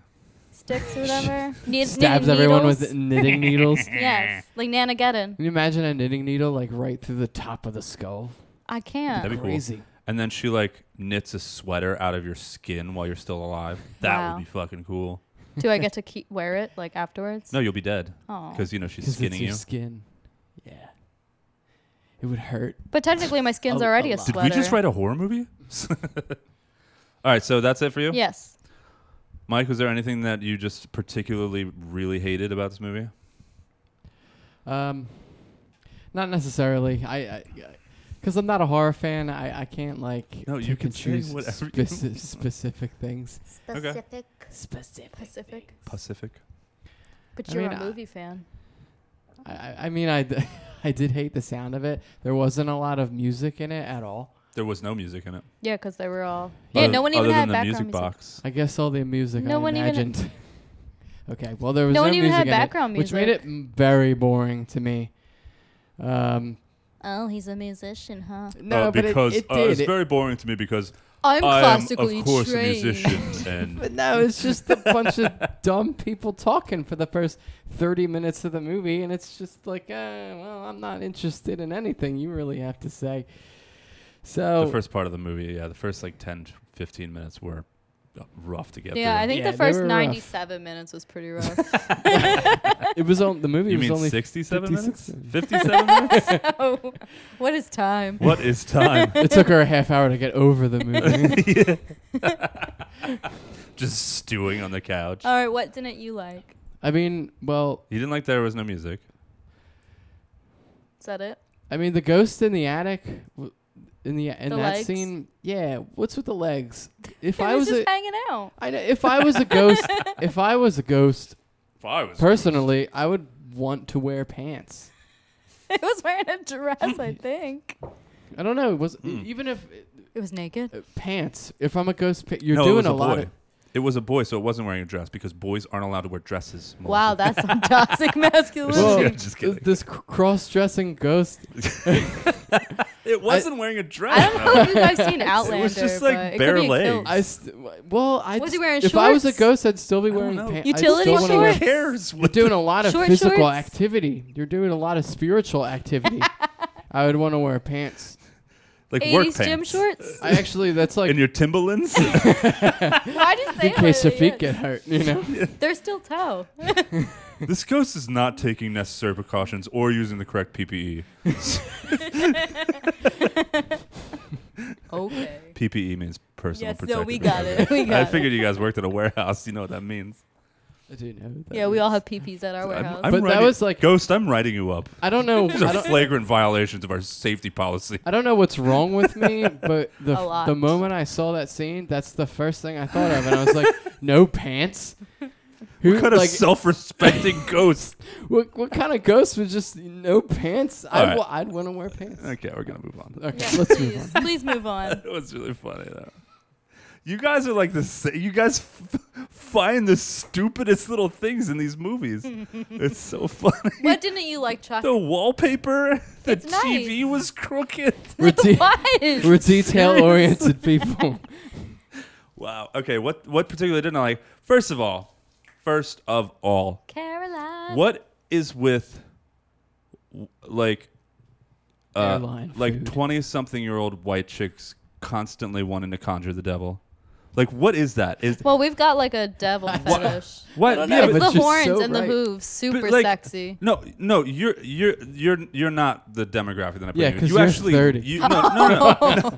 [SPEAKER 2] sticks or whatever. Knit-
[SPEAKER 3] Stabs
[SPEAKER 2] knitting
[SPEAKER 3] everyone with
[SPEAKER 2] needles.
[SPEAKER 3] knitting needles. Can
[SPEAKER 2] Yes, like Nana Geddon.
[SPEAKER 3] you imagine a knitting needle like right through the top of the skull?
[SPEAKER 2] I can't.
[SPEAKER 1] That'd be cool.
[SPEAKER 3] Crazy.
[SPEAKER 1] And then she like knits a sweater out of your skin while you're still alive. That
[SPEAKER 2] Wow.
[SPEAKER 1] would be fucking cool.
[SPEAKER 2] Do I get to keep wear it like afterwards?
[SPEAKER 1] No, you'll be dead
[SPEAKER 2] Aw.
[SPEAKER 1] because you know she's
[SPEAKER 3] 'Cause it's
[SPEAKER 1] skinning
[SPEAKER 3] your
[SPEAKER 1] you.
[SPEAKER 3] skin. Yeah. It would hurt.
[SPEAKER 2] But technically, my skin's
[SPEAKER 3] A- a
[SPEAKER 2] already a,
[SPEAKER 3] lot.
[SPEAKER 1] Did
[SPEAKER 2] sweater.
[SPEAKER 1] we just write a horror movie? All right, so that's it for you,
[SPEAKER 2] Yes.
[SPEAKER 1] Mike. Was there anything that you just particularly really hated about this movie?
[SPEAKER 3] Um, not necessarily. I, because I'm not a horror fan. I, I can't like
[SPEAKER 1] No, you
[SPEAKER 3] pick
[SPEAKER 1] can
[SPEAKER 3] and
[SPEAKER 1] say
[SPEAKER 3] choose
[SPEAKER 1] whatever you
[SPEAKER 3] speci-
[SPEAKER 1] want.
[SPEAKER 3] specific things.
[SPEAKER 1] Specific.
[SPEAKER 3] Specific.
[SPEAKER 2] Pacific.
[SPEAKER 1] Pacific.
[SPEAKER 2] But
[SPEAKER 3] I
[SPEAKER 2] you're
[SPEAKER 3] mean,
[SPEAKER 2] a
[SPEAKER 3] I-
[SPEAKER 2] movie fan.
[SPEAKER 3] I- I, I mean, I, d- I did hate the sound of it. There wasn't a lot of music in it at all.
[SPEAKER 1] There was no music in it.
[SPEAKER 2] Yeah, because they were all. Yeah,
[SPEAKER 1] Other-
[SPEAKER 2] no one even
[SPEAKER 1] other
[SPEAKER 2] had
[SPEAKER 1] than the
[SPEAKER 2] background
[SPEAKER 1] music,
[SPEAKER 2] music.
[SPEAKER 1] box.
[SPEAKER 3] I guess all the music
[SPEAKER 2] No
[SPEAKER 3] I
[SPEAKER 2] one even-
[SPEAKER 3] imagined. okay, well there was
[SPEAKER 2] No
[SPEAKER 3] no,
[SPEAKER 2] one even
[SPEAKER 3] music
[SPEAKER 2] had
[SPEAKER 3] in it,
[SPEAKER 2] background
[SPEAKER 3] which made it
[SPEAKER 2] music.
[SPEAKER 3] m- very boring to me. Um,
[SPEAKER 2] Oh, he's a musician, huh?
[SPEAKER 3] no, but it,
[SPEAKER 1] because
[SPEAKER 3] it
[SPEAKER 1] uh,
[SPEAKER 3] did.
[SPEAKER 1] it's
[SPEAKER 3] it-
[SPEAKER 1] very boring to me because
[SPEAKER 2] I'm
[SPEAKER 1] I am
[SPEAKER 2] classically
[SPEAKER 1] of course
[SPEAKER 2] trained.
[SPEAKER 1] a musician and
[SPEAKER 3] but no, it's just a bunch of dumb people talking for the first 30 minutes of the movie, and it's just like, uh, well, I'm not interested in anything you really have to say. So Oh.
[SPEAKER 1] the first part of the movie. Yeah, the first like 10, 15 minutes were uh, rough to get
[SPEAKER 2] Yeah, I
[SPEAKER 1] through.
[SPEAKER 2] think
[SPEAKER 3] Yeah,
[SPEAKER 2] the
[SPEAKER 3] they
[SPEAKER 2] first
[SPEAKER 3] were rough.
[SPEAKER 2] 97 minutes was pretty rough.
[SPEAKER 3] it was on the movie
[SPEAKER 1] you
[SPEAKER 3] was
[SPEAKER 1] mean
[SPEAKER 3] only
[SPEAKER 1] 67 minutes?
[SPEAKER 3] 56
[SPEAKER 1] 57 minutes?
[SPEAKER 2] oh, what is time?
[SPEAKER 1] What is time?
[SPEAKER 3] it took her a half hour to get over the movie.
[SPEAKER 1] Just stewing on the couch.
[SPEAKER 2] All right, what didn't you like?
[SPEAKER 3] I mean, well,
[SPEAKER 1] you didn't like there was no music.
[SPEAKER 2] Is that it?
[SPEAKER 3] I mean, the ghost in the attic, w- in the in
[SPEAKER 2] The
[SPEAKER 3] that
[SPEAKER 2] legs?
[SPEAKER 3] scene. Yeah, what's with the legs? If
[SPEAKER 2] He
[SPEAKER 3] I was
[SPEAKER 2] just
[SPEAKER 3] a,
[SPEAKER 2] hanging out.
[SPEAKER 3] I know, if I was a ghost, if I was a ghost,
[SPEAKER 1] If I was
[SPEAKER 3] personally, I would want to wear pants.
[SPEAKER 2] He was wearing a dress, I think.
[SPEAKER 3] I don't know. Was
[SPEAKER 1] Hmm.
[SPEAKER 3] even if
[SPEAKER 2] It was naked.
[SPEAKER 3] uh, pants, if I'm a ghost, pa- you're
[SPEAKER 1] No, it
[SPEAKER 3] doing
[SPEAKER 1] was a
[SPEAKER 3] a, lot.
[SPEAKER 1] boy.
[SPEAKER 3] Of,
[SPEAKER 1] It was a boy, so it wasn't wearing a dress because boys aren't allowed to wear dresses. Melissa.
[SPEAKER 2] Wow, that's some toxic
[SPEAKER 1] Well,
[SPEAKER 2] masculinity.
[SPEAKER 1] Yeah, just
[SPEAKER 3] th-
[SPEAKER 1] kidding.
[SPEAKER 3] this cr- cross-dressing ghost.
[SPEAKER 1] it wasn't wearing a dress.
[SPEAKER 2] I don't know if you guys seen Outlander.
[SPEAKER 1] just, like,
[SPEAKER 2] but it could
[SPEAKER 1] bare
[SPEAKER 2] be a
[SPEAKER 1] legs.
[SPEAKER 2] kilt.
[SPEAKER 3] I st- well, I
[SPEAKER 2] Was he
[SPEAKER 3] just-
[SPEAKER 2] wearing
[SPEAKER 3] if I was a
[SPEAKER 2] shorts?
[SPEAKER 3] ghost, I'd still be
[SPEAKER 1] don't
[SPEAKER 3] wearing
[SPEAKER 1] know.
[SPEAKER 3] pants.
[SPEAKER 2] Utility
[SPEAKER 3] still wanna
[SPEAKER 1] Who
[SPEAKER 3] wear
[SPEAKER 2] shorts?
[SPEAKER 1] cares?
[SPEAKER 3] You're
[SPEAKER 1] what
[SPEAKER 3] doing a lot of
[SPEAKER 2] Short
[SPEAKER 3] physical
[SPEAKER 2] shorts?
[SPEAKER 3] activity. You're doing a lot of spiritual activity. I would want to wear pants.
[SPEAKER 1] the- like work
[SPEAKER 2] 80s
[SPEAKER 1] pants
[SPEAKER 2] gym shorts.
[SPEAKER 3] I actually, that's like
[SPEAKER 1] and your Timberlands.
[SPEAKER 2] Why did you say
[SPEAKER 3] in case
[SPEAKER 2] it
[SPEAKER 3] your
[SPEAKER 2] like
[SPEAKER 3] feet
[SPEAKER 2] that?
[SPEAKER 3] get hurt, you know.
[SPEAKER 2] They're still toe.
[SPEAKER 1] this ghost is not taking necessary precautions or using the correct E. PPE.
[SPEAKER 2] okay.
[SPEAKER 1] PPE E means personal
[SPEAKER 2] Yes,
[SPEAKER 1] protective.
[SPEAKER 2] no, we got
[SPEAKER 1] equipment.
[SPEAKER 2] it. We got
[SPEAKER 1] I
[SPEAKER 2] it.
[SPEAKER 1] figured you guys worked at a warehouse. You know what that means.
[SPEAKER 3] I do know. what that
[SPEAKER 2] Yeah, we all
[SPEAKER 3] means.
[SPEAKER 2] have peepees at our
[SPEAKER 1] I'm-
[SPEAKER 2] warehouse.
[SPEAKER 1] I'm
[SPEAKER 3] But that
[SPEAKER 1] writing-
[SPEAKER 3] was like-
[SPEAKER 1] ghost. I'm writing you up.
[SPEAKER 3] I don't know.
[SPEAKER 1] These are
[SPEAKER 3] I don't,
[SPEAKER 1] flagrant violations of our safety policy.
[SPEAKER 3] I don't know what's wrong with me, but the
[SPEAKER 2] A lot.
[SPEAKER 3] the moment I saw that scene, that's the first thing I thought of, and I was like, no pants. Who
[SPEAKER 1] What kind
[SPEAKER 3] like
[SPEAKER 1] of self-respecting ghost?
[SPEAKER 3] what, what kind of ghost would just no pants?
[SPEAKER 1] All
[SPEAKER 3] I
[SPEAKER 1] right.
[SPEAKER 3] w- I'd want to wear pants.
[SPEAKER 1] Okay, we're gonna move on.
[SPEAKER 3] Okay,
[SPEAKER 2] Yeah,
[SPEAKER 3] let's
[SPEAKER 2] please,
[SPEAKER 3] move on.
[SPEAKER 2] please move on.
[SPEAKER 1] That was really funny though. You guys are like the sa- you guys f- find the stupidest little things in these movies. it's so funny.
[SPEAKER 2] What didn't you like, Chuck?
[SPEAKER 1] The wallpaper, the
[SPEAKER 2] It's nice.
[SPEAKER 1] TV was crooked.
[SPEAKER 3] We're, de- we're
[SPEAKER 2] Why?
[SPEAKER 3] detail-oriented people.
[SPEAKER 1] Wow. Okay, what what particularly didn't I like? First of all, first of all,
[SPEAKER 2] Caroline.
[SPEAKER 1] what is with w- like uh,
[SPEAKER 3] Airline
[SPEAKER 1] like
[SPEAKER 3] food.
[SPEAKER 1] 20 something year old white chicks constantly wanting to conjure the devil like what is that is
[SPEAKER 2] Well, we've got like a devil fetish.
[SPEAKER 1] what
[SPEAKER 8] don't
[SPEAKER 1] yeah,
[SPEAKER 8] know.
[SPEAKER 1] but-
[SPEAKER 2] It's the
[SPEAKER 3] But you're
[SPEAKER 2] horns
[SPEAKER 3] so
[SPEAKER 2] and the
[SPEAKER 3] right.
[SPEAKER 2] hooves,
[SPEAKER 1] but,
[SPEAKER 2] super
[SPEAKER 1] like,
[SPEAKER 2] sexy.
[SPEAKER 1] No, no, you're you're you're you're not the demographic that I'm
[SPEAKER 3] Yeah,
[SPEAKER 1] bringing.
[SPEAKER 3] 'cause
[SPEAKER 1] you
[SPEAKER 3] you're
[SPEAKER 1] actually
[SPEAKER 3] 30.
[SPEAKER 1] you no no no, no, no,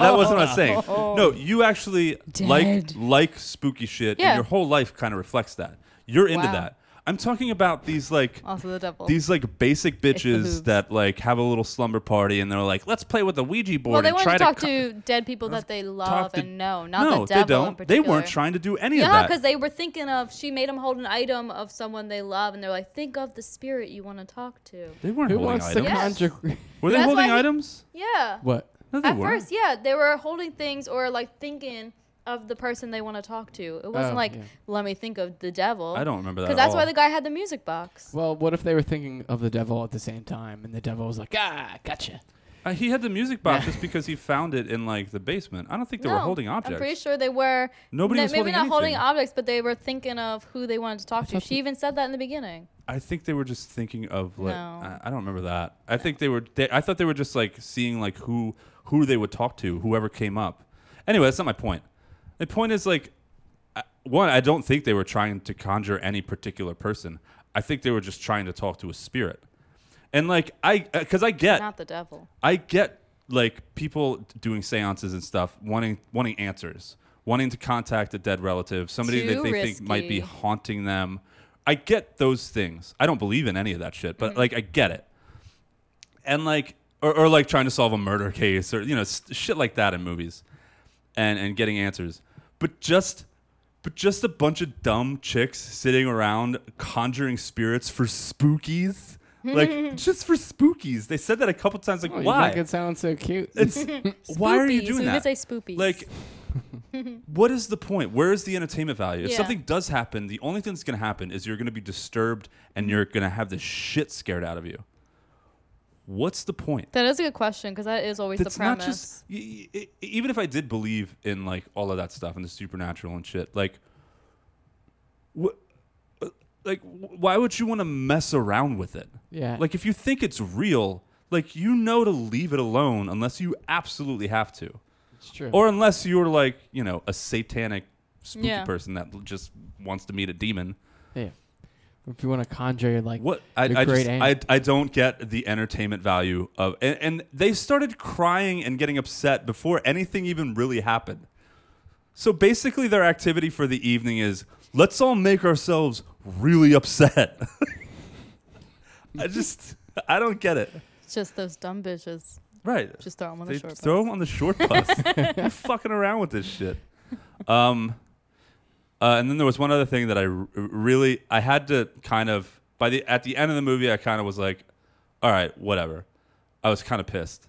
[SPEAKER 1] that wasn't what I was saying. No, you actually
[SPEAKER 2] Dead.
[SPEAKER 1] like like spooky shit
[SPEAKER 2] Yeah.
[SPEAKER 1] and your whole life kind of reflects that. You're into
[SPEAKER 2] Wow.
[SPEAKER 1] that. I'm talking about these like
[SPEAKER 2] Also the devil.
[SPEAKER 1] these like basic
[SPEAKER 2] hooves.
[SPEAKER 1] bitches that like have a little slumber party and they're like, let's play with the Ouija board.
[SPEAKER 2] well, they
[SPEAKER 1] and
[SPEAKER 2] want
[SPEAKER 1] try
[SPEAKER 2] to talk
[SPEAKER 1] co-
[SPEAKER 2] to dead people that they love
[SPEAKER 1] talk to-
[SPEAKER 2] and know, not
[SPEAKER 1] no,
[SPEAKER 2] the devil
[SPEAKER 1] they don't.
[SPEAKER 2] in
[SPEAKER 1] They
[SPEAKER 2] particular.
[SPEAKER 1] weren't trying to do any
[SPEAKER 2] Yeah,
[SPEAKER 1] of
[SPEAKER 2] because
[SPEAKER 1] that.
[SPEAKER 2] they were thinking of she made them hold an item of someone they love, and they're like, think of the spirit you want to talk to.
[SPEAKER 1] They weren't
[SPEAKER 3] Who
[SPEAKER 1] holding
[SPEAKER 3] wants
[SPEAKER 1] items.
[SPEAKER 3] to
[SPEAKER 2] Yes.
[SPEAKER 3] conjure?
[SPEAKER 1] Were they
[SPEAKER 2] That's
[SPEAKER 1] holding
[SPEAKER 2] why he-
[SPEAKER 1] items?
[SPEAKER 2] Yeah.
[SPEAKER 3] what?
[SPEAKER 1] No, they
[SPEAKER 2] At
[SPEAKER 1] weren't.
[SPEAKER 2] first, yeah, they were holding things or like thinking of the person they want to talk to. It wasn't
[SPEAKER 3] Oh,
[SPEAKER 2] like
[SPEAKER 3] yeah.
[SPEAKER 2] let me think of the devil.
[SPEAKER 1] I don't remember that.
[SPEAKER 2] Because
[SPEAKER 1] at
[SPEAKER 2] that's why
[SPEAKER 1] all.
[SPEAKER 2] the guy had the music box.
[SPEAKER 3] Well, what if they were thinking of the devil at the same time, and the devil was like, "Ah, gotcha."
[SPEAKER 1] Uh, he had the music box just because he found it in like the basement. I don't think they
[SPEAKER 2] no,
[SPEAKER 1] were holding objects.
[SPEAKER 2] I'm pretty sure they were.
[SPEAKER 1] Nobody
[SPEAKER 2] no,
[SPEAKER 1] was
[SPEAKER 2] maybe
[SPEAKER 1] holding
[SPEAKER 2] not holding
[SPEAKER 1] anything.
[SPEAKER 2] objects, but they were thinking of who they wanted to talk to.
[SPEAKER 3] thought
[SPEAKER 2] She
[SPEAKER 3] that-
[SPEAKER 2] even said that in the beginning.
[SPEAKER 1] I think they were just thinking of like
[SPEAKER 2] No. Uh,
[SPEAKER 1] I, I don't remember that. I think they were. They, I thought they were just like seeing like who who they would talk to, whoever came up. Anyway, that's not my point. My point is like I- one. I don't think they were trying to conjure any particular person. I think they were just trying to talk to a spirit. And like I, because I get
[SPEAKER 2] Not the devil.
[SPEAKER 1] I get like people doing seances and stuff wanting wanting answers, wanting to contact a dead relative, somebody
[SPEAKER 2] Too
[SPEAKER 1] that they think might be
[SPEAKER 2] risky.
[SPEAKER 1] haunting them. I get those things. I don't believe in any of that shit, but like I get it. And like or, or like trying to solve a murder case or you know st- shit like that in movies and and getting answers. But just but just a bunch of dumb chicks sitting around conjuring spirits for spookies. Like just for spookies. They said that a couple times like
[SPEAKER 3] Oh, You
[SPEAKER 1] why?
[SPEAKER 3] make it sound so cute.
[SPEAKER 1] It's why are you
[SPEAKER 2] Spoopies.
[SPEAKER 1] doing
[SPEAKER 2] we
[SPEAKER 1] that?
[SPEAKER 2] could say spoopies.
[SPEAKER 1] like what is the point? Where is the entertainment value? If
[SPEAKER 2] Yeah.
[SPEAKER 1] something does happen, the only thing that's going to happen is you're going to be disturbed and you're going to have the shit scared out of you. What's the point?
[SPEAKER 2] that is a good question because that is always
[SPEAKER 1] That's
[SPEAKER 2] the premise.
[SPEAKER 1] not just y- y- e- even if I did believe in like all of that stuff and the supernatural and shit, like what like wh- why would you want to mess around with it?
[SPEAKER 3] Yeah.
[SPEAKER 1] Like if you think it's real, like you know to leave it alone unless you absolutely have to.
[SPEAKER 3] It's true.
[SPEAKER 1] Or unless you're like, you know, a satanic spooky
[SPEAKER 2] Yeah.
[SPEAKER 1] person that l- just wants to meet a demon.
[SPEAKER 3] yeah. If you want to conjure, like
[SPEAKER 1] What I,
[SPEAKER 3] your
[SPEAKER 1] I
[SPEAKER 3] great
[SPEAKER 1] just
[SPEAKER 3] aunt.
[SPEAKER 1] I, I don't get the entertainment value of and, and they started crying and getting upset before anything even really happened. So basically their activity for the evening is let's all make ourselves really upset. I just I don't get it.
[SPEAKER 2] It's just those dumb bitches.
[SPEAKER 1] Right.
[SPEAKER 2] Just throw them on the
[SPEAKER 1] They
[SPEAKER 2] short bus.
[SPEAKER 1] throw him on the short bus. you fucking around with this shit. Um, uh, and then there was one other thing that I r- really I had to kind of by the at the end of the movie I kind of was like, all right, whatever. I was kind of pissed.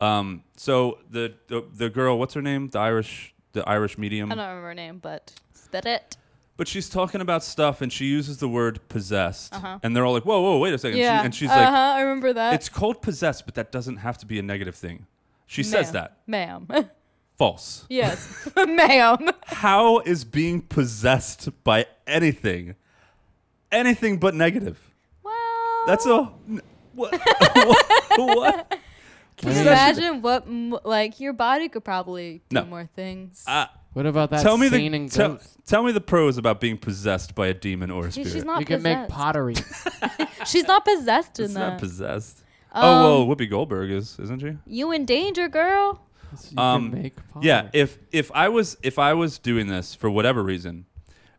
[SPEAKER 1] Um, so the, the the girl, what's her name? The Irish the Irish medium.
[SPEAKER 2] I don't remember her name, but spit it.
[SPEAKER 1] But she's talking about stuff and she uses the word possessed.
[SPEAKER 2] Uh-huh.
[SPEAKER 1] And they're all like, whoa, whoa, wait a second. She-
[SPEAKER 2] yeah.
[SPEAKER 1] and she's
[SPEAKER 2] uh-huh,
[SPEAKER 1] like,
[SPEAKER 2] I remember that.
[SPEAKER 1] it's called possessed, but that doesn't have to be a negative thing. She says
[SPEAKER 2] Ma'am.
[SPEAKER 1] that.
[SPEAKER 2] Ma'am.
[SPEAKER 1] False.
[SPEAKER 2] yes. Ma'am.
[SPEAKER 1] How is being possessed by anything, anything but negative?
[SPEAKER 2] Well,
[SPEAKER 1] That's a. n- What? what? what?
[SPEAKER 2] Can you
[SPEAKER 3] Possession-
[SPEAKER 2] imagine what, m- like, your body could probably do
[SPEAKER 1] No.
[SPEAKER 2] more things?
[SPEAKER 1] Uh,
[SPEAKER 3] What about that
[SPEAKER 1] tell me the
[SPEAKER 3] scene in
[SPEAKER 1] tell,
[SPEAKER 3] Ghost?
[SPEAKER 1] tell me the pros about being possessed by a demon or a
[SPEAKER 2] She-
[SPEAKER 1] spirit.
[SPEAKER 2] she's not
[SPEAKER 3] you can
[SPEAKER 2] possessed.
[SPEAKER 3] make pottery.
[SPEAKER 2] she's not possessed in
[SPEAKER 1] It's not
[SPEAKER 2] that.
[SPEAKER 1] possessed. oh
[SPEAKER 2] Um,
[SPEAKER 1] well, Whoopi Goldberg is, isn't she?
[SPEAKER 2] you in danger, girl.
[SPEAKER 3] you
[SPEAKER 1] Um,
[SPEAKER 3] can make pottery.
[SPEAKER 1] Yeah. If if I was if I was doing this for whatever reason,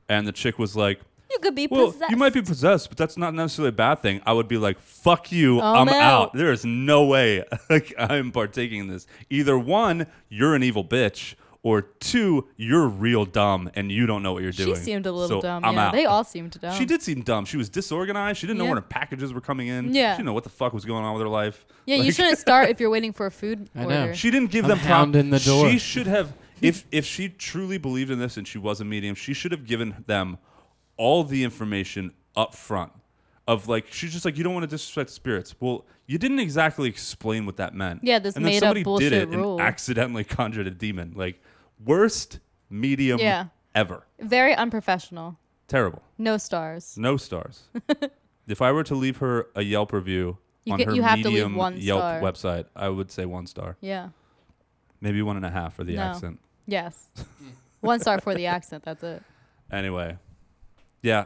[SPEAKER 1] and the chick was like,
[SPEAKER 2] You could be
[SPEAKER 1] Well,
[SPEAKER 2] possessed.
[SPEAKER 1] you might be possessed, but that's not necessarily a bad thing. I would be like, "Fuck you, I'm out.
[SPEAKER 2] I'm out.
[SPEAKER 1] There is no way like I'm partaking in this. Either one, you're an evil bitch, or two, you're real dumb and you don't know what you're
[SPEAKER 2] She
[SPEAKER 1] doing."
[SPEAKER 2] seemed a little
[SPEAKER 1] So
[SPEAKER 2] dumb.
[SPEAKER 1] I'm
[SPEAKER 2] yeah,
[SPEAKER 1] out.
[SPEAKER 2] they all seemed dumb.
[SPEAKER 1] She did seem dumb. She was disorganized. She didn't know
[SPEAKER 2] Yeah.
[SPEAKER 1] when her packages were coming in.
[SPEAKER 2] Yeah.
[SPEAKER 1] She didn't know what the fuck was going on with her life.
[SPEAKER 2] Yeah, you
[SPEAKER 1] Like-
[SPEAKER 2] shouldn't start if you're waiting for a food
[SPEAKER 3] I know.
[SPEAKER 2] order.
[SPEAKER 1] She didn't give
[SPEAKER 3] I'm
[SPEAKER 1] them prompt.
[SPEAKER 3] hounding the door.
[SPEAKER 1] She should have if if she truly believed in this and she was a medium, she should have given them all the information up front. Of like she's just like you don't want to disrespect spirits. Well, you didn't exactly explain what that meant.
[SPEAKER 2] Yeah, this
[SPEAKER 1] and then
[SPEAKER 2] made-up
[SPEAKER 1] somebody
[SPEAKER 2] bullshit
[SPEAKER 1] did it
[SPEAKER 2] rule.
[SPEAKER 1] and accidentally conjured a demon. Like worst medium
[SPEAKER 2] Yeah.
[SPEAKER 1] ever.
[SPEAKER 2] Very unprofessional.
[SPEAKER 1] Terrible.
[SPEAKER 2] No stars.
[SPEAKER 1] No stars. if I were to leave her a Yelp review
[SPEAKER 2] You
[SPEAKER 1] on
[SPEAKER 2] get-
[SPEAKER 1] her
[SPEAKER 2] you have to leave
[SPEAKER 1] medium
[SPEAKER 2] one
[SPEAKER 1] Yelp
[SPEAKER 2] star.
[SPEAKER 1] website, I would say one star,
[SPEAKER 2] Yeah.
[SPEAKER 1] maybe one and a half for the
[SPEAKER 2] No.
[SPEAKER 1] accent.
[SPEAKER 2] Yes. One star for the accent. That's it.
[SPEAKER 1] Anyway, yeah,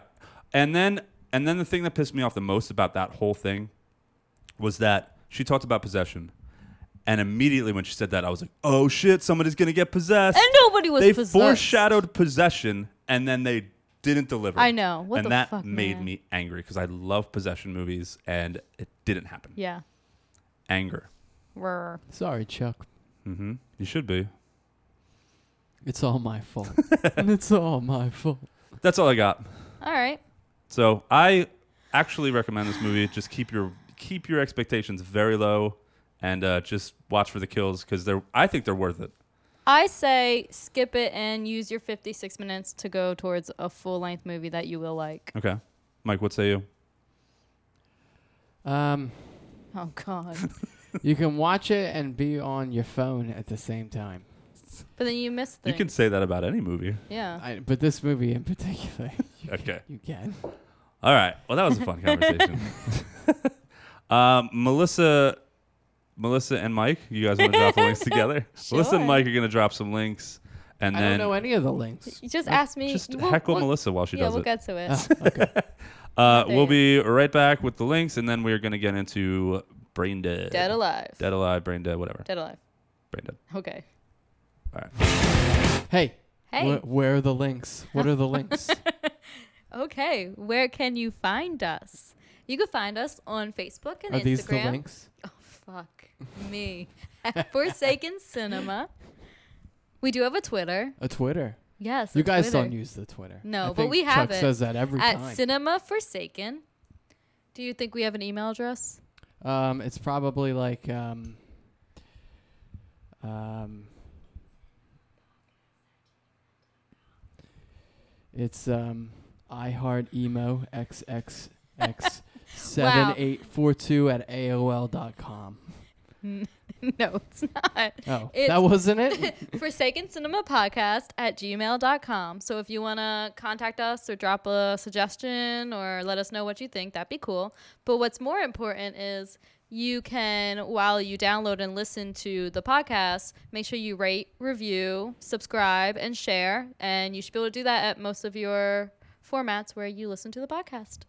[SPEAKER 1] and then and then the thing that pissed me off the most about that whole thing was that she talked about possession, and immediately when she said that, I was like, "Oh shit, somebody's gonna get possessed."
[SPEAKER 2] And nobody was
[SPEAKER 1] they
[SPEAKER 2] possessed.
[SPEAKER 1] foreshadowed possession, and then they didn't deliver.
[SPEAKER 2] I know. What
[SPEAKER 1] and
[SPEAKER 2] the
[SPEAKER 1] that
[SPEAKER 2] fuck,
[SPEAKER 1] made
[SPEAKER 2] man?
[SPEAKER 1] me angry because I love possession movies, and it didn't happen.
[SPEAKER 2] Yeah.
[SPEAKER 1] Anger.
[SPEAKER 2] Rrr.
[SPEAKER 3] Sorry, Chuck.
[SPEAKER 1] Mm-hmm. You should be.
[SPEAKER 3] It's all my fault. it's all my fault.
[SPEAKER 1] That's all I got.
[SPEAKER 2] All right.
[SPEAKER 1] So I actually recommend this movie. Just keep your keep your expectations very low, and uh, just watch for the kills because they're. I think they're worth it.
[SPEAKER 2] I say skip it and use your 56 minutes to go towards a full length movie that you will like.
[SPEAKER 1] Okay, Mike, what say you?
[SPEAKER 3] Um,
[SPEAKER 2] Oh, God.
[SPEAKER 3] you can watch it and be on your phone at the same time.
[SPEAKER 2] but then you miss
[SPEAKER 1] You
[SPEAKER 2] things.
[SPEAKER 1] can say that about any movie.
[SPEAKER 2] yeah.
[SPEAKER 3] I, but this movie in particular, you
[SPEAKER 1] Okay.
[SPEAKER 3] you can.
[SPEAKER 1] All right. Well, that was a fun conversation. um, Melissa, Melissa and Mike, you guys want to drop the links together? Melissa and
[SPEAKER 2] Sure.
[SPEAKER 1] Mike are going to drop some links, and
[SPEAKER 3] I
[SPEAKER 1] then
[SPEAKER 3] don't know any of the links.
[SPEAKER 2] You just ask me.
[SPEAKER 1] just
[SPEAKER 2] we'll-
[SPEAKER 1] heckle
[SPEAKER 2] we'll-
[SPEAKER 1] Melissa while she
[SPEAKER 2] Yeah,
[SPEAKER 1] does
[SPEAKER 2] we'll
[SPEAKER 1] it. Ah.
[SPEAKER 2] get to it.
[SPEAKER 3] Oh, okay.
[SPEAKER 1] Uh,
[SPEAKER 2] There
[SPEAKER 1] we'll be
[SPEAKER 2] you
[SPEAKER 1] right back with the links, and then we're going to get into brain dead,
[SPEAKER 2] Dead Alive.
[SPEAKER 1] dead alive, brain dead, whatever,
[SPEAKER 2] Dead Alive.
[SPEAKER 1] brain dead.
[SPEAKER 2] Okay.
[SPEAKER 1] All right.
[SPEAKER 3] uh, Hey.
[SPEAKER 2] Hey.
[SPEAKER 3] wh- where are the links? What are the links?
[SPEAKER 2] Okay, where can you find us? You can find us on Facebook and
[SPEAKER 3] are
[SPEAKER 2] Instagram.
[SPEAKER 3] these the links?
[SPEAKER 2] Oh fuck me. At Forsaken Cinema. We do have a Twitter.
[SPEAKER 3] A Twitter.
[SPEAKER 2] Yes.
[SPEAKER 3] You
[SPEAKER 2] a
[SPEAKER 3] guys
[SPEAKER 2] Twitter.
[SPEAKER 3] don't use the Twitter.
[SPEAKER 2] No,
[SPEAKER 3] I
[SPEAKER 2] but
[SPEAKER 3] think
[SPEAKER 2] we have
[SPEAKER 3] Chuck
[SPEAKER 2] it
[SPEAKER 3] says that every
[SPEAKER 2] at
[SPEAKER 3] time.
[SPEAKER 2] Cinema Forsaken. Do you think we have an email address?
[SPEAKER 3] um, it's probably like um, um, it's um, iHeartEmo XXX. Seven eight four two at AOL dot com.
[SPEAKER 2] no, it's not.
[SPEAKER 3] Oh,
[SPEAKER 2] It's-
[SPEAKER 3] that wasn't it.
[SPEAKER 2] Forsaken Cinema Podcast at gmail.com. So if you want to contact us or drop a suggestion or let us know what you think, that'd be cool. But what's more important is you can, while you download and listen to the podcast, make sure you rate, review, subscribe, and share. And you should be able to do that at most of your formats where you listen to the podcast.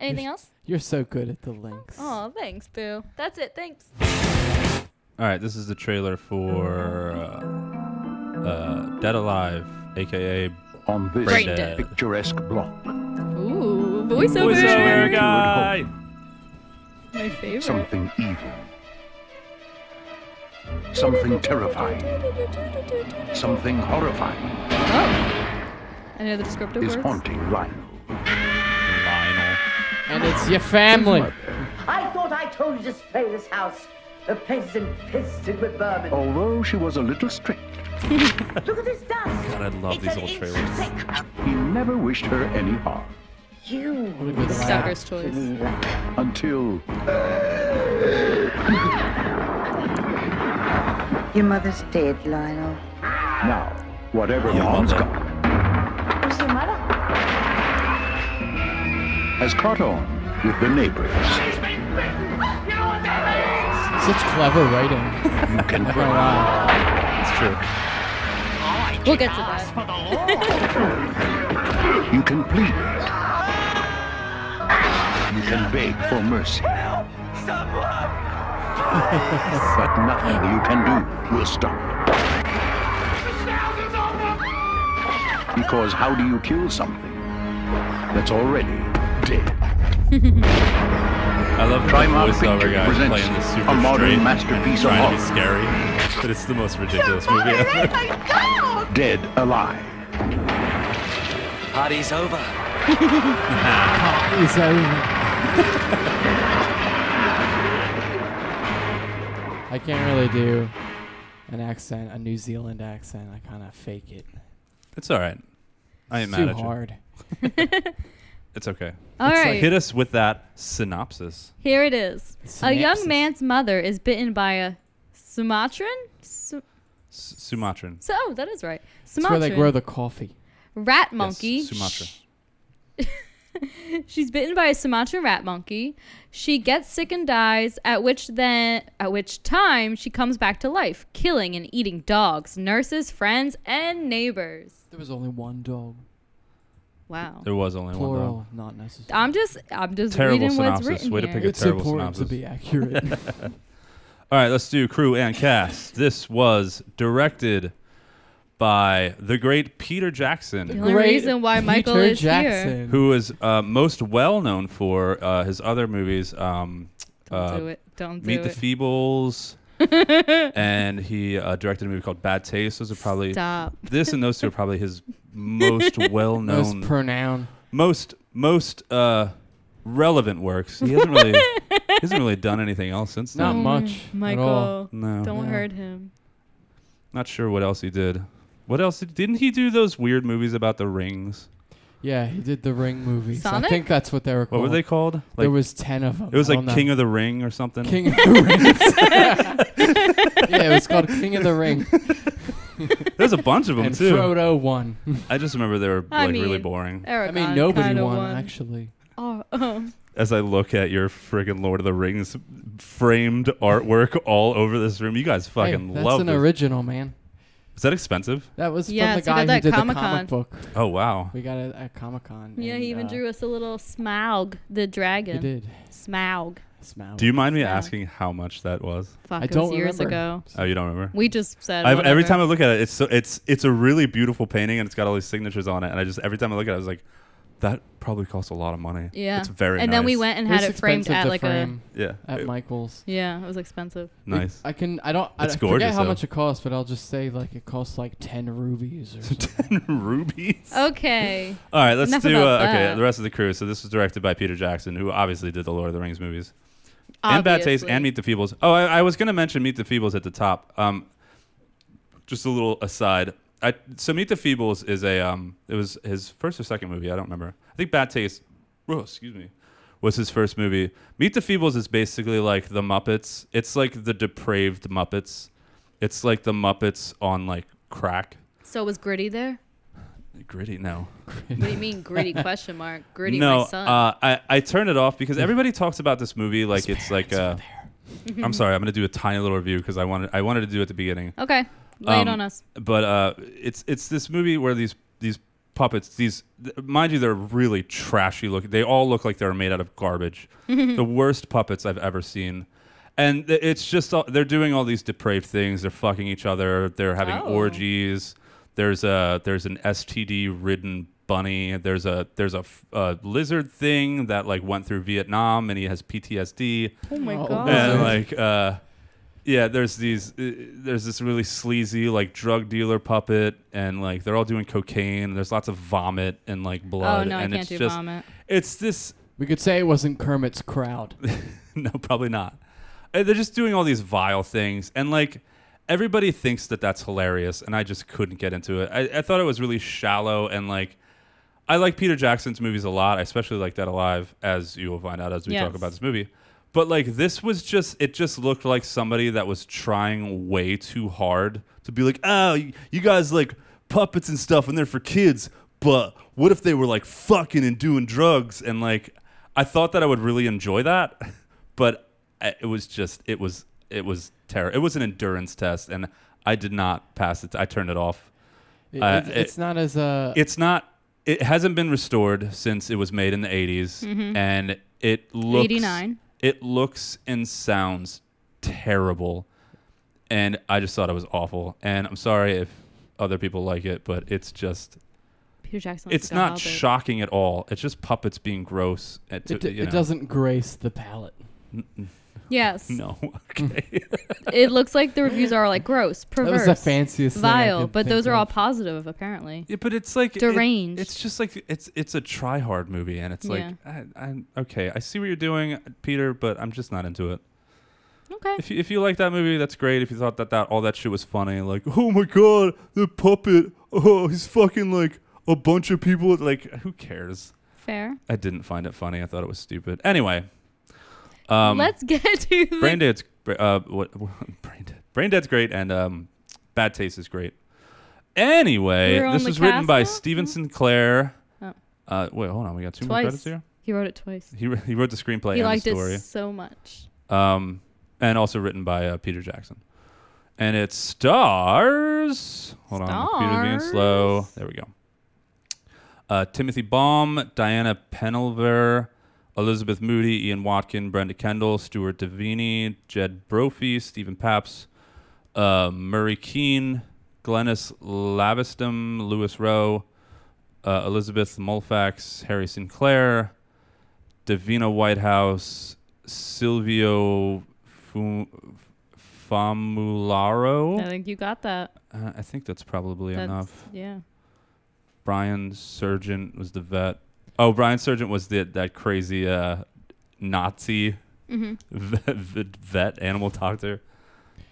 [SPEAKER 2] Anything
[SPEAKER 3] You're-
[SPEAKER 2] else?
[SPEAKER 3] You're so good at the links.
[SPEAKER 2] Oh, thanks, Boo. That's it. Thanks.
[SPEAKER 1] All right. This is the trailer for uh, uh, Dead Alive, aka
[SPEAKER 8] on this
[SPEAKER 1] Brain Dead.
[SPEAKER 8] picturesque block.
[SPEAKER 2] Ooh,
[SPEAKER 1] Voice of
[SPEAKER 8] Voice of
[SPEAKER 1] America.
[SPEAKER 8] America.
[SPEAKER 2] My favorite.
[SPEAKER 8] Something evil something terrifying, something horrifying
[SPEAKER 2] Oh. Any other descriptive
[SPEAKER 8] is
[SPEAKER 2] words?
[SPEAKER 8] haunting Lionel.
[SPEAKER 1] Lionel.
[SPEAKER 3] And it's your family.
[SPEAKER 9] I thought I told you to spray this house. The place is infested with vermin.
[SPEAKER 1] Oh.
[SPEAKER 8] Although she was a little strict,
[SPEAKER 9] Look at this dust.
[SPEAKER 1] God, I love
[SPEAKER 9] it's
[SPEAKER 1] these
[SPEAKER 9] an
[SPEAKER 1] old
[SPEAKER 9] inch
[SPEAKER 1] trailers.
[SPEAKER 9] Thick.
[SPEAKER 8] he never wished her any harm
[SPEAKER 9] You
[SPEAKER 2] Sucker's choice.
[SPEAKER 8] until
[SPEAKER 10] Your mother's dead, Lionel.
[SPEAKER 8] now. Whatever Mom's got
[SPEAKER 10] What's the matter?
[SPEAKER 8] has caught on with the neighbors.
[SPEAKER 3] Such clever writing.
[SPEAKER 8] You can
[SPEAKER 3] Oh, wow.
[SPEAKER 1] It's true.
[SPEAKER 2] We'll get to that.
[SPEAKER 8] You can plead. You can beg for mercy. but nothing you can do will stop it. Because how do you kill something that's already dead?
[SPEAKER 1] I love the
[SPEAKER 8] Trimark
[SPEAKER 1] voiceover
[SPEAKER 8] Pictures
[SPEAKER 1] guy
[SPEAKER 8] presents
[SPEAKER 1] playing the super
[SPEAKER 8] a modern
[SPEAKER 1] straight
[SPEAKER 8] masterpiece
[SPEAKER 1] and
[SPEAKER 8] of
[SPEAKER 1] trying to be
[SPEAKER 8] horror.
[SPEAKER 1] scary, but it's the most ridiculous movie ever.
[SPEAKER 8] Dead alive.
[SPEAKER 7] Party's over.
[SPEAKER 3] It's over. I can't really do an accent, a New Zealand accent. I kind of fake it.
[SPEAKER 1] It's all right. I ain't mad
[SPEAKER 3] it's too
[SPEAKER 1] at you.
[SPEAKER 3] hard.
[SPEAKER 1] It's okay.
[SPEAKER 2] All
[SPEAKER 1] It's like-
[SPEAKER 2] right.
[SPEAKER 1] hit us with that synopsis.
[SPEAKER 2] Here it is. A
[SPEAKER 3] Synapses.
[SPEAKER 2] young man's mother is bitten by a Sumatran. Su-
[SPEAKER 1] S- Sumatran.
[SPEAKER 2] so oh, that is right.
[SPEAKER 3] It's where
[SPEAKER 2] Sumatran
[SPEAKER 3] they grow the coffee.
[SPEAKER 2] rat monkey.
[SPEAKER 1] Yes, Sumatra.
[SPEAKER 2] She's bitten by a Sumatran rat monkey. She gets sick and dies, at which then at which time she comes back to life, killing and eating dogs, nurses, friends, and neighbors.
[SPEAKER 3] There was only one dog.
[SPEAKER 2] Wow.
[SPEAKER 1] There was only one
[SPEAKER 3] Plural,
[SPEAKER 1] dog.
[SPEAKER 3] not necessary.
[SPEAKER 2] I'm just I'm just
[SPEAKER 1] Terrible
[SPEAKER 2] reading what's
[SPEAKER 1] synopsis.
[SPEAKER 2] written
[SPEAKER 1] Way to
[SPEAKER 2] here.
[SPEAKER 1] pick a
[SPEAKER 3] it's
[SPEAKER 1] terrible
[SPEAKER 3] important
[SPEAKER 1] synopsis.
[SPEAKER 3] to be accurate.
[SPEAKER 1] All right, let's do crew and cast. this was directed by the great Peter
[SPEAKER 2] The
[SPEAKER 1] Jackson,
[SPEAKER 2] only
[SPEAKER 3] Great
[SPEAKER 2] reason why Michael
[SPEAKER 3] Peter
[SPEAKER 2] is here.
[SPEAKER 3] Jackson.
[SPEAKER 1] who is uh, most well known for uh, his other movies. Um,
[SPEAKER 2] Don't
[SPEAKER 1] uh,
[SPEAKER 2] do it. Don't do
[SPEAKER 1] Meet the
[SPEAKER 2] it.
[SPEAKER 1] Feebles. and he uh, directed a movie called Bad Taste. Those are probably
[SPEAKER 2] Stop.
[SPEAKER 1] this and those two are probably his most well
[SPEAKER 3] Most
[SPEAKER 1] known,
[SPEAKER 3] pronoun.
[SPEAKER 1] most most uh, relevant works. He hasn't really he hasn't really done anything else since
[SPEAKER 3] Not
[SPEAKER 1] then.
[SPEAKER 3] much. At all.
[SPEAKER 2] Mm-hmm. Michael.
[SPEAKER 1] No,
[SPEAKER 2] Don't
[SPEAKER 3] Yeah.
[SPEAKER 2] hurt him.
[SPEAKER 1] not sure what else he did. What else did, didn't he do? Those weird movies about the rings.
[SPEAKER 3] Yeah, he did the Ring movies. I
[SPEAKER 2] Sonic?
[SPEAKER 3] think that's what they were
[SPEAKER 1] What
[SPEAKER 3] called.
[SPEAKER 1] were they called? Like
[SPEAKER 3] there was ten of them.
[SPEAKER 1] it Oh, was
[SPEAKER 3] I
[SPEAKER 1] like
[SPEAKER 3] don't know.
[SPEAKER 1] King of the Ring or something.
[SPEAKER 3] King of the Rings. yeah, it was called King of the Ring.
[SPEAKER 1] There's a bunch of them
[SPEAKER 3] and
[SPEAKER 1] too.
[SPEAKER 3] Frodo won.
[SPEAKER 1] I just remember they were
[SPEAKER 2] I
[SPEAKER 1] like really
[SPEAKER 2] mean- uh,
[SPEAKER 1] boring.
[SPEAKER 2] Aragon
[SPEAKER 3] I mean, nobody
[SPEAKER 2] kinda
[SPEAKER 3] won, actually.
[SPEAKER 2] Oh, um,
[SPEAKER 1] As I look at your friggin' Lord of the Rings framed artwork all over this room, you guys
[SPEAKER 3] Hey,
[SPEAKER 1] fucking
[SPEAKER 3] that's
[SPEAKER 1] love
[SPEAKER 3] an
[SPEAKER 1] this.
[SPEAKER 3] original, man.
[SPEAKER 1] Is that expensive?
[SPEAKER 3] That was
[SPEAKER 2] Yeah,
[SPEAKER 3] from
[SPEAKER 2] it's
[SPEAKER 3] the guy
[SPEAKER 2] about
[SPEAKER 3] who
[SPEAKER 2] that
[SPEAKER 3] did
[SPEAKER 2] Comic-Con.
[SPEAKER 3] the comic book.
[SPEAKER 1] Oh wow.
[SPEAKER 3] We got it at Comic Con.
[SPEAKER 2] yeah, he even drew us a little Smaug, the dragon.
[SPEAKER 3] uh, He did.
[SPEAKER 2] Smaug.
[SPEAKER 3] Smile.
[SPEAKER 1] Do you mind me
[SPEAKER 2] Yeah.
[SPEAKER 1] asking how much that was?
[SPEAKER 2] Fuck,
[SPEAKER 3] I
[SPEAKER 2] it
[SPEAKER 3] don't
[SPEAKER 2] was years
[SPEAKER 3] remember.
[SPEAKER 2] ago.
[SPEAKER 1] Oh, you don't remember?
[SPEAKER 2] We just said.
[SPEAKER 1] I've, every
[SPEAKER 2] whatever.
[SPEAKER 1] time I look at it, it's so it's it's a really beautiful painting and it's got all these signatures on it. And I just every time I look at it, I was like, that probably costs a lot of money.
[SPEAKER 2] Yeah.
[SPEAKER 1] it's very
[SPEAKER 2] And
[SPEAKER 1] nice.
[SPEAKER 2] then we went and
[SPEAKER 3] It was
[SPEAKER 2] had it framed
[SPEAKER 3] expensive
[SPEAKER 2] at
[SPEAKER 3] to
[SPEAKER 2] like
[SPEAKER 3] frame
[SPEAKER 1] Yeah,
[SPEAKER 3] at
[SPEAKER 1] it-
[SPEAKER 3] Michael's.
[SPEAKER 2] a. Yeah, it was expensive.
[SPEAKER 3] We-
[SPEAKER 1] nice.
[SPEAKER 3] I can. I don't. I
[SPEAKER 1] It's
[SPEAKER 3] don't-
[SPEAKER 1] gorgeous,
[SPEAKER 3] forget how
[SPEAKER 1] though.
[SPEAKER 3] much it costs, but I'll just say like it costs like ten rubies or something.
[SPEAKER 1] Ten rubies.
[SPEAKER 2] Okay.
[SPEAKER 1] All right, let's
[SPEAKER 2] Enough
[SPEAKER 1] do
[SPEAKER 2] about
[SPEAKER 1] uh, okay
[SPEAKER 2] that.
[SPEAKER 1] the rest of the crew. So this was directed by Peter Jackson, who obviously did the Lord of the Rings movies and Bad Taste
[SPEAKER 2] Obviously.
[SPEAKER 1] and Meet the Feebles. Oh, I, I was gonna mention Meet the Feebles at the top. Um, just a little aside. I, so Meet the Feebles is a um, it was his first or second movie. I don't remember. I think Bad Taste. Oh, excuse me. Was his first movie. Meet the Feebles is basically like the Muppets. It's like the depraved Muppets. It's like the Muppets on like crack.
[SPEAKER 2] So was Gritty there?
[SPEAKER 1] Gritty, no.
[SPEAKER 2] What do you mean Gritty? Question mark. Gritty,
[SPEAKER 1] no,
[SPEAKER 2] my son.
[SPEAKER 1] Uh, I I turned it off because everybody talks about this movie like it's like uh, a. I'm sorry, I'm gonna do a tiny little review because I wanted I wanted to do it at the beginning,
[SPEAKER 2] okay. Lay
[SPEAKER 1] um,
[SPEAKER 2] it on us.
[SPEAKER 1] but uh, it's it's this movie where these these puppets these th- mind you they're really trashy looking. They all look like they're made out of garbage, the worst puppets I've ever seen. And th- it's just all, they're doing all these depraved things. They're fucking each other. They're having
[SPEAKER 2] Oh.
[SPEAKER 1] orgies. There's a there's an STD ridden bunny. There's a there's a, f- a lizard thing that like went through Vietnam and he has PTSD
[SPEAKER 2] Oh my
[SPEAKER 3] Oh,
[SPEAKER 2] god.
[SPEAKER 3] Yeah.
[SPEAKER 1] and
[SPEAKER 3] Lizard.
[SPEAKER 1] like uh yeah, there's these, uh, there's this really sleazy like drug dealer puppet, and like they're all doing cocaine. There's lots of vomit and like blood.
[SPEAKER 2] Oh, no, I
[SPEAKER 1] and
[SPEAKER 2] can't
[SPEAKER 1] it's
[SPEAKER 2] do
[SPEAKER 1] just,
[SPEAKER 2] vomit.
[SPEAKER 1] It's this.
[SPEAKER 3] We could say it wasn't Kermit's crowd.
[SPEAKER 1] no, probably not. Uh, They're just doing all these vile things, and like everybody thinks that that's hilarious, and I just couldn't get into it. I, I thought it was really shallow, and like I like Peter Jackson's movies a lot. I especially like Dead Alive, as you will find out as we
[SPEAKER 2] Yes.
[SPEAKER 1] talk about this movie. But like this was just it just looked like somebody that was trying way too hard to be like, oh, y- you guys like puppets and stuff, and they're for kids. But what if they were like fucking and doing drugs? And like I thought that I would really enjoy that, but I- it was just it was it was terror. It was an endurance test, and I did not pass it. I turned it off.
[SPEAKER 3] It-
[SPEAKER 1] Uh,
[SPEAKER 3] it's,
[SPEAKER 1] it-
[SPEAKER 3] it's not as uh,
[SPEAKER 1] it's not. It hasn't been restored since it was made in the 80s,
[SPEAKER 2] Mhm.
[SPEAKER 1] and it looks
[SPEAKER 2] 89.
[SPEAKER 1] It looks and sounds terrible, and I just thought it was awful. And I'm sorry if other people like it, but it's just
[SPEAKER 2] Peter Jackson.
[SPEAKER 1] it's not shocking at all. It's just puppets being gross. At
[SPEAKER 3] it, d- it doesn't grace the palate.
[SPEAKER 2] Yes.
[SPEAKER 1] No. Okay.
[SPEAKER 2] it looks like the reviews are like gross,
[SPEAKER 3] was the
[SPEAKER 2] perverse,
[SPEAKER 3] fanciest thing I
[SPEAKER 2] vile,
[SPEAKER 3] could
[SPEAKER 2] but those
[SPEAKER 3] think
[SPEAKER 2] are all
[SPEAKER 3] of.
[SPEAKER 2] positive apparently.
[SPEAKER 1] Yeah, but it's like it-
[SPEAKER 2] Deranged.
[SPEAKER 1] it's just like it's it's a try hard movie, and it's like I, I, okay, I see what you're doing, Peter, but I'm just not into it.
[SPEAKER 2] Okay.
[SPEAKER 1] If you, if you like that movie, that's great. If you thought that, that all that shit was funny, like oh my god, the puppet, oh he's fucking like a bunch of people, like who cares?
[SPEAKER 2] Fair.
[SPEAKER 1] I didn't find it funny. I thought it was stupid. Anyway, um,
[SPEAKER 2] Let's get to the
[SPEAKER 1] Brain Dead's br- uh, what Brain Dead. Brain Dead's great, and um, Bad Taste is great. Anyway,
[SPEAKER 2] We're on
[SPEAKER 1] this
[SPEAKER 2] the
[SPEAKER 1] was written
[SPEAKER 2] cast
[SPEAKER 1] by
[SPEAKER 2] now?
[SPEAKER 1] Steven Sinclair.
[SPEAKER 2] Oh.
[SPEAKER 1] Uh, wait, hold on. We got two more
[SPEAKER 2] twice.
[SPEAKER 1] credits here.
[SPEAKER 2] He wrote it twice.
[SPEAKER 1] He, wr- he wrote the screenplay
[SPEAKER 2] he
[SPEAKER 1] and
[SPEAKER 2] liked
[SPEAKER 1] the story,
[SPEAKER 2] it so much.
[SPEAKER 1] um, and also written by uh, Peter Jackson. And it stars. Hold on, computer's being slow. There we go. Uh, Timothy Baum, Diana Penelver, Elizabeth Moody, Ian Watkin, Brenda Kendall, Stuart Davini, Jed Brophy, Stephen Paps, uh, Murray Keene, Glennis Lavistum, Lewis Rowe, uh, Elizabeth Mulfax, Harry Sinclair, Davina Whitehouse, Silvio Fu- Famularo.
[SPEAKER 2] I think you got that.
[SPEAKER 1] Uh, I think that's probably
[SPEAKER 2] That's,
[SPEAKER 1] enough.
[SPEAKER 2] Yeah.
[SPEAKER 1] Brian Sergeant was the vet. Oh, Brian Sergeant was the that crazy uh, Nazi
[SPEAKER 2] Mhm.
[SPEAKER 1] vet, vet, vet animal doctor.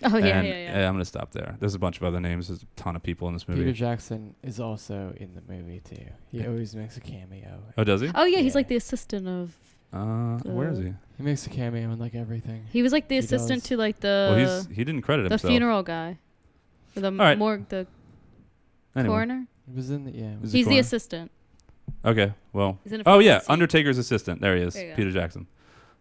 [SPEAKER 2] Oh, yeah,
[SPEAKER 1] And,
[SPEAKER 2] yeah, yeah.
[SPEAKER 1] uh, I'm gonna stop there. There's a bunch of other names. There's a ton of people in this movie.
[SPEAKER 3] Peter Jackson is also in the movie too. He always makes a cameo.
[SPEAKER 1] oh, does he?
[SPEAKER 2] Oh yeah, he's like the assistant of.
[SPEAKER 1] Uh, where is he?
[SPEAKER 3] He makes a cameo in like everything.
[SPEAKER 2] He was like the
[SPEAKER 3] He
[SPEAKER 2] assistant
[SPEAKER 3] does.
[SPEAKER 2] to like the.
[SPEAKER 1] well, he's he didn't credit
[SPEAKER 2] the
[SPEAKER 1] himself.
[SPEAKER 2] funeral guy, Or the
[SPEAKER 1] right.
[SPEAKER 2] morgue, the
[SPEAKER 1] Anyway.
[SPEAKER 2] coroner.
[SPEAKER 3] He was in the yeah.
[SPEAKER 1] Is it
[SPEAKER 2] He's the
[SPEAKER 1] coroner?
[SPEAKER 2] assistant.
[SPEAKER 1] Okay. Well.
[SPEAKER 2] He's in a
[SPEAKER 1] Oh yeah,
[SPEAKER 2] pharmacy.
[SPEAKER 1] Undertaker's assistant. There he is.
[SPEAKER 2] There you go.
[SPEAKER 1] Peter Jackson.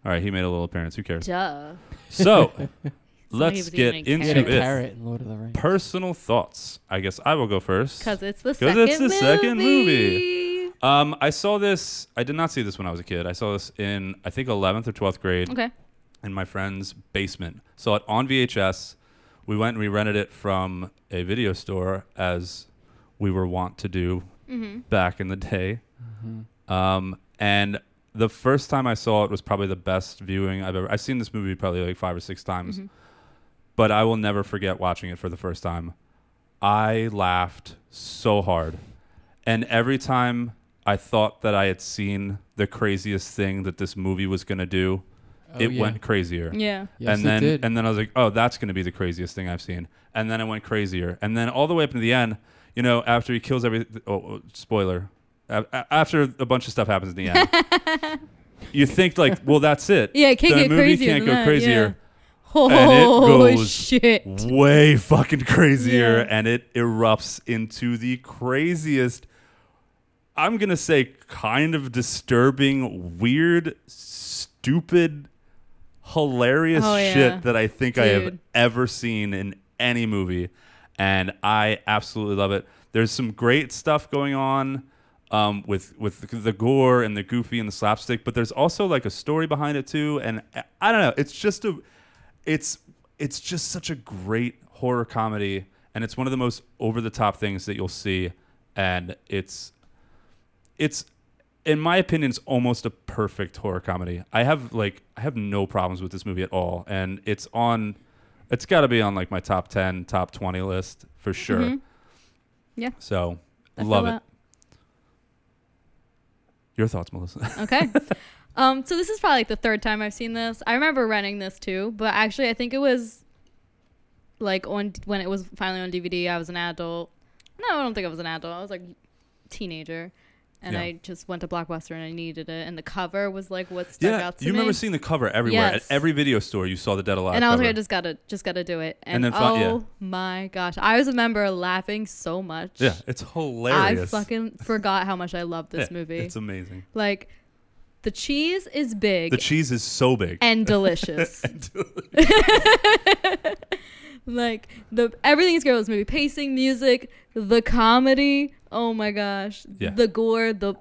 [SPEAKER 1] All right, he made a little appearance. Who cares?
[SPEAKER 2] Duh.
[SPEAKER 1] So,
[SPEAKER 2] he
[SPEAKER 1] let's
[SPEAKER 2] was
[SPEAKER 1] get
[SPEAKER 2] even a
[SPEAKER 1] into
[SPEAKER 3] He had a
[SPEAKER 1] it.
[SPEAKER 3] carrot in Lord of the Rings.
[SPEAKER 1] Personal thoughts. I guess I will go first.
[SPEAKER 2] Because it's the
[SPEAKER 1] Because
[SPEAKER 2] second
[SPEAKER 1] it's the second
[SPEAKER 2] movie.
[SPEAKER 1] movie. Um, I saw this. I did not see this when I was a kid. I saw this in I think 11th or 12th grade
[SPEAKER 2] Okay.
[SPEAKER 1] in my friend's basement. Saw it on VHS. We went and we rented it from a video store as we were wont to do back in the day.
[SPEAKER 3] Mm-hmm.
[SPEAKER 1] Um, and the first time I saw it was probably the best viewing I've ever. I've seen this movie probably like five or six times, but I will never forget watching it for the first time. I laughed so hard. And every time I thought that I had seen the craziest thing that this movie was going to do,
[SPEAKER 3] Oh,
[SPEAKER 1] it
[SPEAKER 3] yeah.
[SPEAKER 1] went crazier.
[SPEAKER 2] Yeah.
[SPEAKER 3] Yes,
[SPEAKER 1] and
[SPEAKER 3] it
[SPEAKER 1] then
[SPEAKER 3] did.
[SPEAKER 1] and then I was like, "Oh, that's going to be the craziest thing I've seen." And then it went crazier. And then all the way up to the end, you know, after he kills every oh, oh, spoiler. A- a- After a bunch of stuff happens in the end. you think like, "Well, that's it."
[SPEAKER 2] Yeah, it can't
[SPEAKER 1] the
[SPEAKER 2] get
[SPEAKER 1] movie
[SPEAKER 2] crazier
[SPEAKER 1] can't
[SPEAKER 2] than
[SPEAKER 1] go
[SPEAKER 2] that,
[SPEAKER 1] crazier.
[SPEAKER 2] Oh
[SPEAKER 1] And it goes
[SPEAKER 2] shit.
[SPEAKER 1] way fucking crazier
[SPEAKER 2] Yeah.
[SPEAKER 1] and it erupts into the craziest I'm going to say kind of disturbing, weird, stupid, hilarious
[SPEAKER 2] Oh, yeah.
[SPEAKER 1] shit that I think I have
[SPEAKER 2] Dude.
[SPEAKER 1] ever seen in any movie and I absolutely love it. There's some great stuff going on um, with with the gore and the goofy and the slapstick, but there's also like a story behind it too and I- I don't know, it's just a it's it's just such a great horror comedy and it's one of the most over the top things that you'll see and it's it's in my opinion it's almost a perfect horror comedy i have like i have no problems with this movie at all and it's on It's got to be on like my top 10, top 20 list for sure.
[SPEAKER 2] Mhm. Yeah.
[SPEAKER 1] So,
[SPEAKER 2] I feel
[SPEAKER 1] love it.
[SPEAKER 2] that.
[SPEAKER 1] Your thoughts, Melissa?
[SPEAKER 2] Okay. um, so this is probably like the third time I've seen this. I remember renting this too, but actually I think it was like on when it was finally on DVD. I was an adult. No, I don't think I was an adult. I was like teenager, and
[SPEAKER 1] Yeah.
[SPEAKER 2] I just went to Blockbuster and I needed it. and the cover was like what stuck
[SPEAKER 1] yeah,
[SPEAKER 2] out to
[SPEAKER 1] you
[SPEAKER 2] me.
[SPEAKER 1] remember seeing the cover everywhere
[SPEAKER 2] Yes.
[SPEAKER 1] at every video store. You saw the Dead Alive.
[SPEAKER 2] and I was
[SPEAKER 1] cover.
[SPEAKER 2] like, I just gotta, just gotta do it. And,
[SPEAKER 1] And then fi- yeah.
[SPEAKER 2] oh my gosh, I was remember laughing so much.
[SPEAKER 1] yeah, it's hilarious.
[SPEAKER 2] I fucking forgot how much I loved this
[SPEAKER 1] Yeah,
[SPEAKER 2] movie.
[SPEAKER 1] It's amazing.
[SPEAKER 2] Like, the cheese is big.
[SPEAKER 1] The cheese is so big
[SPEAKER 2] and delicious.
[SPEAKER 1] And delicious.
[SPEAKER 2] like the everything is great with this movie. Pacing, music, the comedy. Oh my gosh.
[SPEAKER 1] Yeah.
[SPEAKER 2] The gore, the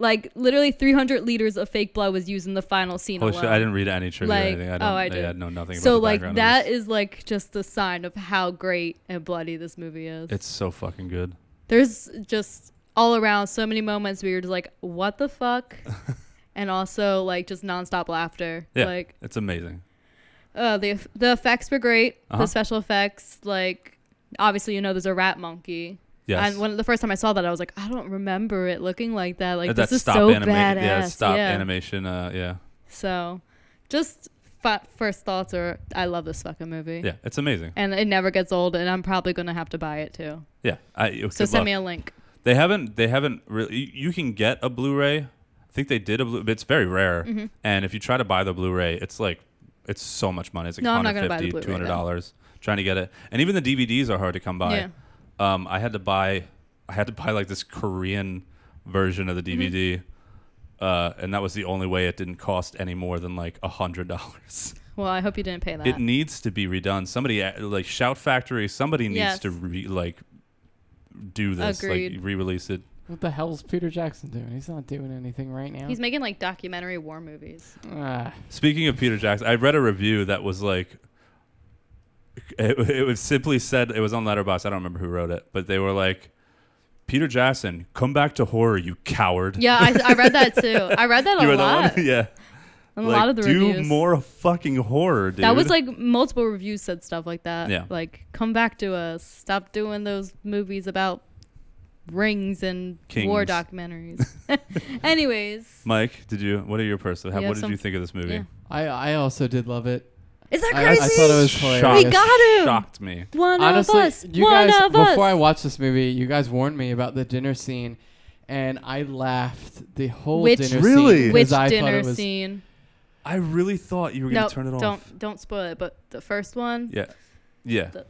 [SPEAKER 2] like literally 300 liters of fake blood was used in the final scene.
[SPEAKER 1] Holy
[SPEAKER 2] alone.
[SPEAKER 1] shit, I didn't read any trivia or anything. I don't-
[SPEAKER 2] oh, I
[SPEAKER 1] yeah,
[SPEAKER 2] did.
[SPEAKER 1] I know nothing about
[SPEAKER 2] So
[SPEAKER 1] the
[SPEAKER 2] like
[SPEAKER 1] background of
[SPEAKER 2] that
[SPEAKER 1] this.
[SPEAKER 2] is like just a sign of how great and bloody this movie is.
[SPEAKER 1] It's so fucking good.
[SPEAKER 2] There's just all around so many moments where you're just like, what the fuck, and also like just nonstop laughter.
[SPEAKER 1] Yeah,
[SPEAKER 2] Like
[SPEAKER 1] it's amazing.
[SPEAKER 2] uh, the the effects were great.
[SPEAKER 1] Uh-huh.
[SPEAKER 2] The special effects, like obviously you know, there's a rat monkey.
[SPEAKER 1] Yes.
[SPEAKER 2] And when the first time I saw that, I was like, I don't remember it looking like that. Like
[SPEAKER 1] That-
[SPEAKER 2] this
[SPEAKER 1] that
[SPEAKER 2] is
[SPEAKER 1] stop
[SPEAKER 2] so
[SPEAKER 1] anima-
[SPEAKER 2] badass.
[SPEAKER 1] Yeah, stop
[SPEAKER 2] Yeah.
[SPEAKER 1] animation. Uh, yeah,
[SPEAKER 2] So, just fa- first thoughts are, I love this fucking movie.
[SPEAKER 1] yeah, it's amazing.
[SPEAKER 2] And it never gets old, and I'm probably gonna have to buy it too.
[SPEAKER 1] Yeah, I, oh,
[SPEAKER 2] So send me a link.
[SPEAKER 1] They haven't. They haven't really. You, you can get a Blu-ray. I think they did a Blu. but It's very rare.
[SPEAKER 2] Mhm.
[SPEAKER 1] And if you try to buy the Blu-ray, it's like it's so much money. It's like
[SPEAKER 2] No, I'm not gonna buy the
[SPEAKER 1] 150
[SPEAKER 2] Blu-ray,
[SPEAKER 1] 200
[SPEAKER 2] though.
[SPEAKER 1] dollars trying to get it. And even the DVDs are hard to come by.
[SPEAKER 2] Yeah.
[SPEAKER 1] Um, I had to buy. I had to buy like this Korean version of the
[SPEAKER 2] Mm-hmm.
[SPEAKER 1] DVD. Uh, and that was the only way it didn't cost any more than like a hundred dollars.
[SPEAKER 2] Well, I hope you didn't pay that.
[SPEAKER 1] It needs to be redone. Somebody uh, like Shout Factory. Somebody needs
[SPEAKER 2] Yes.
[SPEAKER 1] to re, like do this,
[SPEAKER 2] Agreed.
[SPEAKER 1] like re-release it.
[SPEAKER 3] What the hell's Peter Jackson doing? He's not doing anything right now.
[SPEAKER 2] He's making like documentary war movies.
[SPEAKER 3] Ah.
[SPEAKER 1] Speaking of Peter Jackson, I read a review that was like, it, it was simply said it was on Letterboxd. I don't remember who wrote it, but they were like, "Peter Jackson, come back to horror, you coward."
[SPEAKER 2] Yeah, I, I read that too. I read that
[SPEAKER 1] you
[SPEAKER 2] a
[SPEAKER 1] were
[SPEAKER 2] lot.
[SPEAKER 1] the one, yeah.
[SPEAKER 2] A
[SPEAKER 1] Like,
[SPEAKER 2] lot of the
[SPEAKER 1] do
[SPEAKER 2] reviews.
[SPEAKER 1] more fucking horror, dude.
[SPEAKER 2] That was like multiple reviews said stuff like that.
[SPEAKER 1] Yeah.
[SPEAKER 2] Like, come back to us. Stop doing those movies about rings and war
[SPEAKER 1] Kings.
[SPEAKER 2] documentaries. Anyways,
[SPEAKER 1] Mike, did you? What are your personal? How,
[SPEAKER 2] Yeah,
[SPEAKER 1] what did
[SPEAKER 2] some-
[SPEAKER 1] you think of this movie?
[SPEAKER 2] yeah.
[SPEAKER 3] I I also did love it.
[SPEAKER 2] is that
[SPEAKER 3] I, I
[SPEAKER 2] crazy?
[SPEAKER 3] thought it was hilarious.
[SPEAKER 2] we got him.
[SPEAKER 1] Shocked me.
[SPEAKER 2] One
[SPEAKER 3] Honestly,
[SPEAKER 2] of us.
[SPEAKER 3] you
[SPEAKER 2] One
[SPEAKER 3] guys
[SPEAKER 2] of us.
[SPEAKER 3] before I watched this movie, you guys warned me about the dinner scene, and I laughed the whole
[SPEAKER 2] Which-
[SPEAKER 3] dinner
[SPEAKER 1] Really?
[SPEAKER 3] scene. 'cause
[SPEAKER 2] Which
[SPEAKER 3] I thought
[SPEAKER 2] dinner
[SPEAKER 3] it was-
[SPEAKER 2] scene?
[SPEAKER 1] I really thought you were gonna
[SPEAKER 2] No,
[SPEAKER 1] turn it off.
[SPEAKER 2] don't don't spoil it. But the first one.
[SPEAKER 1] Yeah, yeah.
[SPEAKER 2] The-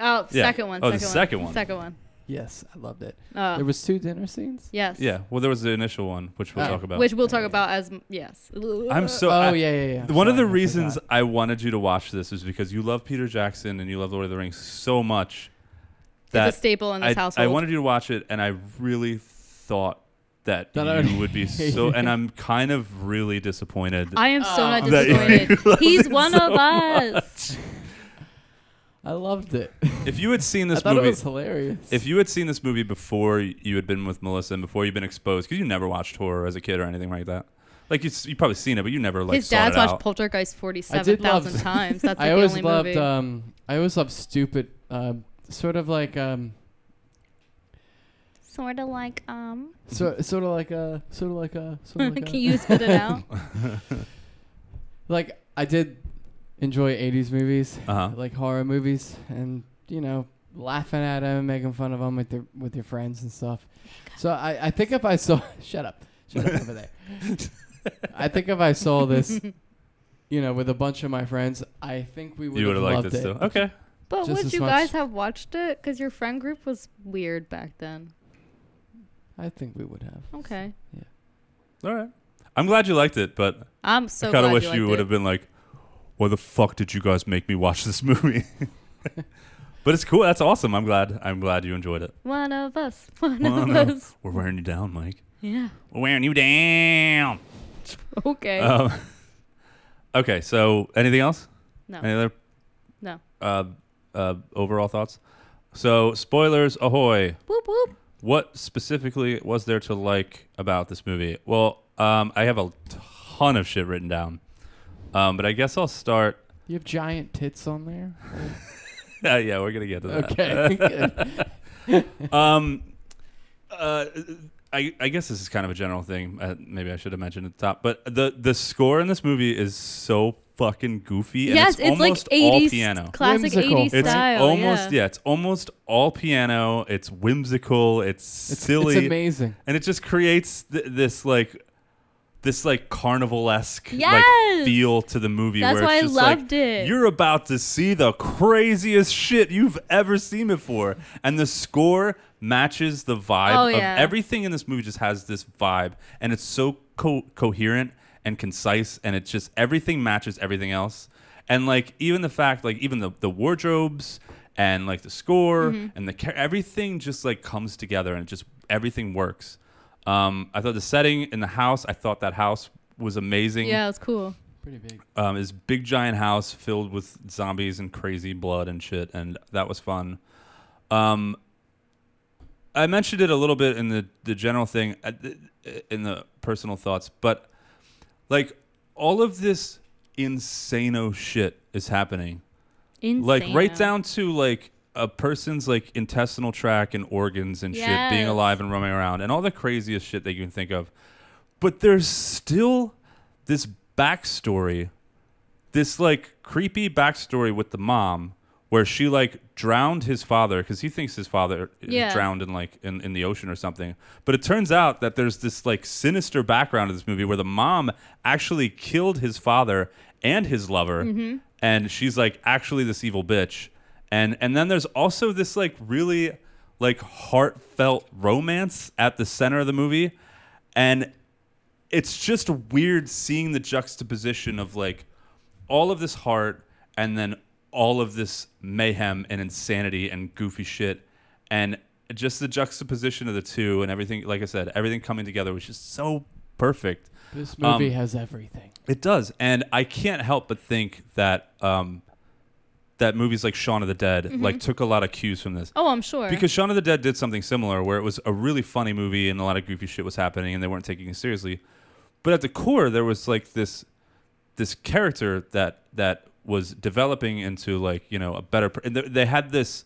[SPEAKER 2] Oh,
[SPEAKER 1] Yeah.
[SPEAKER 2] second one.
[SPEAKER 1] Oh,
[SPEAKER 2] second
[SPEAKER 1] the second one.
[SPEAKER 2] Second one.
[SPEAKER 3] Yes, I loved it.
[SPEAKER 2] Uh,
[SPEAKER 3] there was two dinner scenes.
[SPEAKER 2] yes.
[SPEAKER 1] yeah. Well, there was the initial one, which we'll
[SPEAKER 3] Oh.
[SPEAKER 1] talk about.
[SPEAKER 2] Which we'll talk about as m- yes.
[SPEAKER 1] I'm so.
[SPEAKER 3] oh
[SPEAKER 1] I-
[SPEAKER 3] yeah, yeah, yeah.
[SPEAKER 1] One of the
[SPEAKER 3] Sorry, I
[SPEAKER 1] reasons
[SPEAKER 3] forgot.
[SPEAKER 1] I wanted you to watch this is because you love Peter Jackson and you love Lord of the Rings so much that
[SPEAKER 2] it's a staple in this
[SPEAKER 1] I,
[SPEAKER 2] household.
[SPEAKER 1] I wanted you to watch it, and I really thought that,
[SPEAKER 3] That I would
[SPEAKER 1] you would be
[SPEAKER 3] hate
[SPEAKER 1] so.
[SPEAKER 3] it.
[SPEAKER 1] And I'm kind of really disappointed.
[SPEAKER 2] I am so not
[SPEAKER 1] Oh. That you
[SPEAKER 2] disappointed.
[SPEAKER 1] love
[SPEAKER 2] He's
[SPEAKER 1] it
[SPEAKER 2] one
[SPEAKER 1] so
[SPEAKER 2] of us.
[SPEAKER 3] I loved it.
[SPEAKER 1] if you had seen
[SPEAKER 3] I
[SPEAKER 1] this
[SPEAKER 3] thought
[SPEAKER 1] movie,
[SPEAKER 3] it was hilarious.
[SPEAKER 1] if you had seen this movie before you had been with Melissa and before you'd been exposed, because you never watched horror as a kid or anything like that. Like you, you probably seen it, but you never like
[SPEAKER 2] His
[SPEAKER 1] sought
[SPEAKER 2] dad's
[SPEAKER 1] it
[SPEAKER 2] watched
[SPEAKER 1] out.
[SPEAKER 2] Poltergeist
[SPEAKER 3] I did love-
[SPEAKER 2] 47,000 times. That's like
[SPEAKER 3] I always
[SPEAKER 2] the only
[SPEAKER 3] loved.
[SPEAKER 2] movie.
[SPEAKER 3] Um, I always loved stupid, um, sort of like um,
[SPEAKER 2] sort of like, um,
[SPEAKER 3] sort sort of like a sort of like
[SPEAKER 1] oh
[SPEAKER 3] a sort of
[SPEAKER 2] can
[SPEAKER 3] like a.
[SPEAKER 2] you spit it out?
[SPEAKER 3] like I did enjoy 80s movies,
[SPEAKER 1] Uh-huh.
[SPEAKER 3] like horror movies, and you know laughing at them and making fun of them with your with your friends and stuff. So I, I think if I saw shut up shut up over there, I think if I saw this, you know, with a bunch of my friends, I think we would
[SPEAKER 1] you would have liked
[SPEAKER 3] loved
[SPEAKER 1] this
[SPEAKER 3] it.
[SPEAKER 1] too. Okay.
[SPEAKER 2] But
[SPEAKER 3] Just
[SPEAKER 2] would
[SPEAKER 3] as
[SPEAKER 2] you
[SPEAKER 3] much.
[SPEAKER 2] guys have watched it? Because your friend group was weird back then.
[SPEAKER 3] I think we would have.
[SPEAKER 2] Okay.
[SPEAKER 1] All right. I'm glad you liked it, but
[SPEAKER 2] I'm so
[SPEAKER 1] I kind of
[SPEAKER 2] glad
[SPEAKER 1] wish
[SPEAKER 2] you,
[SPEAKER 1] you, would have been like, "Why the fuck did you guys make me watch this movie?" but it's cool. That's awesome. I'm glad. I'm glad you enjoyed it.
[SPEAKER 2] One of us. One
[SPEAKER 1] Well,
[SPEAKER 2] of
[SPEAKER 1] I know.
[SPEAKER 2] us.
[SPEAKER 1] We're wearing you down, Mike.
[SPEAKER 2] Yeah.
[SPEAKER 1] We're wearing you down.
[SPEAKER 2] Okay.
[SPEAKER 1] Um, okay. So, anything else?
[SPEAKER 2] no.
[SPEAKER 1] Any other
[SPEAKER 2] No.
[SPEAKER 1] uh, uh, overall thoughts? So, spoilers ahoy!
[SPEAKER 2] Whoop, whoop.
[SPEAKER 1] What specifically was there to like about this movie? Well, um, I have a ton of shit written down, um, but I guess I'll start.
[SPEAKER 3] You have giant tits on there.
[SPEAKER 1] yeah, yeah, we're gonna get to that.
[SPEAKER 3] Okay,
[SPEAKER 1] Okay. um, uh, I I guess this is kind of a general thing. Uh, maybe I should have mentioned at the top, but the the score in this movie is so fucking goofy. and
[SPEAKER 2] Yes, it's like
[SPEAKER 1] almost all
[SPEAKER 2] 80s
[SPEAKER 1] piano.
[SPEAKER 2] classic Whimsical. 80s
[SPEAKER 1] It's
[SPEAKER 2] style,
[SPEAKER 1] almost
[SPEAKER 2] yeah.
[SPEAKER 1] it's almost all piano. It's whimsical. It's,
[SPEAKER 3] It's-
[SPEAKER 1] silly.
[SPEAKER 3] it's amazing.
[SPEAKER 1] and it just creates th- this like. This like carnival esque like
[SPEAKER 2] Yes!
[SPEAKER 1] feel to the movie.
[SPEAKER 2] That's
[SPEAKER 1] where it's
[SPEAKER 2] why I
[SPEAKER 1] just like,
[SPEAKER 2] loved it.
[SPEAKER 1] You're about to see the craziest shit you've ever seen before, and the score matches the vibe
[SPEAKER 2] Oh,
[SPEAKER 1] of
[SPEAKER 2] yeah.
[SPEAKER 1] everything in this movie. Just has this vibe, and it's so co- coherent and concise, and it's just everything matches everything else. And like even the fact, like even the the wardrobes and like the score
[SPEAKER 11] Mhm.
[SPEAKER 1] and the char- everything just like comes together, and it just everything works. Um, I thought the setting in the house. I thought that house was amazing
[SPEAKER 2] Yeah, it's cool.
[SPEAKER 3] Pretty big.
[SPEAKER 1] um, this big giant house filled with zombies and crazy blood and shit, and that was fun. Um, I mentioned it a little bit in the the general thing, uh, th- in the personal thoughts, but like all of this insano shit is happening. Like right
[SPEAKER 2] Insano.
[SPEAKER 1] down to like a person's like intestinal tract and organs and shit being
[SPEAKER 2] Yes.
[SPEAKER 1] alive and roaming around and all the craziest shit that you can think of. But there's still this backstory, this like creepy backstory with the mom where she like drowned his father because he thinks his father is
[SPEAKER 2] Yeah.
[SPEAKER 1] drowned in like in, in the ocean or something. But it turns out that there's this like sinister background of this movie where the mom actually killed his father and his lover
[SPEAKER 11] Mhm.
[SPEAKER 1] and she's like actually this evil bitch and and then there's also this like really like heartfelt romance at the center of the movie and it's just weird seeing the juxtaposition of like all of this heart and then all of this mayhem and insanity and goofy shit and just the juxtaposition of the two and everything like i said everything coming together was just so perfect
[SPEAKER 3] This
[SPEAKER 1] Um,
[SPEAKER 3] movie has everything.
[SPEAKER 1] it does, and I can't help but think that um, that movies like Shaun of the Dead
[SPEAKER 2] Mhm.
[SPEAKER 1] like took a lot of cues from this.
[SPEAKER 2] Oh, I'm sure.
[SPEAKER 1] Because Shaun of the Dead did something similar, where it was a really funny movie and a lot of goofy shit was happening, and they weren't taking it seriously. But at the core, there was like this this character that that was developing into like you know a better. Per- and they, they had this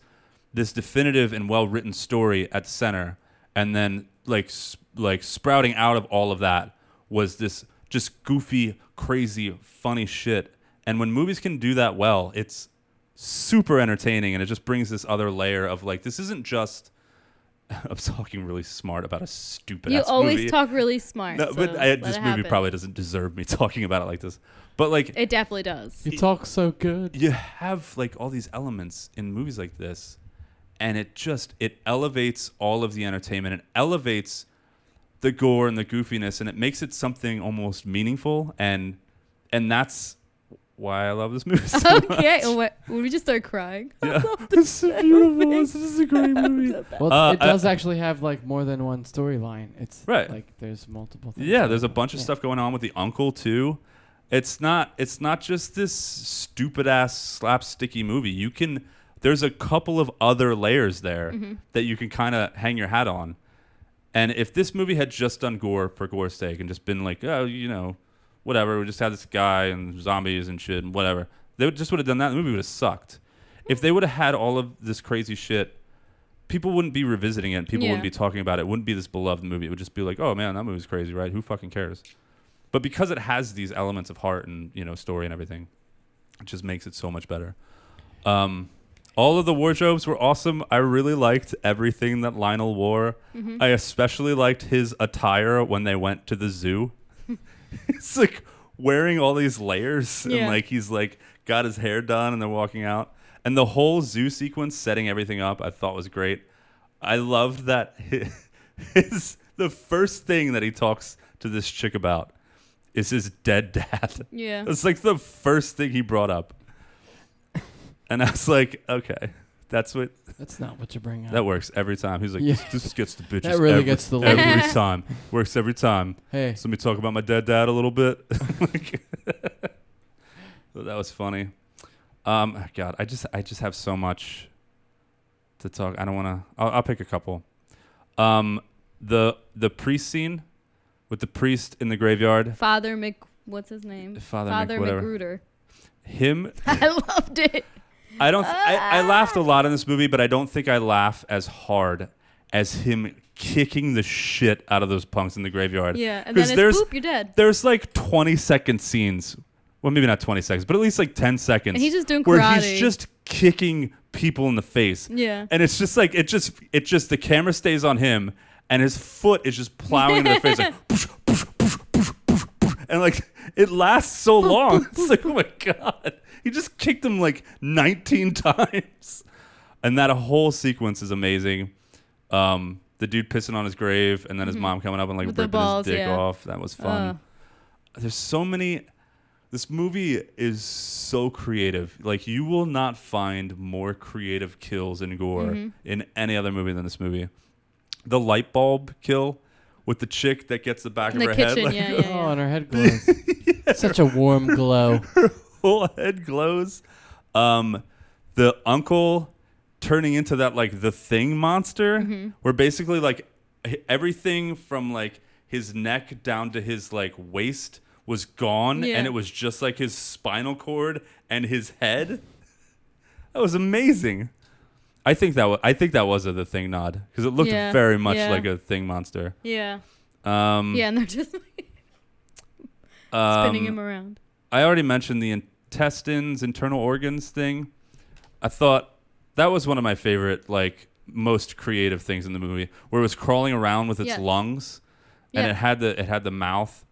[SPEAKER 1] this definitive and well written story at the center, and then like s- like sprouting out of all of that was this just goofy, crazy, funny shit. And when movies can do that well, it's super entertaining and it just brings this other layer of like this isn't just I'm talking really smart about a stupid
[SPEAKER 2] You
[SPEAKER 1] ass
[SPEAKER 2] always
[SPEAKER 1] movie.
[SPEAKER 2] talk really smart,
[SPEAKER 1] No, but
[SPEAKER 2] so
[SPEAKER 1] I,
[SPEAKER 2] let
[SPEAKER 1] this
[SPEAKER 2] it
[SPEAKER 1] movie
[SPEAKER 2] happen.
[SPEAKER 1] probably doesn't deserve me talking about it like this. But like
[SPEAKER 2] It definitely does.
[SPEAKER 3] You talk so good.
[SPEAKER 1] you have like all these elements in movies like this and it just it elevates all of the entertainment it elevates the gore and the goofiness and it makes it something almost meaningful and and that's why I love this movie so
[SPEAKER 2] okay,
[SPEAKER 1] much.
[SPEAKER 2] what, will we just start crying?
[SPEAKER 1] Yeah.
[SPEAKER 2] It's so beautiful. This
[SPEAKER 1] is a great movie.
[SPEAKER 3] Well,
[SPEAKER 1] Uh,
[SPEAKER 3] it
[SPEAKER 1] I-
[SPEAKER 3] does actually have like more than one storyline. It's
[SPEAKER 1] Right.
[SPEAKER 3] like there's multiple things.
[SPEAKER 1] Yeah, there's a bunch of
[SPEAKER 3] Yeah.
[SPEAKER 1] stuff going on with the uncle too. It's not it's not just this stupid ass slapsticky movie. You can there's a couple of other layers there
[SPEAKER 3] Mm-hmm.
[SPEAKER 11] Mhm.
[SPEAKER 1] that you can kind of hang your hat on. And if this movie had just done gore for gore's sake and just been like, oh, you know, whatever, we just had this guy and zombies and shit and whatever, they would just would have done that. The movie would have sucked. If they would have had all of this crazy shit, people wouldn't be revisiting it. People wouldn't
[SPEAKER 11] Yeah.
[SPEAKER 1] be talking about it. It wouldn't be this beloved movie. It would just be like, oh man, that movie's crazy, right? Who fucking cares? But because it has these elements of heart and you know story and everything, it just makes it so much better. Um, all of the wardrobes were awesome. I really liked everything that Lionel wore.
[SPEAKER 11] Mhm.
[SPEAKER 1] I especially liked his attire when they went to the zoo. it's like wearing all these layers and
[SPEAKER 11] Yeah.
[SPEAKER 1] like he's like got his hair done and they're walking out. And the whole zoo sequence setting everything up, I thought was great. I loved that his, his the first thing that he talks to this chick about is his dead dad.
[SPEAKER 11] Yeah.
[SPEAKER 1] It's like the first thing he brought up. And I was like, okay, that's what.
[SPEAKER 3] That's not what you bring up.
[SPEAKER 1] That works every time. He's like,
[SPEAKER 3] Yeah.
[SPEAKER 1] this, this gets the bitches.
[SPEAKER 3] That really
[SPEAKER 1] every,
[SPEAKER 3] gets the ladies.
[SPEAKER 1] every time. Works every time.
[SPEAKER 3] Hey.
[SPEAKER 1] so let me talk about my dead dad a little bit. Like- so that was funny. Um, God, I just I just have so much to talk. I don't want to. I'll, I'll pick a couple. Um, the the priest scene with the priest in the graveyard.
[SPEAKER 2] Father Mc, what's his name?
[SPEAKER 1] Father Mc-
[SPEAKER 2] Father
[SPEAKER 1] whatever.
[SPEAKER 2] McGruder.
[SPEAKER 1] him
[SPEAKER 2] I loved it.
[SPEAKER 1] I don't. I, I
[SPEAKER 2] Ah.
[SPEAKER 1] laughed a lot in this movie, but I don't think I laugh as hard as him kicking the shit out of those punks in the graveyard.
[SPEAKER 2] Yeah, and
[SPEAKER 1] 'Cause
[SPEAKER 2] then it's
[SPEAKER 1] there's,
[SPEAKER 2] boop, you're dead.
[SPEAKER 1] There's like 20 second scenes. Well, maybe not 20 seconds, but at least like 10 seconds.
[SPEAKER 2] And he's just doing
[SPEAKER 1] where
[SPEAKER 2] karate.
[SPEAKER 1] he's just kicking people in the face.
[SPEAKER 2] Yeah.
[SPEAKER 1] and it's just like it just it just the camera stays on him, and his foot is just plowing their face like. Poosh, poosh, poosh, poosh, poosh, poosh. And like it lasts so long. It's like, oh my god. He just kicked him like 19 times. And that whole sequence is amazing. Um, the dude pissing on his grave and then his mom coming up and like
[SPEAKER 2] Mm-hmm. With the
[SPEAKER 1] ripping
[SPEAKER 2] balls,
[SPEAKER 1] his dick
[SPEAKER 2] yeah.
[SPEAKER 1] off. That was fun. There's so many this movie is so creative. Like you will not find more creative kills and gore
[SPEAKER 2] Mhm.
[SPEAKER 1] in any other movie than this movie. The light bulb kill with the chick that gets the back
[SPEAKER 2] In
[SPEAKER 1] of
[SPEAKER 2] the
[SPEAKER 1] her
[SPEAKER 2] kitchen,
[SPEAKER 1] head. like,
[SPEAKER 2] yeah,
[SPEAKER 3] Oh,
[SPEAKER 2] yeah, yeah.
[SPEAKER 3] and her head glows. Such a warm glow.
[SPEAKER 1] whole head glows. Um, the uncle turning into that like the thing monster,
[SPEAKER 2] Mm-hmm.
[SPEAKER 1] where basically like h- everything from like his neck down to his like waist was gone,
[SPEAKER 2] Yeah.
[SPEAKER 1] and it was just like his spinal cord and his head. That was amazing. I think that was, I think that was a the thing nod because it looked
[SPEAKER 2] Yeah,
[SPEAKER 1] very much
[SPEAKER 2] yeah.
[SPEAKER 1] like a thing monster.
[SPEAKER 2] Yeah.
[SPEAKER 1] Um,
[SPEAKER 2] Yeah, and they're just like spinning
[SPEAKER 1] um,
[SPEAKER 2] him around.
[SPEAKER 1] I already mentioned the intestines, internal organs thing. I thought that was one of my favorite, like most creative things in the movie, where it was crawling around with its
[SPEAKER 2] Yeah.
[SPEAKER 1] lungs, and
[SPEAKER 2] Yeah.
[SPEAKER 1] it had the it had the mouth.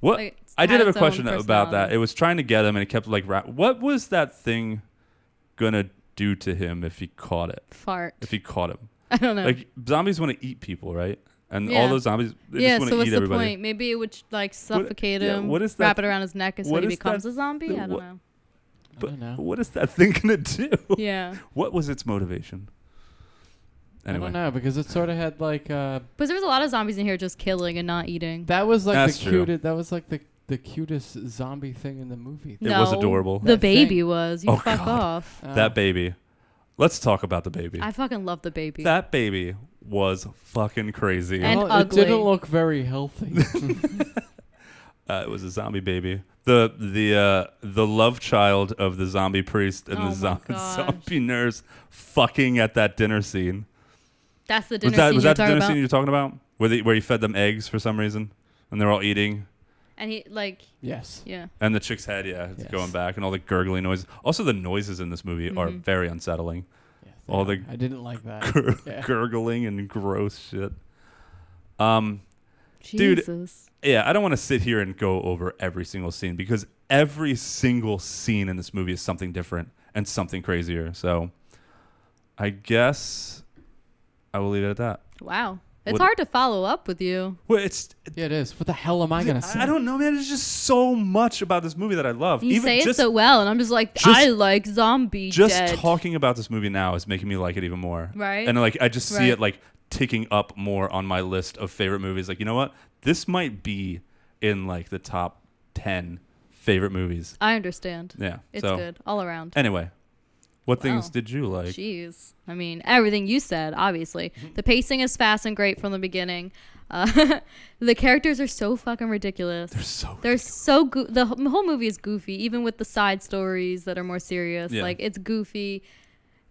[SPEAKER 1] What
[SPEAKER 2] Like, it's
[SPEAKER 1] I did
[SPEAKER 2] had
[SPEAKER 1] have a
[SPEAKER 2] its own
[SPEAKER 1] question about that.
[SPEAKER 2] personality.
[SPEAKER 1] It was trying to get him, and it kept like ra- what was that thing gonna do to him if he caught it?
[SPEAKER 2] Fart.
[SPEAKER 1] If he caught him,
[SPEAKER 2] I don't know.
[SPEAKER 1] like zombies want to eat people, right? And all
[SPEAKER 2] Uh. Yeah.
[SPEAKER 1] those zombies, they
[SPEAKER 2] yeah,
[SPEAKER 1] just want
[SPEAKER 2] so
[SPEAKER 1] to
[SPEAKER 2] what's
[SPEAKER 1] eat
[SPEAKER 2] the
[SPEAKER 1] everybody.
[SPEAKER 2] point? Maybe it would like suffocate
[SPEAKER 1] yeah,
[SPEAKER 2] him,
[SPEAKER 1] what is
[SPEAKER 2] wrap
[SPEAKER 1] that-
[SPEAKER 2] it around his neck, and so
[SPEAKER 1] what
[SPEAKER 2] he
[SPEAKER 1] is that
[SPEAKER 2] becomes a zombie.
[SPEAKER 1] thing?
[SPEAKER 2] I don't
[SPEAKER 1] What-
[SPEAKER 2] know.
[SPEAKER 1] But
[SPEAKER 3] I don't know.
[SPEAKER 1] what is that thing gonna do?
[SPEAKER 2] Yeah.
[SPEAKER 1] What was its motivation? Anyway,
[SPEAKER 3] I don't know because it sort of had like uh,
[SPEAKER 2] But there was a lot of zombies in here just killing and not eating.
[SPEAKER 3] that was like
[SPEAKER 1] That's
[SPEAKER 3] the
[SPEAKER 1] true.
[SPEAKER 3] cutest. That was like the the cutest zombie thing in the movie.
[SPEAKER 1] It was
[SPEAKER 2] No.
[SPEAKER 1] adorable.
[SPEAKER 2] The
[SPEAKER 3] That
[SPEAKER 2] baby
[SPEAKER 3] thing.
[SPEAKER 2] was. You
[SPEAKER 1] Oh,
[SPEAKER 2] fuck
[SPEAKER 1] God.
[SPEAKER 2] off.
[SPEAKER 3] Uh,
[SPEAKER 1] that baby. Let's talk about the baby.
[SPEAKER 2] I fucking love the baby.
[SPEAKER 1] that baby was fucking crazy.
[SPEAKER 2] And
[SPEAKER 3] well, It didn't
[SPEAKER 2] ugly.
[SPEAKER 3] look very healthy.
[SPEAKER 1] uh, it was a zombie baby. The the uh, the love child of the zombie priest and
[SPEAKER 2] Oh my
[SPEAKER 1] the zom-
[SPEAKER 2] gosh.
[SPEAKER 1] zombie nurse fucking at that dinner scene.
[SPEAKER 2] That's the dinner
[SPEAKER 1] was that
[SPEAKER 2] scene
[SPEAKER 1] was
[SPEAKER 2] you're
[SPEAKER 1] that the
[SPEAKER 2] talking
[SPEAKER 1] dinner
[SPEAKER 2] about.
[SPEAKER 1] scene you were talking about? Where they, where he fed them eggs for some reason, and they're all eating.
[SPEAKER 2] and he like,
[SPEAKER 3] yes.
[SPEAKER 2] yeah,
[SPEAKER 1] And the chick's head, yeah, it's
[SPEAKER 3] Yes.
[SPEAKER 1] going back, and all the gurgly noises. Also, the noises in this movie are
[SPEAKER 2] Mm-hmm.
[SPEAKER 1] very unsettling.
[SPEAKER 3] Yes,
[SPEAKER 1] All
[SPEAKER 3] yeah.
[SPEAKER 1] the
[SPEAKER 3] I didn't like that.
[SPEAKER 1] Gur-
[SPEAKER 3] Yeah.
[SPEAKER 1] Gurgling and gross shit. Um, Dude.
[SPEAKER 2] Jesus.
[SPEAKER 1] yeah, I don't want to sit here and go over every single scene because every single scene in this movie is something different and something crazier. So, I guess I will leave it at that.
[SPEAKER 2] Wow. It's
[SPEAKER 1] What-
[SPEAKER 2] hard to follow up with you.
[SPEAKER 1] Well, it's
[SPEAKER 3] Yeah, it is. What the hell am I gonna say?
[SPEAKER 1] I, I don't know, man. There's just so much about this movie that I love.
[SPEAKER 2] You say
[SPEAKER 1] just,
[SPEAKER 2] it so well, and I'm just like,
[SPEAKER 1] just-
[SPEAKER 2] I like zombie
[SPEAKER 1] just
[SPEAKER 2] dead.
[SPEAKER 1] talking about this movie now is making me like it even more.
[SPEAKER 2] Right?
[SPEAKER 1] And like I just see
[SPEAKER 2] Right.
[SPEAKER 1] it like ticking up more on my list of favorite movies. Like, you know what? This might be in like the top ten favorite movies.
[SPEAKER 2] I understand.
[SPEAKER 1] Yeah.
[SPEAKER 2] It's
[SPEAKER 1] so
[SPEAKER 2] good all around.
[SPEAKER 1] anyway. What things
[SPEAKER 2] Wow.
[SPEAKER 1] did you like? Mm-hmm.
[SPEAKER 2] Jeez. I mean, everything you said, obviously. The pacing is fast and great from the beginning. Uh, the characters are so fucking ridiculous.
[SPEAKER 1] so
[SPEAKER 2] They're so goo the wh- whole movie is goofy, even with the side stories that are more serious.
[SPEAKER 1] Yeah.
[SPEAKER 2] Like it's goofy.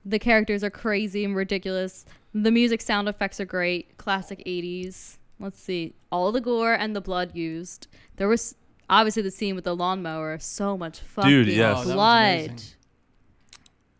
[SPEAKER 2] The characters are crazy and ridiculous. The music sound effects are great. Classic 80s. Let's see. All the gore and the blood used. There was obviously the scene with the lawnmower. So much fucking
[SPEAKER 1] yes. Oh, that was
[SPEAKER 2] blood.
[SPEAKER 3] amazing.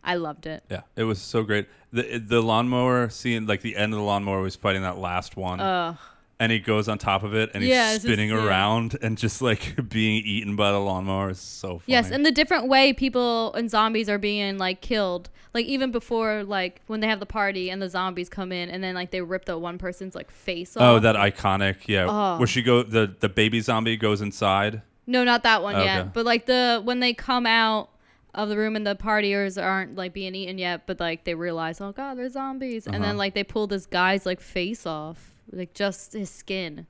[SPEAKER 2] I loved it.
[SPEAKER 1] Yeah, it was so great. The the lawnmower scene, like the end of the lawnmower was fighting that last one. and he goes on top of it and he's
[SPEAKER 2] Yeah, it's just-
[SPEAKER 1] spinning
[SPEAKER 2] yeah.
[SPEAKER 1] around and just like being eaten by the lawnmower is so funny.
[SPEAKER 2] Yes, and the different way people and zombies are being like killed. Like even before like when they have the party and the zombies come in and then like they rip that one person's like face off.
[SPEAKER 1] Oh, that iconic, yeah.
[SPEAKER 2] Oh.
[SPEAKER 1] Where she go the the baby zombie goes inside.
[SPEAKER 2] No, not that one
[SPEAKER 1] Okay.
[SPEAKER 2] yet. But like the when they come out of the room and the partiers aren't like being eaten yet, but like they realize, oh god, they're zombies, and
[SPEAKER 1] Uh-huh.
[SPEAKER 2] then like they pull this guy's like face off, like just his skin.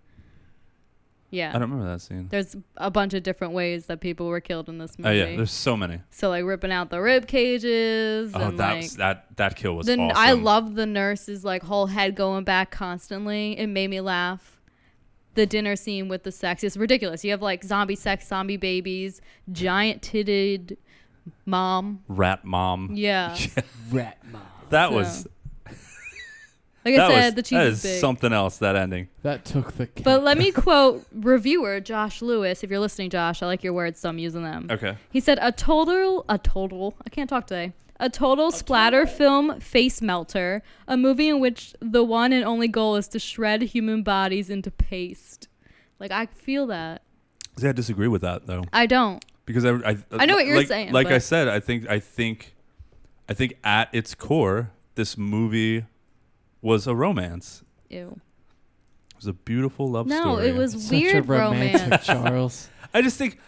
[SPEAKER 2] Yeah,
[SPEAKER 1] I don't remember that scene.
[SPEAKER 2] there's a bunch of different ways that people were killed in this movie.
[SPEAKER 1] Oh yeah, there's so many.
[SPEAKER 2] so like ripping out the rib cages.
[SPEAKER 1] Oh,
[SPEAKER 2] and,
[SPEAKER 1] that
[SPEAKER 2] like,
[SPEAKER 1] was, that that kill was
[SPEAKER 2] Then
[SPEAKER 1] awesome.
[SPEAKER 2] I love the nurse's like whole head going back constantly. It made me laugh. The dinner scene with the sex is ridiculous. You have like zombie sex, zombie babies, giant titted mom.
[SPEAKER 1] Rat mom.
[SPEAKER 2] Yeah.
[SPEAKER 3] Rat mom.
[SPEAKER 1] That was
[SPEAKER 2] Like I
[SPEAKER 1] that
[SPEAKER 2] said,
[SPEAKER 1] was,
[SPEAKER 2] the cheese
[SPEAKER 1] that
[SPEAKER 2] is,
[SPEAKER 1] is
[SPEAKER 2] big.
[SPEAKER 1] something else. That ending.
[SPEAKER 3] That took the.
[SPEAKER 2] But let me quote reviewer Josh Lewis. If you're listening, Josh, I like your words, so I'm using them.
[SPEAKER 1] Okay.
[SPEAKER 2] He said a total, a total. I can't talk today. A total splatter film, face melter. A movie in which the one and only goal is to shred human bodies into paste. Like I feel that.
[SPEAKER 1] See, I disagree with that though.
[SPEAKER 2] I don't.
[SPEAKER 1] because I, I,
[SPEAKER 2] I know what you're
[SPEAKER 1] like-
[SPEAKER 2] saying,
[SPEAKER 1] Like I
[SPEAKER 2] but-
[SPEAKER 1] said, I think I think I think at its core, this movie was a romance.
[SPEAKER 2] Ew.
[SPEAKER 1] It was a beautiful love
[SPEAKER 2] No,
[SPEAKER 1] story.
[SPEAKER 2] it was weird romance.
[SPEAKER 3] Charles.
[SPEAKER 1] I just think.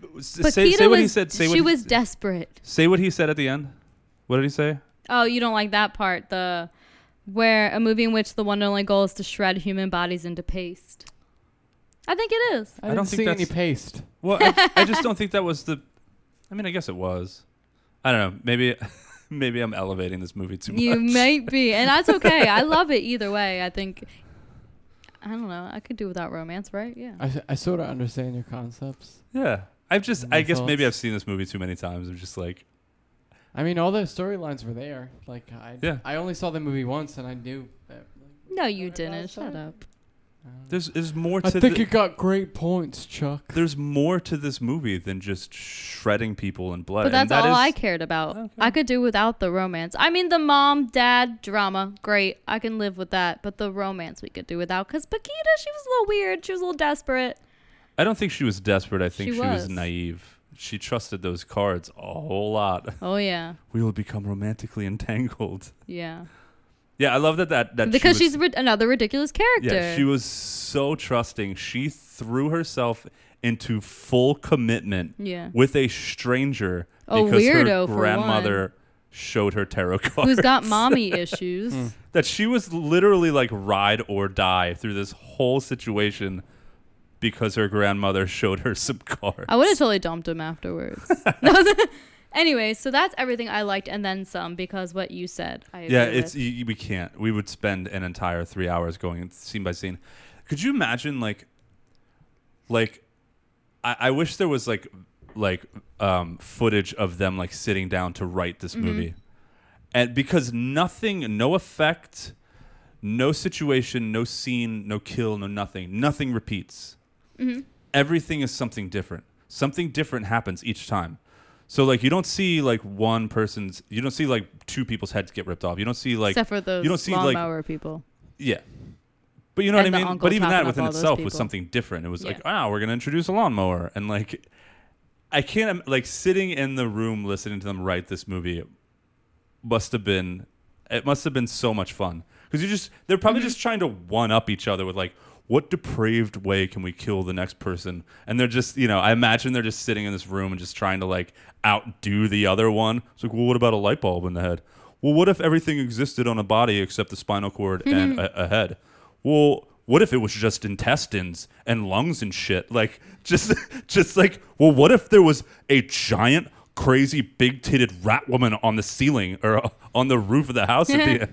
[SPEAKER 2] But
[SPEAKER 1] say,
[SPEAKER 2] Keita
[SPEAKER 1] say what he
[SPEAKER 2] was-
[SPEAKER 1] said. Say
[SPEAKER 2] she
[SPEAKER 1] what he,
[SPEAKER 2] was desperate.
[SPEAKER 1] Say what he said at the end. What did he say?
[SPEAKER 2] Oh, you don't like that part. The where a movie in which the one and only goal is to shred human bodies into paste. I think it is.
[SPEAKER 3] I, don't see any
[SPEAKER 1] that's-
[SPEAKER 3] paste.
[SPEAKER 1] Well, I, I just don't think that was the. I mean, I guess it was. I don't know. Maybe, maybe I'm elevating this movie too much.
[SPEAKER 2] You might be, and that's okay. I love it either way. I think. I don't know. I could do without romance, right? Yeah.
[SPEAKER 3] I, s- I sort of understand your concepts.
[SPEAKER 1] Yeah, I've just.
[SPEAKER 3] My
[SPEAKER 1] I guess maybe
[SPEAKER 3] thoughts.
[SPEAKER 1] I've seen this movie too many times. I'm just like,
[SPEAKER 3] I mean, all the storylines were there. Like I,
[SPEAKER 1] Yeah.
[SPEAKER 3] I only saw the movie once, and I knew. That,
[SPEAKER 2] No, you didn't. Shut up.
[SPEAKER 1] there's, there's more. To
[SPEAKER 3] I think
[SPEAKER 1] the,
[SPEAKER 3] you got great points, Chuck.
[SPEAKER 1] there's more to this movie than just shredding people in blood.
[SPEAKER 2] But that's
[SPEAKER 1] and that
[SPEAKER 2] all
[SPEAKER 1] is-
[SPEAKER 2] I cared about. I could do without the romance. I mean, the mom dad drama, great. I can live with that. But the romance we could do without. Because Paquita, she was a little weird. She was a little desperate.
[SPEAKER 1] I don't think she was desperate. I think
[SPEAKER 2] She
[SPEAKER 1] she, was.
[SPEAKER 2] was.
[SPEAKER 1] naive. She trusted those cards a whole lot.
[SPEAKER 2] Oh, yeah.
[SPEAKER 1] We will become romantically entangled.
[SPEAKER 2] Yeah.
[SPEAKER 1] Yeah, I love that. That, that she
[SPEAKER 2] because
[SPEAKER 1] was-
[SPEAKER 2] she's rid- another ridiculous character.
[SPEAKER 1] Yeah, she was so trusting. She threw herself into full commitment
[SPEAKER 2] Yeah.
[SPEAKER 1] with a stranger
[SPEAKER 2] Mm. A
[SPEAKER 1] because her
[SPEAKER 2] weirdo, for
[SPEAKER 1] grandmother showed her tarot cards.
[SPEAKER 2] Who's got mommy issues.
[SPEAKER 1] that she was literally like ride or die through this whole situation because her grandmother showed her some cards.
[SPEAKER 2] I would have totally dumped him afterwards. anyway, so that's everything I liked and then some because what you said. I
[SPEAKER 1] yeah,
[SPEAKER 2] agree
[SPEAKER 1] it's e,
[SPEAKER 2] with.
[SPEAKER 1] you, we can't. We would spend an entire three hours going scene by scene. Could you imagine like, like, I, I wish there was like, like, um, footage of them like sitting down to write this movie, and because nothing, no effect, no situation, no scene, no kill, no nothing, nothing repeats
[SPEAKER 2] Mm-hmm.
[SPEAKER 1] everything is something different. Something different happens each time. So like you don't see like one person's you don't see like two people's heads get ripped off. You don't see like
[SPEAKER 2] except for those
[SPEAKER 1] you don't see like
[SPEAKER 2] lawnmower people.
[SPEAKER 1] yeah. But you know
[SPEAKER 2] And
[SPEAKER 1] what
[SPEAKER 2] the
[SPEAKER 1] I mean?
[SPEAKER 2] uncle
[SPEAKER 1] But even
[SPEAKER 2] chopping
[SPEAKER 1] that
[SPEAKER 2] up
[SPEAKER 1] within
[SPEAKER 2] all those
[SPEAKER 1] itself was
[SPEAKER 2] people.
[SPEAKER 1] something different. It was
[SPEAKER 2] Yeah.
[SPEAKER 1] like, "Ah, we're going to introduce a lawnmower." And like I can't im- like sitting in the room listening to them write this movie must have been it must have been so much fun because you just they're probably just trying to one up each other with like what depraved way can we kill the next person and they're just you know i imagine they're just sitting in this room and just trying to like outdo the other one it's like well what about a light bulb in the head well what if everything existed on a body except the spinal cord and a, a head well what if it was just intestines and lungs and shit like just just like well what if there was a giant crazy big titted rat woman on the ceiling or on the roof of the house at the end.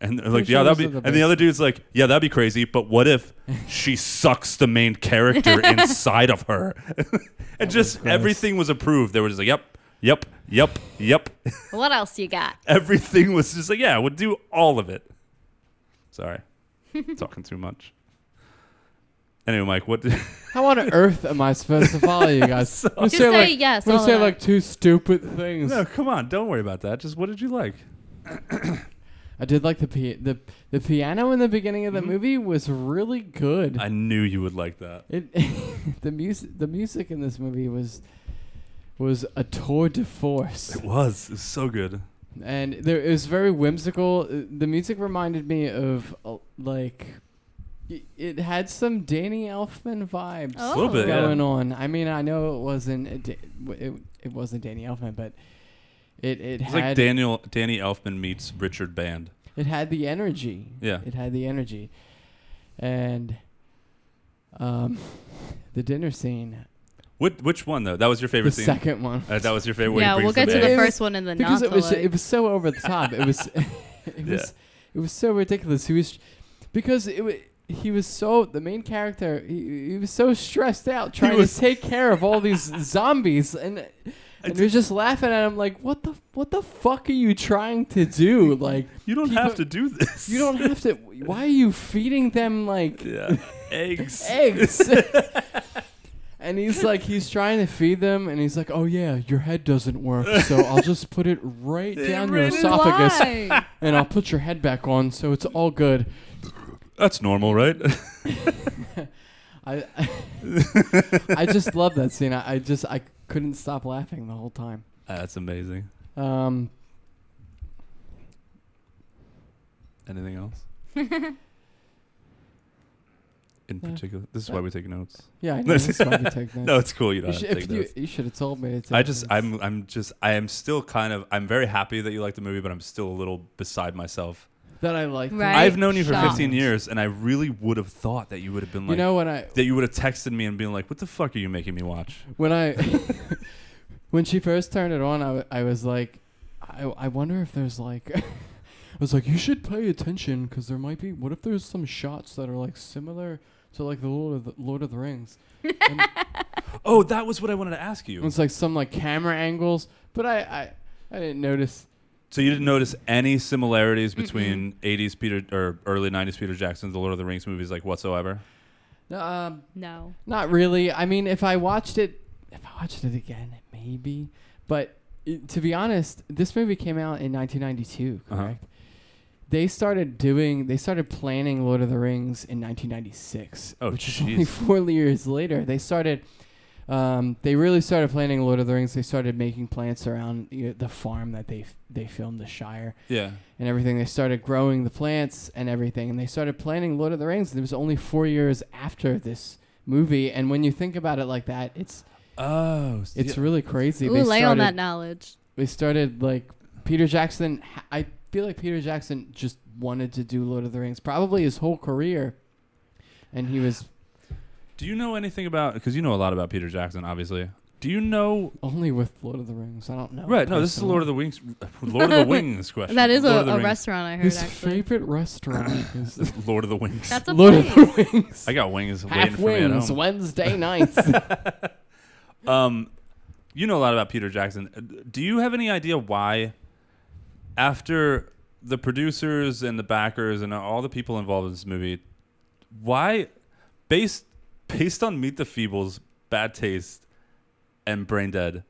[SPEAKER 1] And they're like,
[SPEAKER 3] Pretty sure
[SPEAKER 1] yeah, that'd
[SPEAKER 3] those
[SPEAKER 1] be.
[SPEAKER 3] are the
[SPEAKER 1] and the other dude's like, yeah, that'd be crazy. But what if she sucks the main character inside of her? and just
[SPEAKER 3] gross.
[SPEAKER 1] everything was approved. They were just like, yep, yep, yep, yep.
[SPEAKER 2] What else you got?
[SPEAKER 1] everything was just like, yeah, we'll do all of it. Sorry, talking too much. Anyway, Mike, what? Did,
[SPEAKER 3] How on earth am I supposed to follow you guys? I'm gonna
[SPEAKER 2] Just
[SPEAKER 3] say
[SPEAKER 2] say
[SPEAKER 3] like,
[SPEAKER 2] yes,
[SPEAKER 3] I'm
[SPEAKER 2] all
[SPEAKER 3] gonna
[SPEAKER 2] of
[SPEAKER 3] say
[SPEAKER 2] that.
[SPEAKER 3] like two stupid things.
[SPEAKER 1] no, come on, don't worry about that. Just what did you like?
[SPEAKER 3] I did like the pi- the the piano in the beginning of the movie was really good.
[SPEAKER 1] I knew you would like that.
[SPEAKER 3] it the music the music in this movie was was a tour de force,
[SPEAKER 1] It was. It was so good.
[SPEAKER 3] and there it was very whimsical. Uh, The music reminded me of uh, like i- it had some Danny Elfman vibes.
[SPEAKER 2] Oh.
[SPEAKER 1] A little bit, yeah.
[SPEAKER 3] going on. I mean, I know it wasn't a da- w- it, it wasn't Danny Elfman, but it it
[SPEAKER 1] It's
[SPEAKER 3] had
[SPEAKER 1] like Daniel Danny Elfman meets Richard Band.
[SPEAKER 3] it had the energy.
[SPEAKER 1] Yeah.
[SPEAKER 3] it had the energy, and um, the dinner scene,
[SPEAKER 1] Which which one though? That was your
[SPEAKER 3] the
[SPEAKER 1] favorite scene.
[SPEAKER 3] second one,
[SPEAKER 1] Uh, that was your favorite. where he
[SPEAKER 2] yeah, we'll
[SPEAKER 1] brings
[SPEAKER 2] get to
[SPEAKER 1] them
[SPEAKER 2] the
[SPEAKER 1] in.
[SPEAKER 3] back.
[SPEAKER 2] first one and then not
[SPEAKER 3] because it
[SPEAKER 2] to,
[SPEAKER 3] was
[SPEAKER 2] like-
[SPEAKER 3] it was so over the top. It was it
[SPEAKER 1] Yeah.
[SPEAKER 3] was it was so ridiculous. He was because it wa- he was so the main character. He, he was so stressed out trying
[SPEAKER 1] was-
[SPEAKER 3] to take care of all these zombies, and and he was just laughing at him like, "What the what the fuck are you trying to do? Like,
[SPEAKER 1] You don't
[SPEAKER 3] people-
[SPEAKER 1] have to do this.
[SPEAKER 3] You don't have to. Why are you feeding them like
[SPEAKER 1] Yeah. Eggs.
[SPEAKER 3] eggs?" and he's like, he's trying to feed them, and he's like, "Oh yeah, your head doesn't work, so I'll just put it right down your esophagus,
[SPEAKER 2] Why?
[SPEAKER 3] and I'll put your head back on, so it's all good."
[SPEAKER 1] That's normal, right?
[SPEAKER 3] I I just love that scene. I, I just I couldn't stop laughing the whole time.
[SPEAKER 1] That's amazing.
[SPEAKER 3] Um,
[SPEAKER 1] Anything else? In particular, this is why we take notes.
[SPEAKER 3] yeah, I know this is why we take notes.
[SPEAKER 1] no, it's cool. You don't have
[SPEAKER 3] You, should,
[SPEAKER 1] to take
[SPEAKER 3] if you,
[SPEAKER 1] notes.
[SPEAKER 3] you should have told me. To take
[SPEAKER 1] I just,
[SPEAKER 3] notes.
[SPEAKER 1] I'm, I'm just, I am still kind of, I'm very happy that you like the movie, but I'm still a little beside myself.
[SPEAKER 3] that I like.
[SPEAKER 2] Right.
[SPEAKER 1] I've known you for
[SPEAKER 2] Shocked.
[SPEAKER 1] 15 years, and I really would have thought that you would have been like,
[SPEAKER 3] You know when I
[SPEAKER 1] that you would have texted me and been like, "What the fuck are you making me watch?"
[SPEAKER 3] when I when she first turned it on, I, w- I was like, I, I wonder if there's like, I was like, you should pay attention because there might be. What if there's some shots that are like similar to like the Lord of the, Lord of the Rings? And
[SPEAKER 1] Oh, that was what I wanted to ask you.
[SPEAKER 3] it's like some like camera angles, but I I, I didn't notice.
[SPEAKER 1] So you didn't notice any similarities between 80s Peter or early 90s Peter Jackson's The Lord of the Rings movies, like whatsoever?
[SPEAKER 3] Um,
[SPEAKER 2] No.
[SPEAKER 3] Not really. I mean, if I watched it, if I watched it again, maybe. But i to be honest, this movie came out in 1992,
[SPEAKER 1] Uh-huh.
[SPEAKER 3] correct? They started doing, they started planning Lord of the Rings in 1996,
[SPEAKER 1] Oh,
[SPEAKER 3] which is only
[SPEAKER 1] jeez.
[SPEAKER 3] four years later. They started, um, they really started planning Lord of the Rings. They started making plants around you know, the farm that they f- they filmed the Shire
[SPEAKER 1] Yeah.
[SPEAKER 3] and everything. They started growing the plants and everything, and they started planning Lord of the Rings. It was only four years after this movie, and when you think about it like that, it's
[SPEAKER 1] Oh, s-
[SPEAKER 3] it's
[SPEAKER 1] yeah.
[SPEAKER 3] really crazy.
[SPEAKER 2] Ooh,
[SPEAKER 3] they
[SPEAKER 2] lay
[SPEAKER 3] started,
[SPEAKER 2] on that knowledge.
[SPEAKER 3] They started like Peter Jackson. ha- I feel like Peter Jackson just wanted to do Lord of the Rings, probably his whole career, and he was
[SPEAKER 1] Do you know anything about? Because you know a lot about Peter Jackson, obviously. Do you know?
[SPEAKER 3] only with Lord of the Rings. I don't know.
[SPEAKER 1] Right. No, this is Lord of the Wings. Lord of the Wings question.
[SPEAKER 2] That is a,
[SPEAKER 1] Lord of the
[SPEAKER 2] a
[SPEAKER 1] Rings.
[SPEAKER 2] restaurant I heard
[SPEAKER 3] His
[SPEAKER 2] actually.
[SPEAKER 3] favorite restaurant is
[SPEAKER 1] Lord of the Wings.
[SPEAKER 2] That's a
[SPEAKER 3] Lord of
[SPEAKER 2] place.
[SPEAKER 3] the Rings.
[SPEAKER 1] I got wings waiting
[SPEAKER 3] Half
[SPEAKER 1] for me at
[SPEAKER 3] wings
[SPEAKER 1] home.
[SPEAKER 3] Wednesday nights.
[SPEAKER 1] Um, you know a lot about Peter Jackson. Uh, d- Do you have any idea why, after the producers and the backers and all the people involved in this movie, why, based based on Meet the Feebles, Bad Taste, and Brain Dead,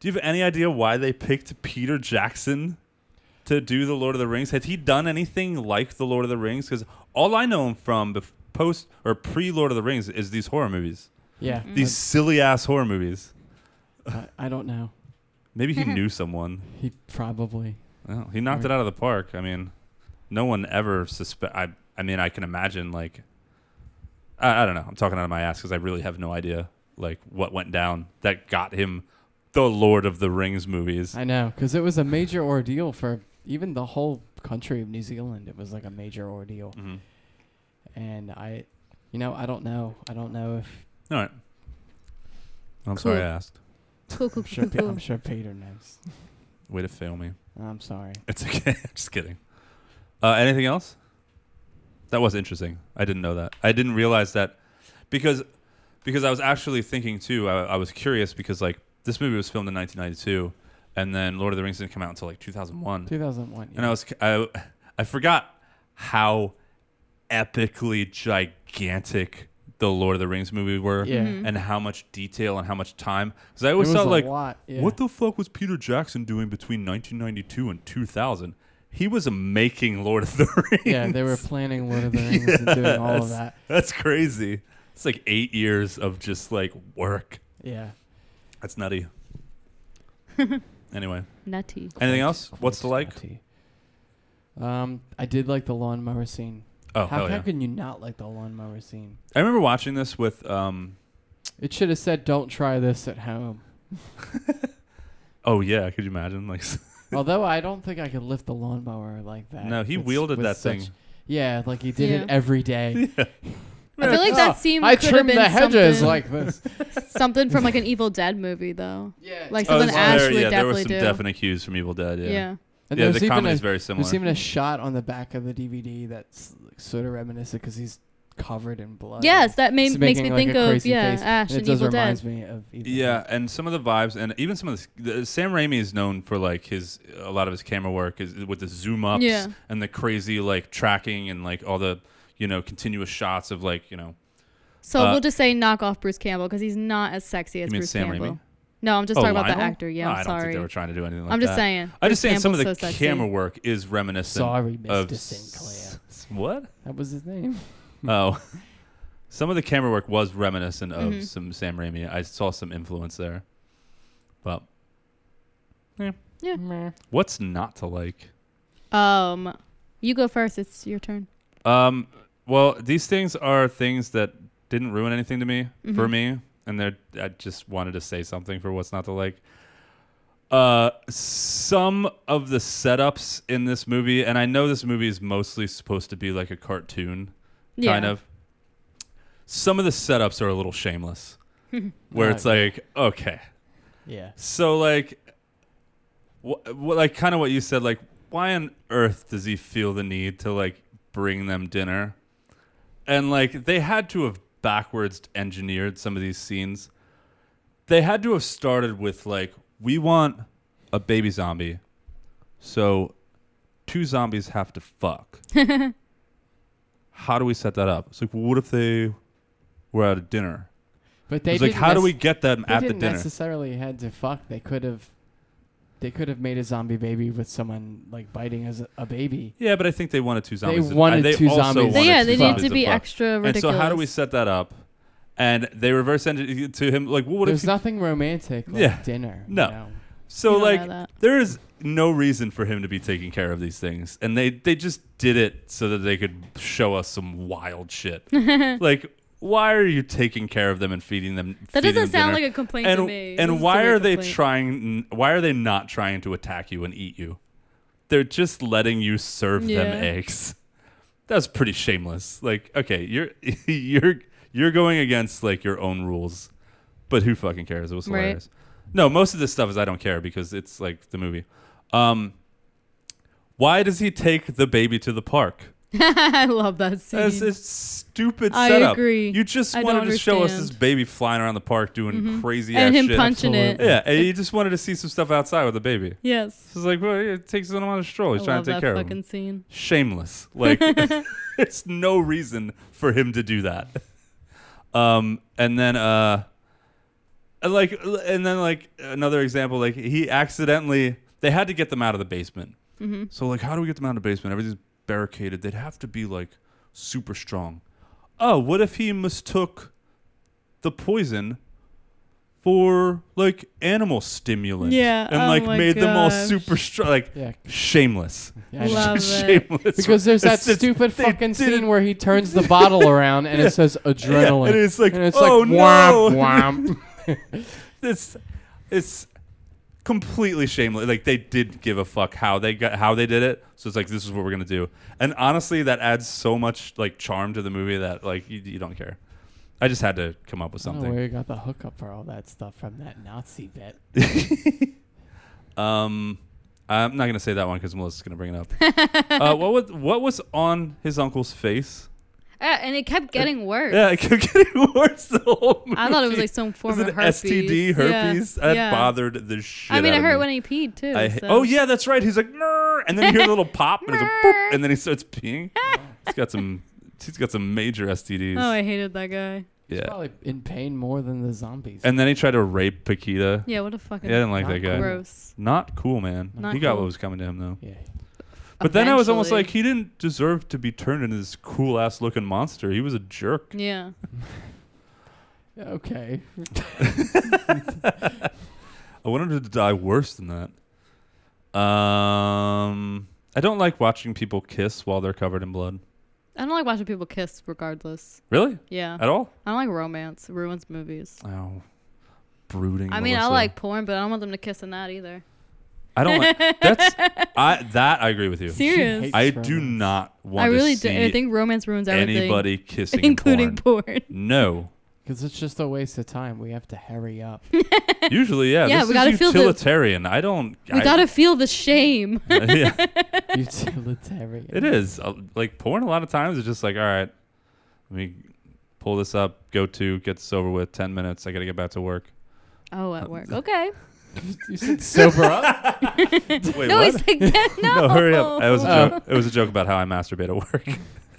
[SPEAKER 1] do you have any idea why they picked Peter Jackson? To do the Lord of the Rings, had he done anything like the Lord of the Rings? Because all I know him from bef- post or pre Lord of the Rings is these horror movies
[SPEAKER 3] yeah,
[SPEAKER 1] these
[SPEAKER 2] Mm.
[SPEAKER 1] silly ass horror movies.
[SPEAKER 3] I, I don't know.
[SPEAKER 1] Maybe he knew someone.
[SPEAKER 3] He probably.
[SPEAKER 1] Well, he knocked it out of the park. I mean, no one ever suspect. I I mean, I can imagine like. I, I don't know. I'm talking out of my ass because I really have no idea like what went down that got him the Lord of the Rings movies.
[SPEAKER 3] I know, because it was a major ordeal for even the whole country of New Zealand. It was like a major ordeal,
[SPEAKER 1] Mhm.
[SPEAKER 3] and I, you know, I don't know. I don't know if
[SPEAKER 1] All right. I'm sorry
[SPEAKER 2] Cool.
[SPEAKER 1] I asked.
[SPEAKER 2] Cool, cool,
[SPEAKER 3] I'm sure,
[SPEAKER 2] cool,
[SPEAKER 3] Pe- I'm
[SPEAKER 2] cool.
[SPEAKER 3] sure Peter knows.
[SPEAKER 1] Way to fail me.
[SPEAKER 3] I'm sorry.
[SPEAKER 1] It's okay. Just kidding. Uh, anything else? That was interesting. I didn't know that. I didn't realize that because because I was actually thinking too. I, I was curious because like this movie was filmed in 1992, and then Lord of the Rings didn't come out until like 2001.
[SPEAKER 3] 2001.
[SPEAKER 1] And I was I I forgot how epically gigantic the Lord of the Rings movie were,
[SPEAKER 3] Yeah. Mhm.
[SPEAKER 1] and how much detail and how much time. Because I
[SPEAKER 3] it
[SPEAKER 1] always
[SPEAKER 3] was a
[SPEAKER 1] thought like
[SPEAKER 3] lot. Yeah.
[SPEAKER 1] what the fuck was Peter Jackson doing between 1992 and 2000? He was making Lord of the Rings.
[SPEAKER 3] Yeah, they were planning Lord of the Rings and doing all of that.
[SPEAKER 1] That's crazy. It's like eight years of just like work.
[SPEAKER 3] Yeah.
[SPEAKER 1] That's nutty. anyway,
[SPEAKER 2] Nutty.
[SPEAKER 1] anything else? What's the
[SPEAKER 3] Quite
[SPEAKER 1] like?
[SPEAKER 3] nutty. Um, I did like the lawnmower scene.
[SPEAKER 1] Oh,
[SPEAKER 3] how,
[SPEAKER 1] hell
[SPEAKER 3] how
[SPEAKER 1] yeah.
[SPEAKER 3] can you not like the lawnmower scene?
[SPEAKER 1] I remember watching this with um.
[SPEAKER 3] It should have said, "Don't try this at home."
[SPEAKER 1] Oh yeah, could you imagine? Like,
[SPEAKER 3] Although I don't think I could lift the lawnmower like that.
[SPEAKER 1] no, he
[SPEAKER 3] It's-
[SPEAKER 1] wielded
[SPEAKER 3] with
[SPEAKER 1] that
[SPEAKER 3] such-
[SPEAKER 1] thing.
[SPEAKER 3] Yeah, like he did
[SPEAKER 2] Yeah.
[SPEAKER 3] it every day.
[SPEAKER 2] I feel like
[SPEAKER 3] Oh,
[SPEAKER 1] Ah.
[SPEAKER 2] that scene
[SPEAKER 3] I
[SPEAKER 2] could have
[SPEAKER 3] trimmed
[SPEAKER 2] been
[SPEAKER 3] the hedges
[SPEAKER 2] something,
[SPEAKER 3] like this.
[SPEAKER 2] something from like an Evil Dead movie though.
[SPEAKER 3] Yeah,
[SPEAKER 2] Like
[SPEAKER 1] Oh,
[SPEAKER 2] something
[SPEAKER 1] this-
[SPEAKER 2] Ash
[SPEAKER 1] there,
[SPEAKER 2] would
[SPEAKER 1] yeah, there were
[SPEAKER 2] definitely
[SPEAKER 1] some
[SPEAKER 2] do.
[SPEAKER 1] definite cues from Evil Dead. Yeah,
[SPEAKER 2] yeah.
[SPEAKER 3] and
[SPEAKER 1] yeah,
[SPEAKER 3] there's
[SPEAKER 1] the
[SPEAKER 3] even
[SPEAKER 1] comedy
[SPEAKER 3] a,
[SPEAKER 1] is very similar.
[SPEAKER 3] There's even a shot on the back of the DVD that's sort of reminiscent because he's covered in blood.
[SPEAKER 2] Yes, that made-
[SPEAKER 3] He's
[SPEAKER 2] makes
[SPEAKER 3] making,
[SPEAKER 2] me
[SPEAKER 3] like,
[SPEAKER 2] think
[SPEAKER 3] a
[SPEAKER 2] of,
[SPEAKER 3] crazy
[SPEAKER 2] yeah,
[SPEAKER 3] face.
[SPEAKER 2] Ash
[SPEAKER 3] And it
[SPEAKER 2] and
[SPEAKER 3] does
[SPEAKER 2] Evil Dead.
[SPEAKER 3] reminds me of Evil
[SPEAKER 1] Yeah, and some of the vibes, and even some of the, the Sam Raimi is known for like his a lot of his camera work is with the zoom ups
[SPEAKER 2] Yeah.
[SPEAKER 1] and the crazy like tracking and like all the you know continuous shots of like you know.
[SPEAKER 2] So
[SPEAKER 1] Uh,
[SPEAKER 2] we'll just say knock off Bruce Campbell because he's not as sexy as
[SPEAKER 1] You mean
[SPEAKER 2] Bruce
[SPEAKER 1] Sam Raimi?
[SPEAKER 2] Campbell. No, I'm just
[SPEAKER 1] Oh,
[SPEAKER 2] talking about the
[SPEAKER 1] Lionel?
[SPEAKER 2] actor. Yeah,
[SPEAKER 1] No,
[SPEAKER 2] I'm
[SPEAKER 1] I don't
[SPEAKER 2] sorry.
[SPEAKER 1] think they were trying to do anything like
[SPEAKER 2] I'm just
[SPEAKER 1] that.
[SPEAKER 2] saying.
[SPEAKER 1] I'm just
[SPEAKER 2] Bruce
[SPEAKER 1] saying some of the
[SPEAKER 2] Campbell's so sexy.
[SPEAKER 1] camera work is reminiscent.
[SPEAKER 3] Sorry,
[SPEAKER 1] of
[SPEAKER 3] Mr. Sinclair.
[SPEAKER 1] s- What?
[SPEAKER 3] That was his name.
[SPEAKER 1] Oh. Some of the camera work was reminiscent of
[SPEAKER 2] Mhm.
[SPEAKER 1] some Sam Raimi. I saw some influence there. But
[SPEAKER 2] Yeah.
[SPEAKER 1] what's not to like?
[SPEAKER 2] Um, you go first. It's your turn.
[SPEAKER 1] Um, well, these things are things that didn't ruin anything to me for
[SPEAKER 2] Mhm.
[SPEAKER 1] me, and they're I just wanted to say something for what's not to like. Uh, some of the setups in this movie, and I know this movie is mostly supposed to be like a cartoon, kind
[SPEAKER 2] Yeah.
[SPEAKER 1] of. Some of the setups are a little shameless, where it's like, okay,
[SPEAKER 3] Yeah.
[SPEAKER 1] so like, wh- wh- like kind of what you said. Like, why on earth does he feel the need to like bring them dinner? And like, they had to have backwards engineered some of these scenes. They had to have started with like, we want a baby zombie, so two zombies have to fuck. How do we set that up? It's like, what if they were at a dinner?
[SPEAKER 3] But they
[SPEAKER 1] It's like,
[SPEAKER 3] didn't
[SPEAKER 1] how do
[SPEAKER 3] nec-
[SPEAKER 1] we get them
[SPEAKER 3] they
[SPEAKER 1] at the
[SPEAKER 3] didn't
[SPEAKER 1] dinner?
[SPEAKER 3] necessarily had to fuck. They could have. They could have made a zombie baby with someone like biting as a, a baby.
[SPEAKER 1] Yeah, but I think they wanted two zombies.
[SPEAKER 3] wanted
[SPEAKER 1] I-
[SPEAKER 3] two
[SPEAKER 1] also
[SPEAKER 3] zombies.
[SPEAKER 1] wanted
[SPEAKER 2] Yeah,
[SPEAKER 1] two
[SPEAKER 2] they need
[SPEAKER 1] zombies
[SPEAKER 2] to be
[SPEAKER 1] fuck.
[SPEAKER 2] extra
[SPEAKER 1] And so how do
[SPEAKER 2] ridiculous.
[SPEAKER 1] we set that up? And they reverse engineered it to him like, well, what
[SPEAKER 3] There's
[SPEAKER 1] if? you-
[SPEAKER 3] nothing romantic like
[SPEAKER 1] Yeah.
[SPEAKER 3] dinner. you
[SPEAKER 1] no.
[SPEAKER 3] know?
[SPEAKER 1] So
[SPEAKER 2] You don't know
[SPEAKER 1] like,
[SPEAKER 2] that.
[SPEAKER 1] there is no reason for him to be taking care of these things, and they they just did it so that they could show us some wild shit. like, why are you taking care of them and feeding them?
[SPEAKER 2] That
[SPEAKER 1] feeding
[SPEAKER 2] doesn't
[SPEAKER 1] them
[SPEAKER 2] sound
[SPEAKER 1] dinner?
[SPEAKER 2] like a complaint to
[SPEAKER 1] And
[SPEAKER 2] me. This
[SPEAKER 1] and
[SPEAKER 2] is
[SPEAKER 1] why
[SPEAKER 2] still a
[SPEAKER 1] are they
[SPEAKER 2] complaint.
[SPEAKER 1] trying? Why are they not trying to attack you and eat you? They're just letting you serve
[SPEAKER 2] Yeah.
[SPEAKER 1] them eggs. That's pretty shameless. Like, okay, you're you're you're going against like your own rules, but who fucking cares? It was
[SPEAKER 2] Right.
[SPEAKER 1] hilarious. No, most of this stuff is I don't care because it's like the movie. Um, why does he take the baby to the park?
[SPEAKER 2] I love that scene.
[SPEAKER 1] That's a stupid
[SPEAKER 2] I
[SPEAKER 1] setup.
[SPEAKER 2] agree.
[SPEAKER 1] You just
[SPEAKER 2] I
[SPEAKER 1] wanted
[SPEAKER 2] don't
[SPEAKER 1] to show us this
[SPEAKER 2] understand. Mm-hmm.
[SPEAKER 1] baby flying around the park doing crazy
[SPEAKER 2] And
[SPEAKER 1] ass
[SPEAKER 2] him
[SPEAKER 1] shit.
[SPEAKER 2] punching it. Absolutely.
[SPEAKER 1] Yeah, and you just wanted to see some stuff outside with the baby.
[SPEAKER 2] yes.
[SPEAKER 1] It's just like, well, it takes him on a stroll. He's
[SPEAKER 2] I
[SPEAKER 1] trying
[SPEAKER 2] love
[SPEAKER 1] to take
[SPEAKER 2] that
[SPEAKER 1] care of
[SPEAKER 2] fucking
[SPEAKER 1] him.
[SPEAKER 2] scene.
[SPEAKER 1] Shameless. Like, there's no reason for him to do that. Um, and then, uh, and like, and then like another example, like he accidentally, they had to get them out of the basement.
[SPEAKER 2] Mm-hmm.
[SPEAKER 1] So like, how do we get them out of the basement? Everything's barricaded. They'd have to be like super strong. Oh, what if he mistook the poison for like animal stimulant?
[SPEAKER 2] Yeah,
[SPEAKER 1] and
[SPEAKER 2] oh
[SPEAKER 1] like
[SPEAKER 2] my
[SPEAKER 1] made them all
[SPEAKER 2] gosh.
[SPEAKER 1] super strong. Like
[SPEAKER 3] Yeah.
[SPEAKER 1] shameless.
[SPEAKER 3] Yeah, I know.
[SPEAKER 2] Love it.
[SPEAKER 1] shameless.
[SPEAKER 3] Because there's that
[SPEAKER 1] It's- it's-
[SPEAKER 3] stupid
[SPEAKER 1] they
[SPEAKER 3] fucking
[SPEAKER 1] did it
[SPEAKER 3] scene where he turns the bottle around and it says adrenaline.
[SPEAKER 1] and it's like,
[SPEAKER 3] and it's
[SPEAKER 1] "Oh,
[SPEAKER 3] like, womp,
[SPEAKER 1] no."
[SPEAKER 3] womp.
[SPEAKER 1] this it's completely shameless like they did give a fuck how they got how they did it so it's like this is what we're gonna do and honestly that adds so much like charm to the movie that like you, you don't care i just had to come up with
[SPEAKER 3] I don't know
[SPEAKER 1] something
[SPEAKER 3] where you got the hookup for all that stuff from that Nazi bit.
[SPEAKER 1] um i'm not gonna say that one because melissa's gonna bring it up uh, what was what was on his uncle's face
[SPEAKER 2] Yeah, Uh, and it kept getting worse.
[SPEAKER 1] yeah it kept getting worse the whole movie.
[SPEAKER 2] I thought it was like some form
[SPEAKER 1] Is it
[SPEAKER 2] of herpes.
[SPEAKER 1] std
[SPEAKER 2] Yeah,
[SPEAKER 1] herpes that
[SPEAKER 2] yeah.
[SPEAKER 1] bothered the shit
[SPEAKER 2] I mean,
[SPEAKER 1] out
[SPEAKER 2] I
[SPEAKER 1] of
[SPEAKER 2] heard
[SPEAKER 1] me.
[SPEAKER 2] when he peed too.
[SPEAKER 1] I ha-
[SPEAKER 2] so.
[SPEAKER 1] oh yeah, that's right. He's like, "Mer," and then you hear a little pop, and, it's like, boop, and then he starts peeing. he's got some, he's got some major STDs.
[SPEAKER 2] Oh, I hated that guy.
[SPEAKER 3] He's
[SPEAKER 1] yeah.
[SPEAKER 3] probably in pain more than the zombies.
[SPEAKER 1] And then he tried to rape Paquita.
[SPEAKER 2] Yeah, what a fucking
[SPEAKER 1] Yeah, I didn't like that guy.
[SPEAKER 2] gross.
[SPEAKER 1] Not cool, man.
[SPEAKER 2] Not
[SPEAKER 1] he got
[SPEAKER 2] cool.
[SPEAKER 1] what was coming to him though.
[SPEAKER 3] yeah.
[SPEAKER 1] But then I was almost
[SPEAKER 2] Eventually.
[SPEAKER 1] like, he didn't deserve to be turned into this cool ass looking monster. He was a jerk.
[SPEAKER 2] Yeah.
[SPEAKER 3] Okay.
[SPEAKER 1] I wanted him to die worse than that. Um, I don't like watching people kiss while they're covered in blood.
[SPEAKER 2] I don't like watching people kiss regardless.
[SPEAKER 1] Really?
[SPEAKER 2] Yeah.
[SPEAKER 1] At all?
[SPEAKER 2] I don't like romance. It ruins movies.
[SPEAKER 1] Oh, brooding.
[SPEAKER 2] I mean, I
[SPEAKER 1] Melissa.
[SPEAKER 2] like porn, but I don't want them to kiss in that either.
[SPEAKER 1] I don't like that's I that I agree with you.
[SPEAKER 2] Serious.
[SPEAKER 1] I
[SPEAKER 3] Thanks,
[SPEAKER 1] do
[SPEAKER 3] Romance.
[SPEAKER 1] not want
[SPEAKER 2] I really
[SPEAKER 1] to see
[SPEAKER 2] do. I think romance ruins everything.
[SPEAKER 1] anybody kissing
[SPEAKER 2] including
[SPEAKER 1] porn.
[SPEAKER 2] porn.
[SPEAKER 1] No.
[SPEAKER 3] Because it's just a waste of time. We have to hurry up.
[SPEAKER 1] Usually, yeah.
[SPEAKER 2] Yeah,
[SPEAKER 1] this
[SPEAKER 2] we
[SPEAKER 1] is
[SPEAKER 2] gotta feel the-
[SPEAKER 1] utilitarian. I don't.
[SPEAKER 2] We
[SPEAKER 1] I-
[SPEAKER 2] gotta feel the shame.
[SPEAKER 1] Yeah.
[SPEAKER 3] Utilitarian.
[SPEAKER 1] It is Uh, like porn. A lot of times, it's just like, all right, let me pull this up, go to, get this over with. Ten minutes. I gotta get back to work.
[SPEAKER 2] Oh,
[SPEAKER 1] Uh,
[SPEAKER 2] at work. Okay.
[SPEAKER 3] you said sober up?
[SPEAKER 1] Wait,
[SPEAKER 2] no,
[SPEAKER 1] what?
[SPEAKER 2] he said get no.
[SPEAKER 1] hurry up. That was a
[SPEAKER 3] Oh.
[SPEAKER 1] joke. It was a joke about how I masturbate at work.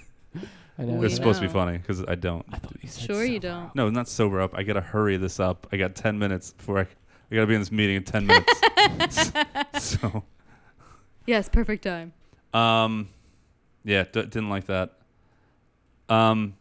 [SPEAKER 3] I
[SPEAKER 1] it
[SPEAKER 3] know.
[SPEAKER 1] was
[SPEAKER 2] Weird.
[SPEAKER 1] supposed to be
[SPEAKER 2] Wow.
[SPEAKER 1] funny because I don't.
[SPEAKER 2] Sure, you don't.
[SPEAKER 1] No, not sober up. I gotta hurry this up. I got ten minutes before I. I gotta be in this meeting in ten minutes. so,
[SPEAKER 2] Yes, perfect time.
[SPEAKER 1] um, yeah, d- didn't like that. Um,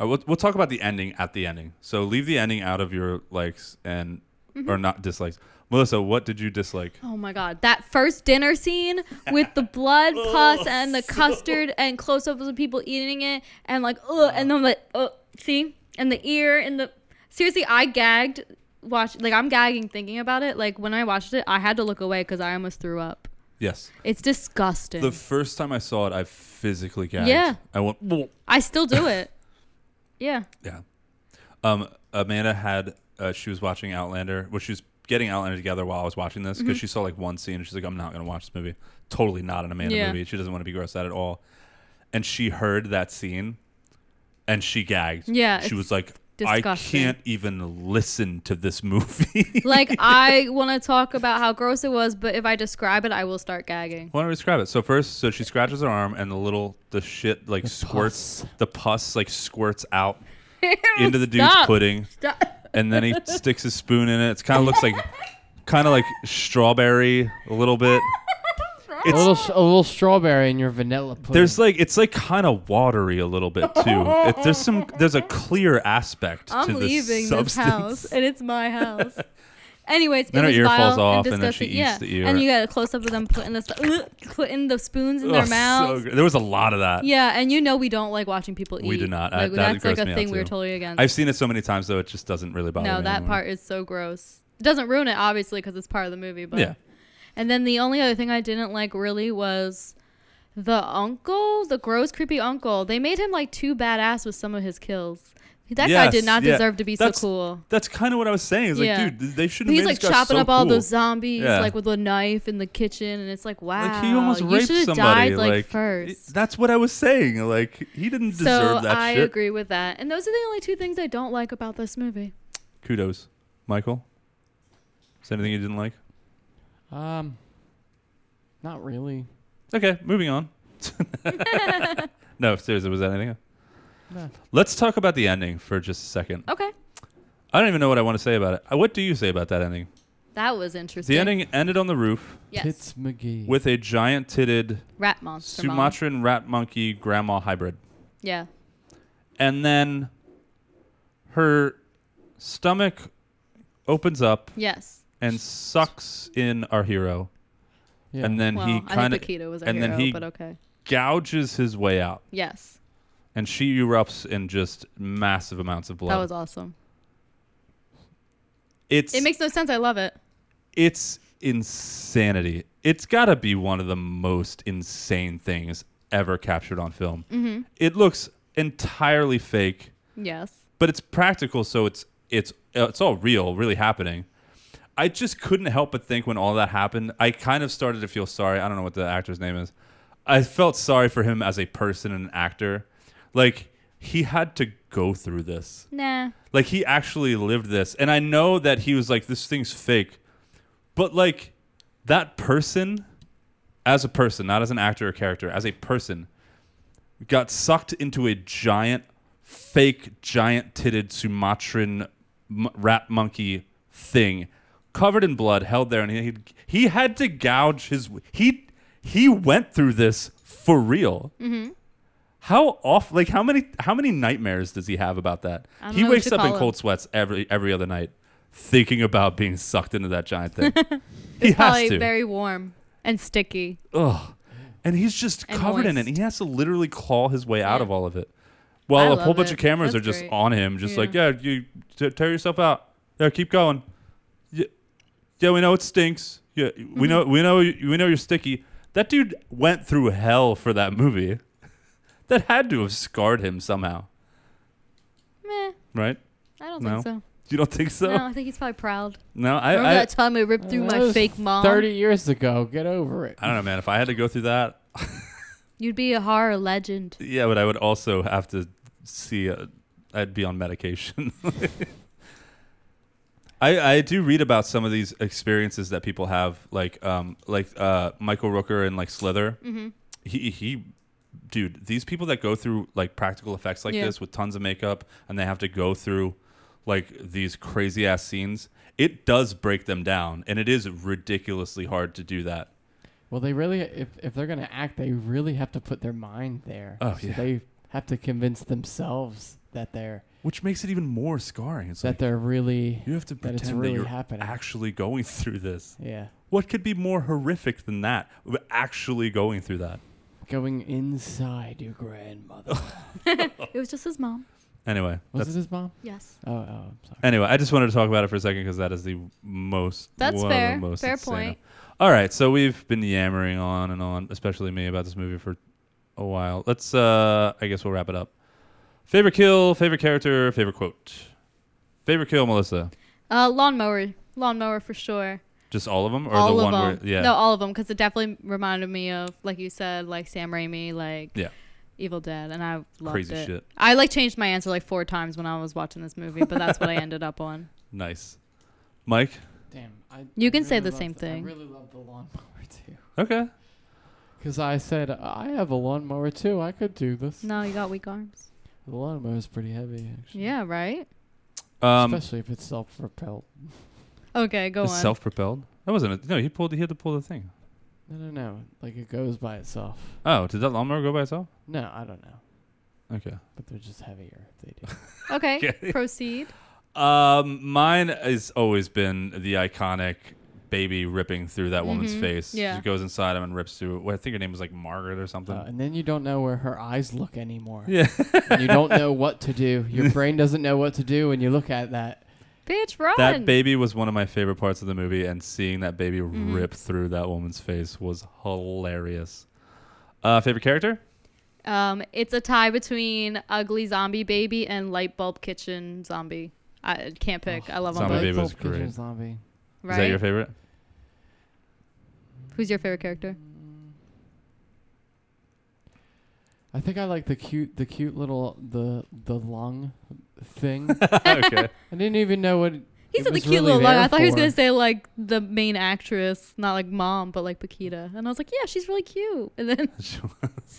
[SPEAKER 1] uh, we'll, we'll talk about the ending at the ending. So leave the ending out of your likes and or not dislikes. Melissa, what did you dislike?
[SPEAKER 2] Oh my god, that first dinner scene with the blood, pus, and the custard, and close-ups of people eating it, and like, ugh, and then like, ugh, see, and the ear, and the seriously, I gagged. Watch, like I'm gagging thinking about it. Like when I watched it, I had to look away because I almost threw up.
[SPEAKER 1] Yes,
[SPEAKER 2] It's disgusting.
[SPEAKER 1] the first time I saw it, I physically gagged.
[SPEAKER 2] Yeah.
[SPEAKER 1] I went. "Whoa."
[SPEAKER 2] I still do it. yeah.
[SPEAKER 1] Yeah. Um, Amanda had uh, she was watching Outlander, which she was getting Outlander together while I was watching this because
[SPEAKER 2] Mm-hmm.
[SPEAKER 1] she saw like one scene and she's like, "I'm not gonna watch this movie." Totally not an Amanda
[SPEAKER 2] Yeah.
[SPEAKER 1] movie. She doesn't want to be grossed out at all. And she heard that scene, and she gagged.
[SPEAKER 2] Yeah,
[SPEAKER 1] she was
[SPEAKER 2] it's
[SPEAKER 1] like, "I
[SPEAKER 2] disgusting.
[SPEAKER 1] can't even listen to this movie."
[SPEAKER 2] Like I want to talk about how gross it was, but if I describe it, I will start gagging.
[SPEAKER 1] Why don't we describe it? So first, so she scratches her arm, and the little the shit like squirts
[SPEAKER 3] pus.
[SPEAKER 1] the pus like squirts out into the dude's
[SPEAKER 2] Stop.
[SPEAKER 1] pudding.
[SPEAKER 2] Stop.
[SPEAKER 1] and then he sticks his spoon in it. It kind of looks like, kind of like strawberry a little bit.
[SPEAKER 3] a little, s- a little strawberry in your vanilla pudding.
[SPEAKER 1] There's like it's like kind of watery a little bit too. It, there's some there's a clear aspect to
[SPEAKER 2] I'm
[SPEAKER 1] this
[SPEAKER 2] leaving this
[SPEAKER 1] substance.
[SPEAKER 2] house, and it's my house. Anyways,
[SPEAKER 1] Then
[SPEAKER 2] it
[SPEAKER 1] her
[SPEAKER 2] was
[SPEAKER 1] ear
[SPEAKER 2] vile
[SPEAKER 1] falls off,
[SPEAKER 2] and,
[SPEAKER 1] and then she
[SPEAKER 2] disgusting.
[SPEAKER 1] eats the
[SPEAKER 2] yeah.
[SPEAKER 1] ear.
[SPEAKER 2] And you got a close up of them putting the stu- putting the spoons in
[SPEAKER 1] Oh,
[SPEAKER 2] their
[SPEAKER 1] so
[SPEAKER 2] mouths.
[SPEAKER 1] good. there was a lot of that.
[SPEAKER 2] yeah, and you know we don't like watching people eat.
[SPEAKER 1] We do not. I,
[SPEAKER 2] Like,
[SPEAKER 1] that
[SPEAKER 2] that's like
[SPEAKER 1] grossed me
[SPEAKER 2] a
[SPEAKER 1] out,
[SPEAKER 2] thing we're
[SPEAKER 1] too.
[SPEAKER 2] totally against.
[SPEAKER 1] I've seen it so many times though; it just doesn't really bother me.
[SPEAKER 2] no, that
[SPEAKER 1] anymore.
[SPEAKER 2] part is so gross. It doesn't ruin it obviously because it's part of the movie, but
[SPEAKER 1] Yeah.
[SPEAKER 2] And then the only other thing I didn't like really was the uncle, the gross, creepy uncle. They made him like too badass with some of his kills. That guy
[SPEAKER 1] Yes,
[SPEAKER 2] did not
[SPEAKER 1] yeah.
[SPEAKER 2] deserve to be
[SPEAKER 1] That's-
[SPEAKER 2] so cool.
[SPEAKER 1] That's kind of what I was saying. It's like,
[SPEAKER 2] Yeah.
[SPEAKER 1] dude, th- they should.
[SPEAKER 2] He's like chopping up all those zombies
[SPEAKER 1] Yeah.
[SPEAKER 2] like with a knife in the kitchen, and it's like wow,
[SPEAKER 1] Like he almost
[SPEAKER 2] you
[SPEAKER 1] raped
[SPEAKER 2] should've
[SPEAKER 1] somebody.
[SPEAKER 2] Died, like,
[SPEAKER 1] like
[SPEAKER 2] first.
[SPEAKER 1] That's what I was saying. Like he didn't
[SPEAKER 2] so
[SPEAKER 1] deserve that
[SPEAKER 2] I
[SPEAKER 1] shit.
[SPEAKER 2] agree with that, and those are the only two things I don't like about this movie.
[SPEAKER 1] Kudos, Michael. Is there anything you didn't like?
[SPEAKER 3] um, not really.
[SPEAKER 1] Okay, moving on. no, seriously, was that anything?
[SPEAKER 3] No.
[SPEAKER 1] Let's talk about the ending for just a second.
[SPEAKER 2] Okay,
[SPEAKER 1] I don't even know what I want to say about it. Uh, What do you say about that ending?
[SPEAKER 2] that was interesting.
[SPEAKER 1] The ending ended on the roof
[SPEAKER 2] yes,
[SPEAKER 3] Tits McGee.
[SPEAKER 1] with a giant titted
[SPEAKER 2] rat monster. mom.
[SPEAKER 1] Sumatran rat monkey grandma hybrid.
[SPEAKER 2] Yeah,
[SPEAKER 1] and then her stomach opens up
[SPEAKER 2] yes.
[SPEAKER 1] and sucks in our hero
[SPEAKER 3] Yeah.
[SPEAKER 1] and then
[SPEAKER 2] Well,
[SPEAKER 1] he
[SPEAKER 2] I
[SPEAKER 1] kind
[SPEAKER 2] think
[SPEAKER 1] of
[SPEAKER 2] the keto was a
[SPEAKER 1] and
[SPEAKER 2] hero,
[SPEAKER 1] then he
[SPEAKER 2] but okay.
[SPEAKER 1] gouges his way out
[SPEAKER 2] Yes,
[SPEAKER 1] and she erupts in just massive amounts of blood
[SPEAKER 2] that was awesome.
[SPEAKER 1] it's
[SPEAKER 2] It makes no sense. I love it.
[SPEAKER 1] it's insanity it's got to be one of the most insane things ever captured on film
[SPEAKER 2] Mm-hmm.
[SPEAKER 1] it looks entirely fake
[SPEAKER 2] Yes.
[SPEAKER 1] but it's practical, so it's it's uh, it's all real, really happening. I just couldn't help but think when all that happened, I kind of started to feel sorry. I don't know what the actor's name is. I felt sorry for him as a person and an actor. Like he had to go through this.
[SPEAKER 2] Nah.
[SPEAKER 1] Like he actually lived this. And I know that he was like this thing's fake. But like that person as a person, not as an actor or character, as a person got sucked into a giant fake giant titted Sumatran m- rat monkey thing covered in blood held there and he he had to gouge his he he went through this for real.
[SPEAKER 2] Mm-hmm.
[SPEAKER 1] How off? Like how many how many nightmares does he have about that?
[SPEAKER 2] don't
[SPEAKER 1] He
[SPEAKER 2] know what
[SPEAKER 1] wakes
[SPEAKER 2] you
[SPEAKER 1] up in
[SPEAKER 2] call 'em.
[SPEAKER 1] cold sweats every every other night, thinking about being sucked into that giant thing. he has
[SPEAKER 2] Probably
[SPEAKER 1] to.
[SPEAKER 2] very warm and sticky.
[SPEAKER 1] Ugh. And he's just
[SPEAKER 2] And
[SPEAKER 1] covered in it.
[SPEAKER 2] moist.
[SPEAKER 1] And he has to literally claw his way out
[SPEAKER 2] Yeah.
[SPEAKER 1] of all of it.
[SPEAKER 2] I
[SPEAKER 1] While a whole
[SPEAKER 2] love
[SPEAKER 1] bunch
[SPEAKER 2] it.
[SPEAKER 1] of cameras
[SPEAKER 2] That's
[SPEAKER 1] are just
[SPEAKER 2] great.
[SPEAKER 1] on him, just
[SPEAKER 2] Yeah.
[SPEAKER 1] like, yeah, you t- tear yourself out. Yeah, keep going. Yeah, yeah we know it stinks. Yeah, we
[SPEAKER 2] Mm-hmm.
[SPEAKER 1] know we know we know you're sticky. That dude went through hell for that movie. That had to have scarred him somehow.
[SPEAKER 2] Meh.
[SPEAKER 1] right?
[SPEAKER 2] I don't think
[SPEAKER 1] No?
[SPEAKER 2] so.
[SPEAKER 1] You don't think so?
[SPEAKER 2] No, I think he's probably proud.
[SPEAKER 1] No, I-
[SPEAKER 2] remember
[SPEAKER 1] I- Uh,
[SPEAKER 2] that time I ripped through
[SPEAKER 3] That
[SPEAKER 2] my
[SPEAKER 3] was
[SPEAKER 2] fake mom.
[SPEAKER 3] Thirty years ago, get over it.
[SPEAKER 1] I don't know, man. If I had to go through that,
[SPEAKER 2] You'd be a horror legend.
[SPEAKER 1] yeah, but I would also have to see. i I'd be on medication. I I do read about some of these experiences that people have, like um like uh Michael Rooker and like Slither.
[SPEAKER 2] Mhm.
[SPEAKER 1] He he. Dude, these people that go through like practical effects like
[SPEAKER 2] Yeah.
[SPEAKER 1] this with tons of makeup and they have to go through like these crazy ass scenes, it does break them down and it is ridiculously hard to do that.
[SPEAKER 3] Well, they really, if, if they're going to act, they really have to put their mind there.
[SPEAKER 1] Oh,
[SPEAKER 3] So
[SPEAKER 1] yeah.
[SPEAKER 3] They have to convince themselves that they're.
[SPEAKER 1] Which makes it even more scarring. It's
[SPEAKER 3] that
[SPEAKER 1] like-
[SPEAKER 3] they're really.
[SPEAKER 1] You have to
[SPEAKER 3] that it's
[SPEAKER 1] pretend
[SPEAKER 3] really
[SPEAKER 1] that you're
[SPEAKER 3] happening.
[SPEAKER 1] actually going through this.
[SPEAKER 3] Yeah.
[SPEAKER 1] What could be more horrific than that? We're Actually going through that.
[SPEAKER 3] Going inside your grandmother.
[SPEAKER 2] it was just his mom.
[SPEAKER 1] Anyway.
[SPEAKER 3] Was
[SPEAKER 1] that's-
[SPEAKER 3] it his mom?
[SPEAKER 2] Yes.
[SPEAKER 3] Oh, oh, I'm sorry.
[SPEAKER 1] Anyway, I just wanted to talk about it for a second because that is the most.
[SPEAKER 2] That's
[SPEAKER 1] one of the
[SPEAKER 2] fair.
[SPEAKER 1] most
[SPEAKER 2] Fair
[SPEAKER 1] insane-
[SPEAKER 2] point.
[SPEAKER 1] All right, so we've been yammering on and on, especially me about this movie for a while. Let's. uh I guess we'll wrap it up. Favorite kill, favorite character, favorite quote. Favorite kill, Melissa.
[SPEAKER 2] Uh, lawnmower, lawnmower for sure.
[SPEAKER 1] Just all of them, or
[SPEAKER 2] all
[SPEAKER 1] the one
[SPEAKER 2] of them.
[SPEAKER 1] where? Yeah.
[SPEAKER 2] No, all of them, because it definitely reminded me of, like you said, like Sam Raimi, like
[SPEAKER 1] Yeah.
[SPEAKER 2] Evil Dead, and I loved
[SPEAKER 1] Crazy
[SPEAKER 2] it.
[SPEAKER 1] shit.
[SPEAKER 2] I like changed my answer like four times when I was watching this movie, but that's what I ended up on.
[SPEAKER 1] Nice. Mike.
[SPEAKER 3] Damn. I,
[SPEAKER 2] You
[SPEAKER 3] I
[SPEAKER 2] can say
[SPEAKER 3] really
[SPEAKER 2] the same
[SPEAKER 3] loved-
[SPEAKER 2] thing.
[SPEAKER 3] I really love the lawnmower, too.
[SPEAKER 1] Okay.
[SPEAKER 3] Because I said, I have a lawnmower, too. I could do this.
[SPEAKER 2] No, you got weak arms.
[SPEAKER 3] The lawnmower is pretty heavy, actually.
[SPEAKER 2] Yeah, right.
[SPEAKER 1] Um,
[SPEAKER 3] Especially if it's self propelled.
[SPEAKER 2] Okay, go
[SPEAKER 1] It's
[SPEAKER 2] on.
[SPEAKER 1] self-propelled. That wasn't a, no. He pulled. He had to pull the thing.
[SPEAKER 3] I don't know. Like, it goes by itself.
[SPEAKER 1] Oh, did that lawnmower go by itself?
[SPEAKER 3] No, I don't know.
[SPEAKER 1] Okay.
[SPEAKER 3] But they're just heavier if they do.
[SPEAKER 2] okay,
[SPEAKER 1] Okay.
[SPEAKER 2] proceed.
[SPEAKER 1] Um, mine has always been the iconic baby ripping through that woman's
[SPEAKER 2] Mhm.
[SPEAKER 1] face.
[SPEAKER 2] Yeah.
[SPEAKER 1] She goes inside him and rips through. Well, I think her name was like Margaret or something.
[SPEAKER 3] Uh, and then you don't know where her eyes look anymore.
[SPEAKER 1] Um, yeah.
[SPEAKER 3] And you don't know what to do. Your brain doesn't know what to do when you look at that.
[SPEAKER 2] Bitch, run.
[SPEAKER 1] that baby was one of my favorite parts of the movie, and seeing that baby
[SPEAKER 2] Mm-hmm.
[SPEAKER 1] rip through that woman's face was hilarious. Uh, favorite character?
[SPEAKER 2] Um, it's a tie between ugly zombie baby and light bulb kitchen zombie. I can't pick. I love them
[SPEAKER 1] Zombie
[SPEAKER 2] both.
[SPEAKER 1] Baby
[SPEAKER 3] Delightful
[SPEAKER 1] was
[SPEAKER 3] kitchen
[SPEAKER 1] great.
[SPEAKER 3] Zombie.
[SPEAKER 1] Is that
[SPEAKER 2] Right?
[SPEAKER 1] your favorite?
[SPEAKER 2] Who's your favorite character?
[SPEAKER 3] I think I like the cute, the cute little the the lung thing.
[SPEAKER 1] okay.
[SPEAKER 3] I didn't even know what.
[SPEAKER 2] He
[SPEAKER 3] it
[SPEAKER 2] said the
[SPEAKER 3] was
[SPEAKER 2] cute
[SPEAKER 3] really
[SPEAKER 2] little
[SPEAKER 3] there
[SPEAKER 2] line. I thought he was
[SPEAKER 3] for.
[SPEAKER 2] gonna say like the main actress, not like mom, but like Paquita. And I was like, yeah, she's really cute. And then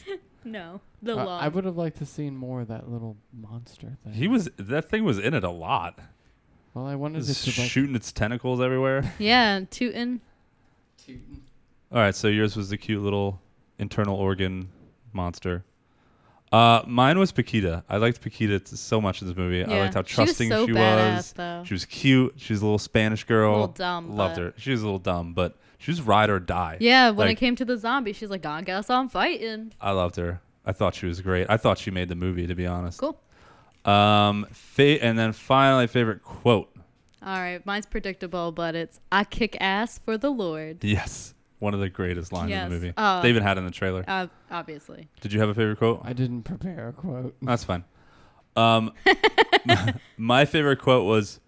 [SPEAKER 2] no, the
[SPEAKER 3] I-
[SPEAKER 2] love.
[SPEAKER 3] I would have liked to seen more of that little monster thing.
[SPEAKER 1] he was. That thing was in it a lot.
[SPEAKER 3] well, I
[SPEAKER 1] It
[SPEAKER 3] wanted
[SPEAKER 1] was
[SPEAKER 3] it to like
[SPEAKER 1] shooting its tentacles everywhere.
[SPEAKER 2] yeah, tootin.
[SPEAKER 1] All right, so yours was the cute little internal organ monster. Uh, mine was Paquita. I liked Paquita t- so much in this movie. I
[SPEAKER 2] Yeah.
[SPEAKER 1] liked how
[SPEAKER 2] She was
[SPEAKER 1] trusting
[SPEAKER 2] so
[SPEAKER 1] she
[SPEAKER 2] badass,
[SPEAKER 1] was.
[SPEAKER 2] though.
[SPEAKER 1] She was cute. She was a little Spanish girl.
[SPEAKER 2] little dumb,
[SPEAKER 1] Loved
[SPEAKER 2] but-
[SPEAKER 1] her. She was a little dumb, but she was ride or die.
[SPEAKER 2] Yeah, when
[SPEAKER 1] Like,
[SPEAKER 2] it came to the zombie, she's like, I guess I'm fighting.
[SPEAKER 1] I loved her. I thought she was great. I thought she made the movie, to be honest.
[SPEAKER 2] Cool.
[SPEAKER 1] Um, fa- and then finally, favorite quote.
[SPEAKER 2] All right, mine's predictable, but it's I kick ass for the Lord.
[SPEAKER 1] Yes, one of the greatest lines
[SPEAKER 2] Yes.
[SPEAKER 1] in the movie.
[SPEAKER 2] Uh,
[SPEAKER 1] they even had it in the trailer.
[SPEAKER 2] Uh, obviously.
[SPEAKER 1] Did you have a favorite quote?
[SPEAKER 3] I didn't prepare a quote.
[SPEAKER 1] That's fine. Um, my favorite quote was,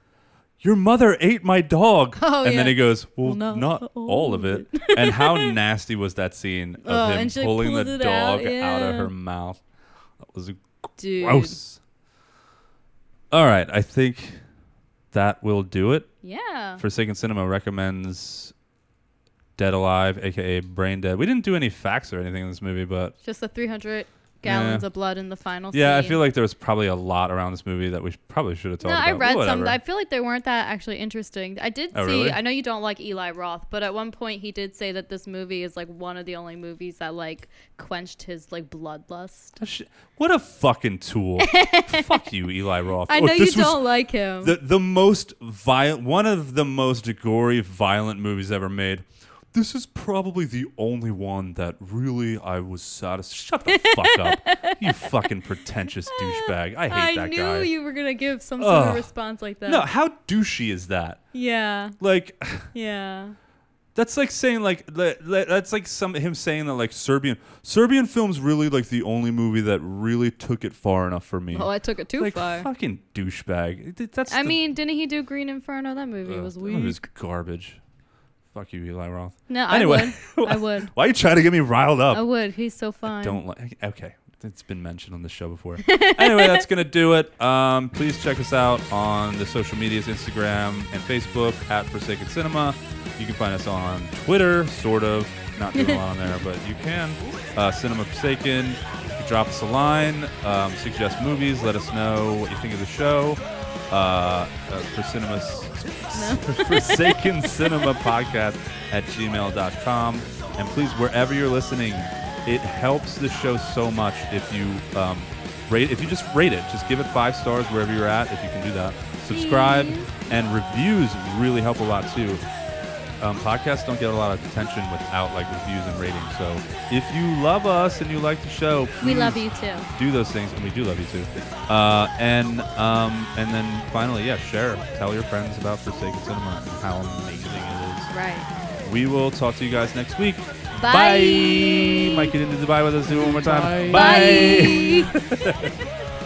[SPEAKER 1] "Your mother ate my dog,"
[SPEAKER 2] Oh,
[SPEAKER 1] and then
[SPEAKER 2] yeah.
[SPEAKER 1] he goes, "Well,
[SPEAKER 2] Well, not
[SPEAKER 1] not
[SPEAKER 2] all
[SPEAKER 1] all of it." and how nasty was that scene of
[SPEAKER 2] Oh,
[SPEAKER 1] him
[SPEAKER 2] and she, like,
[SPEAKER 1] pulling
[SPEAKER 2] pulls
[SPEAKER 1] the
[SPEAKER 2] it
[SPEAKER 1] dog
[SPEAKER 2] out,
[SPEAKER 1] out, of
[SPEAKER 2] yeah.
[SPEAKER 1] her mouth? That was
[SPEAKER 2] Dude.
[SPEAKER 1] gross. All right, I think that will do it.
[SPEAKER 2] Yeah.
[SPEAKER 1] Forsaken Cinema recommends Dead Alive, aka Brain Dead. We didn't do any facts or anything in this movie, but
[SPEAKER 2] Just the 300 gallons
[SPEAKER 1] Yeah.
[SPEAKER 2] of blood in the final
[SPEAKER 1] Yeah, I
[SPEAKER 2] scene.
[SPEAKER 1] feel like there was probably a lot around this movie that we sh- probably should have
[SPEAKER 2] No,
[SPEAKER 1] talked about.
[SPEAKER 2] I read some.
[SPEAKER 1] Oh, Whatever.
[SPEAKER 2] I feel like they weren't that actually interesting. I did
[SPEAKER 1] Oh,
[SPEAKER 2] see.
[SPEAKER 1] really?
[SPEAKER 2] I know you don't like Eli Roth, but at one point he did say that this movie is like one of the only movies that like quenched his like bloodlust.
[SPEAKER 1] That shi- what a fucking tool! Fuck you, Eli Roth.
[SPEAKER 2] I
[SPEAKER 1] Oh,
[SPEAKER 2] know you
[SPEAKER 1] this was
[SPEAKER 2] don't like him.
[SPEAKER 1] The the most violent, one of the most gory, violent movies ever made. This is probably the only one that really I was satisfied. Shut the fuck up, you fucking pretentious douchebag! I hate
[SPEAKER 2] I
[SPEAKER 1] that
[SPEAKER 2] knew
[SPEAKER 1] guy.
[SPEAKER 2] you were gonna give some sort of
[SPEAKER 1] Ugh.
[SPEAKER 2] response like that.
[SPEAKER 1] no, how douchey is that?
[SPEAKER 2] Yeah.
[SPEAKER 1] Like,
[SPEAKER 2] Yeah.
[SPEAKER 1] That's like saying like le- le- that's like some him saying that like Serbian Serbian films really like the only movie that really took it far enough for me.
[SPEAKER 2] Oh, I took it too
[SPEAKER 1] like,
[SPEAKER 2] far.
[SPEAKER 1] Fucking douchebag. Th- That's
[SPEAKER 2] I
[SPEAKER 1] the-
[SPEAKER 2] mean, didn't he do Green Inferno? That movie
[SPEAKER 1] Ugh,
[SPEAKER 2] was
[SPEAKER 1] that
[SPEAKER 2] weak.
[SPEAKER 1] movie was garbage. Fuck you, Eli Roth.
[SPEAKER 2] No, I would. I would.
[SPEAKER 1] Why you trying to get me riled up?
[SPEAKER 2] I would. He's so fun.
[SPEAKER 1] Don't like. Okay, it's been mentioned on the show before. anyway, that's gonna do it. Um, please check us out on the social medias, Instagram and Facebook at Forsaken Cinema. You can find us on Twitter, sort of. Not doing a lot on there, but you can. Uh, Cinema Forsaken. Drop us a line. Um, suggest movies. Let us know what you think of the show. Uh, uh, for cinema, Forsaken Cinema Podcast at gmail.com. And please, wherever you're listening, it helps the show so much if you um, rate if you just rate it just give it five stars wherever you're at if you can do that subscribe and reviews really help a lot too um, podcasts don't get a lot of attention without like reviews and ratings so if you love us and you like the show
[SPEAKER 2] We love
[SPEAKER 1] please
[SPEAKER 2] you too.
[SPEAKER 1] do those things and we do love you too uh, and um, and then finally yeah share tell your friends about forsaken cinema and how amazing it is
[SPEAKER 2] Right.
[SPEAKER 1] we will talk to you guys next week.
[SPEAKER 2] Bye.
[SPEAKER 1] Mike, get into Dubai with us. Do it one more time.
[SPEAKER 2] Bye.
[SPEAKER 1] Bye.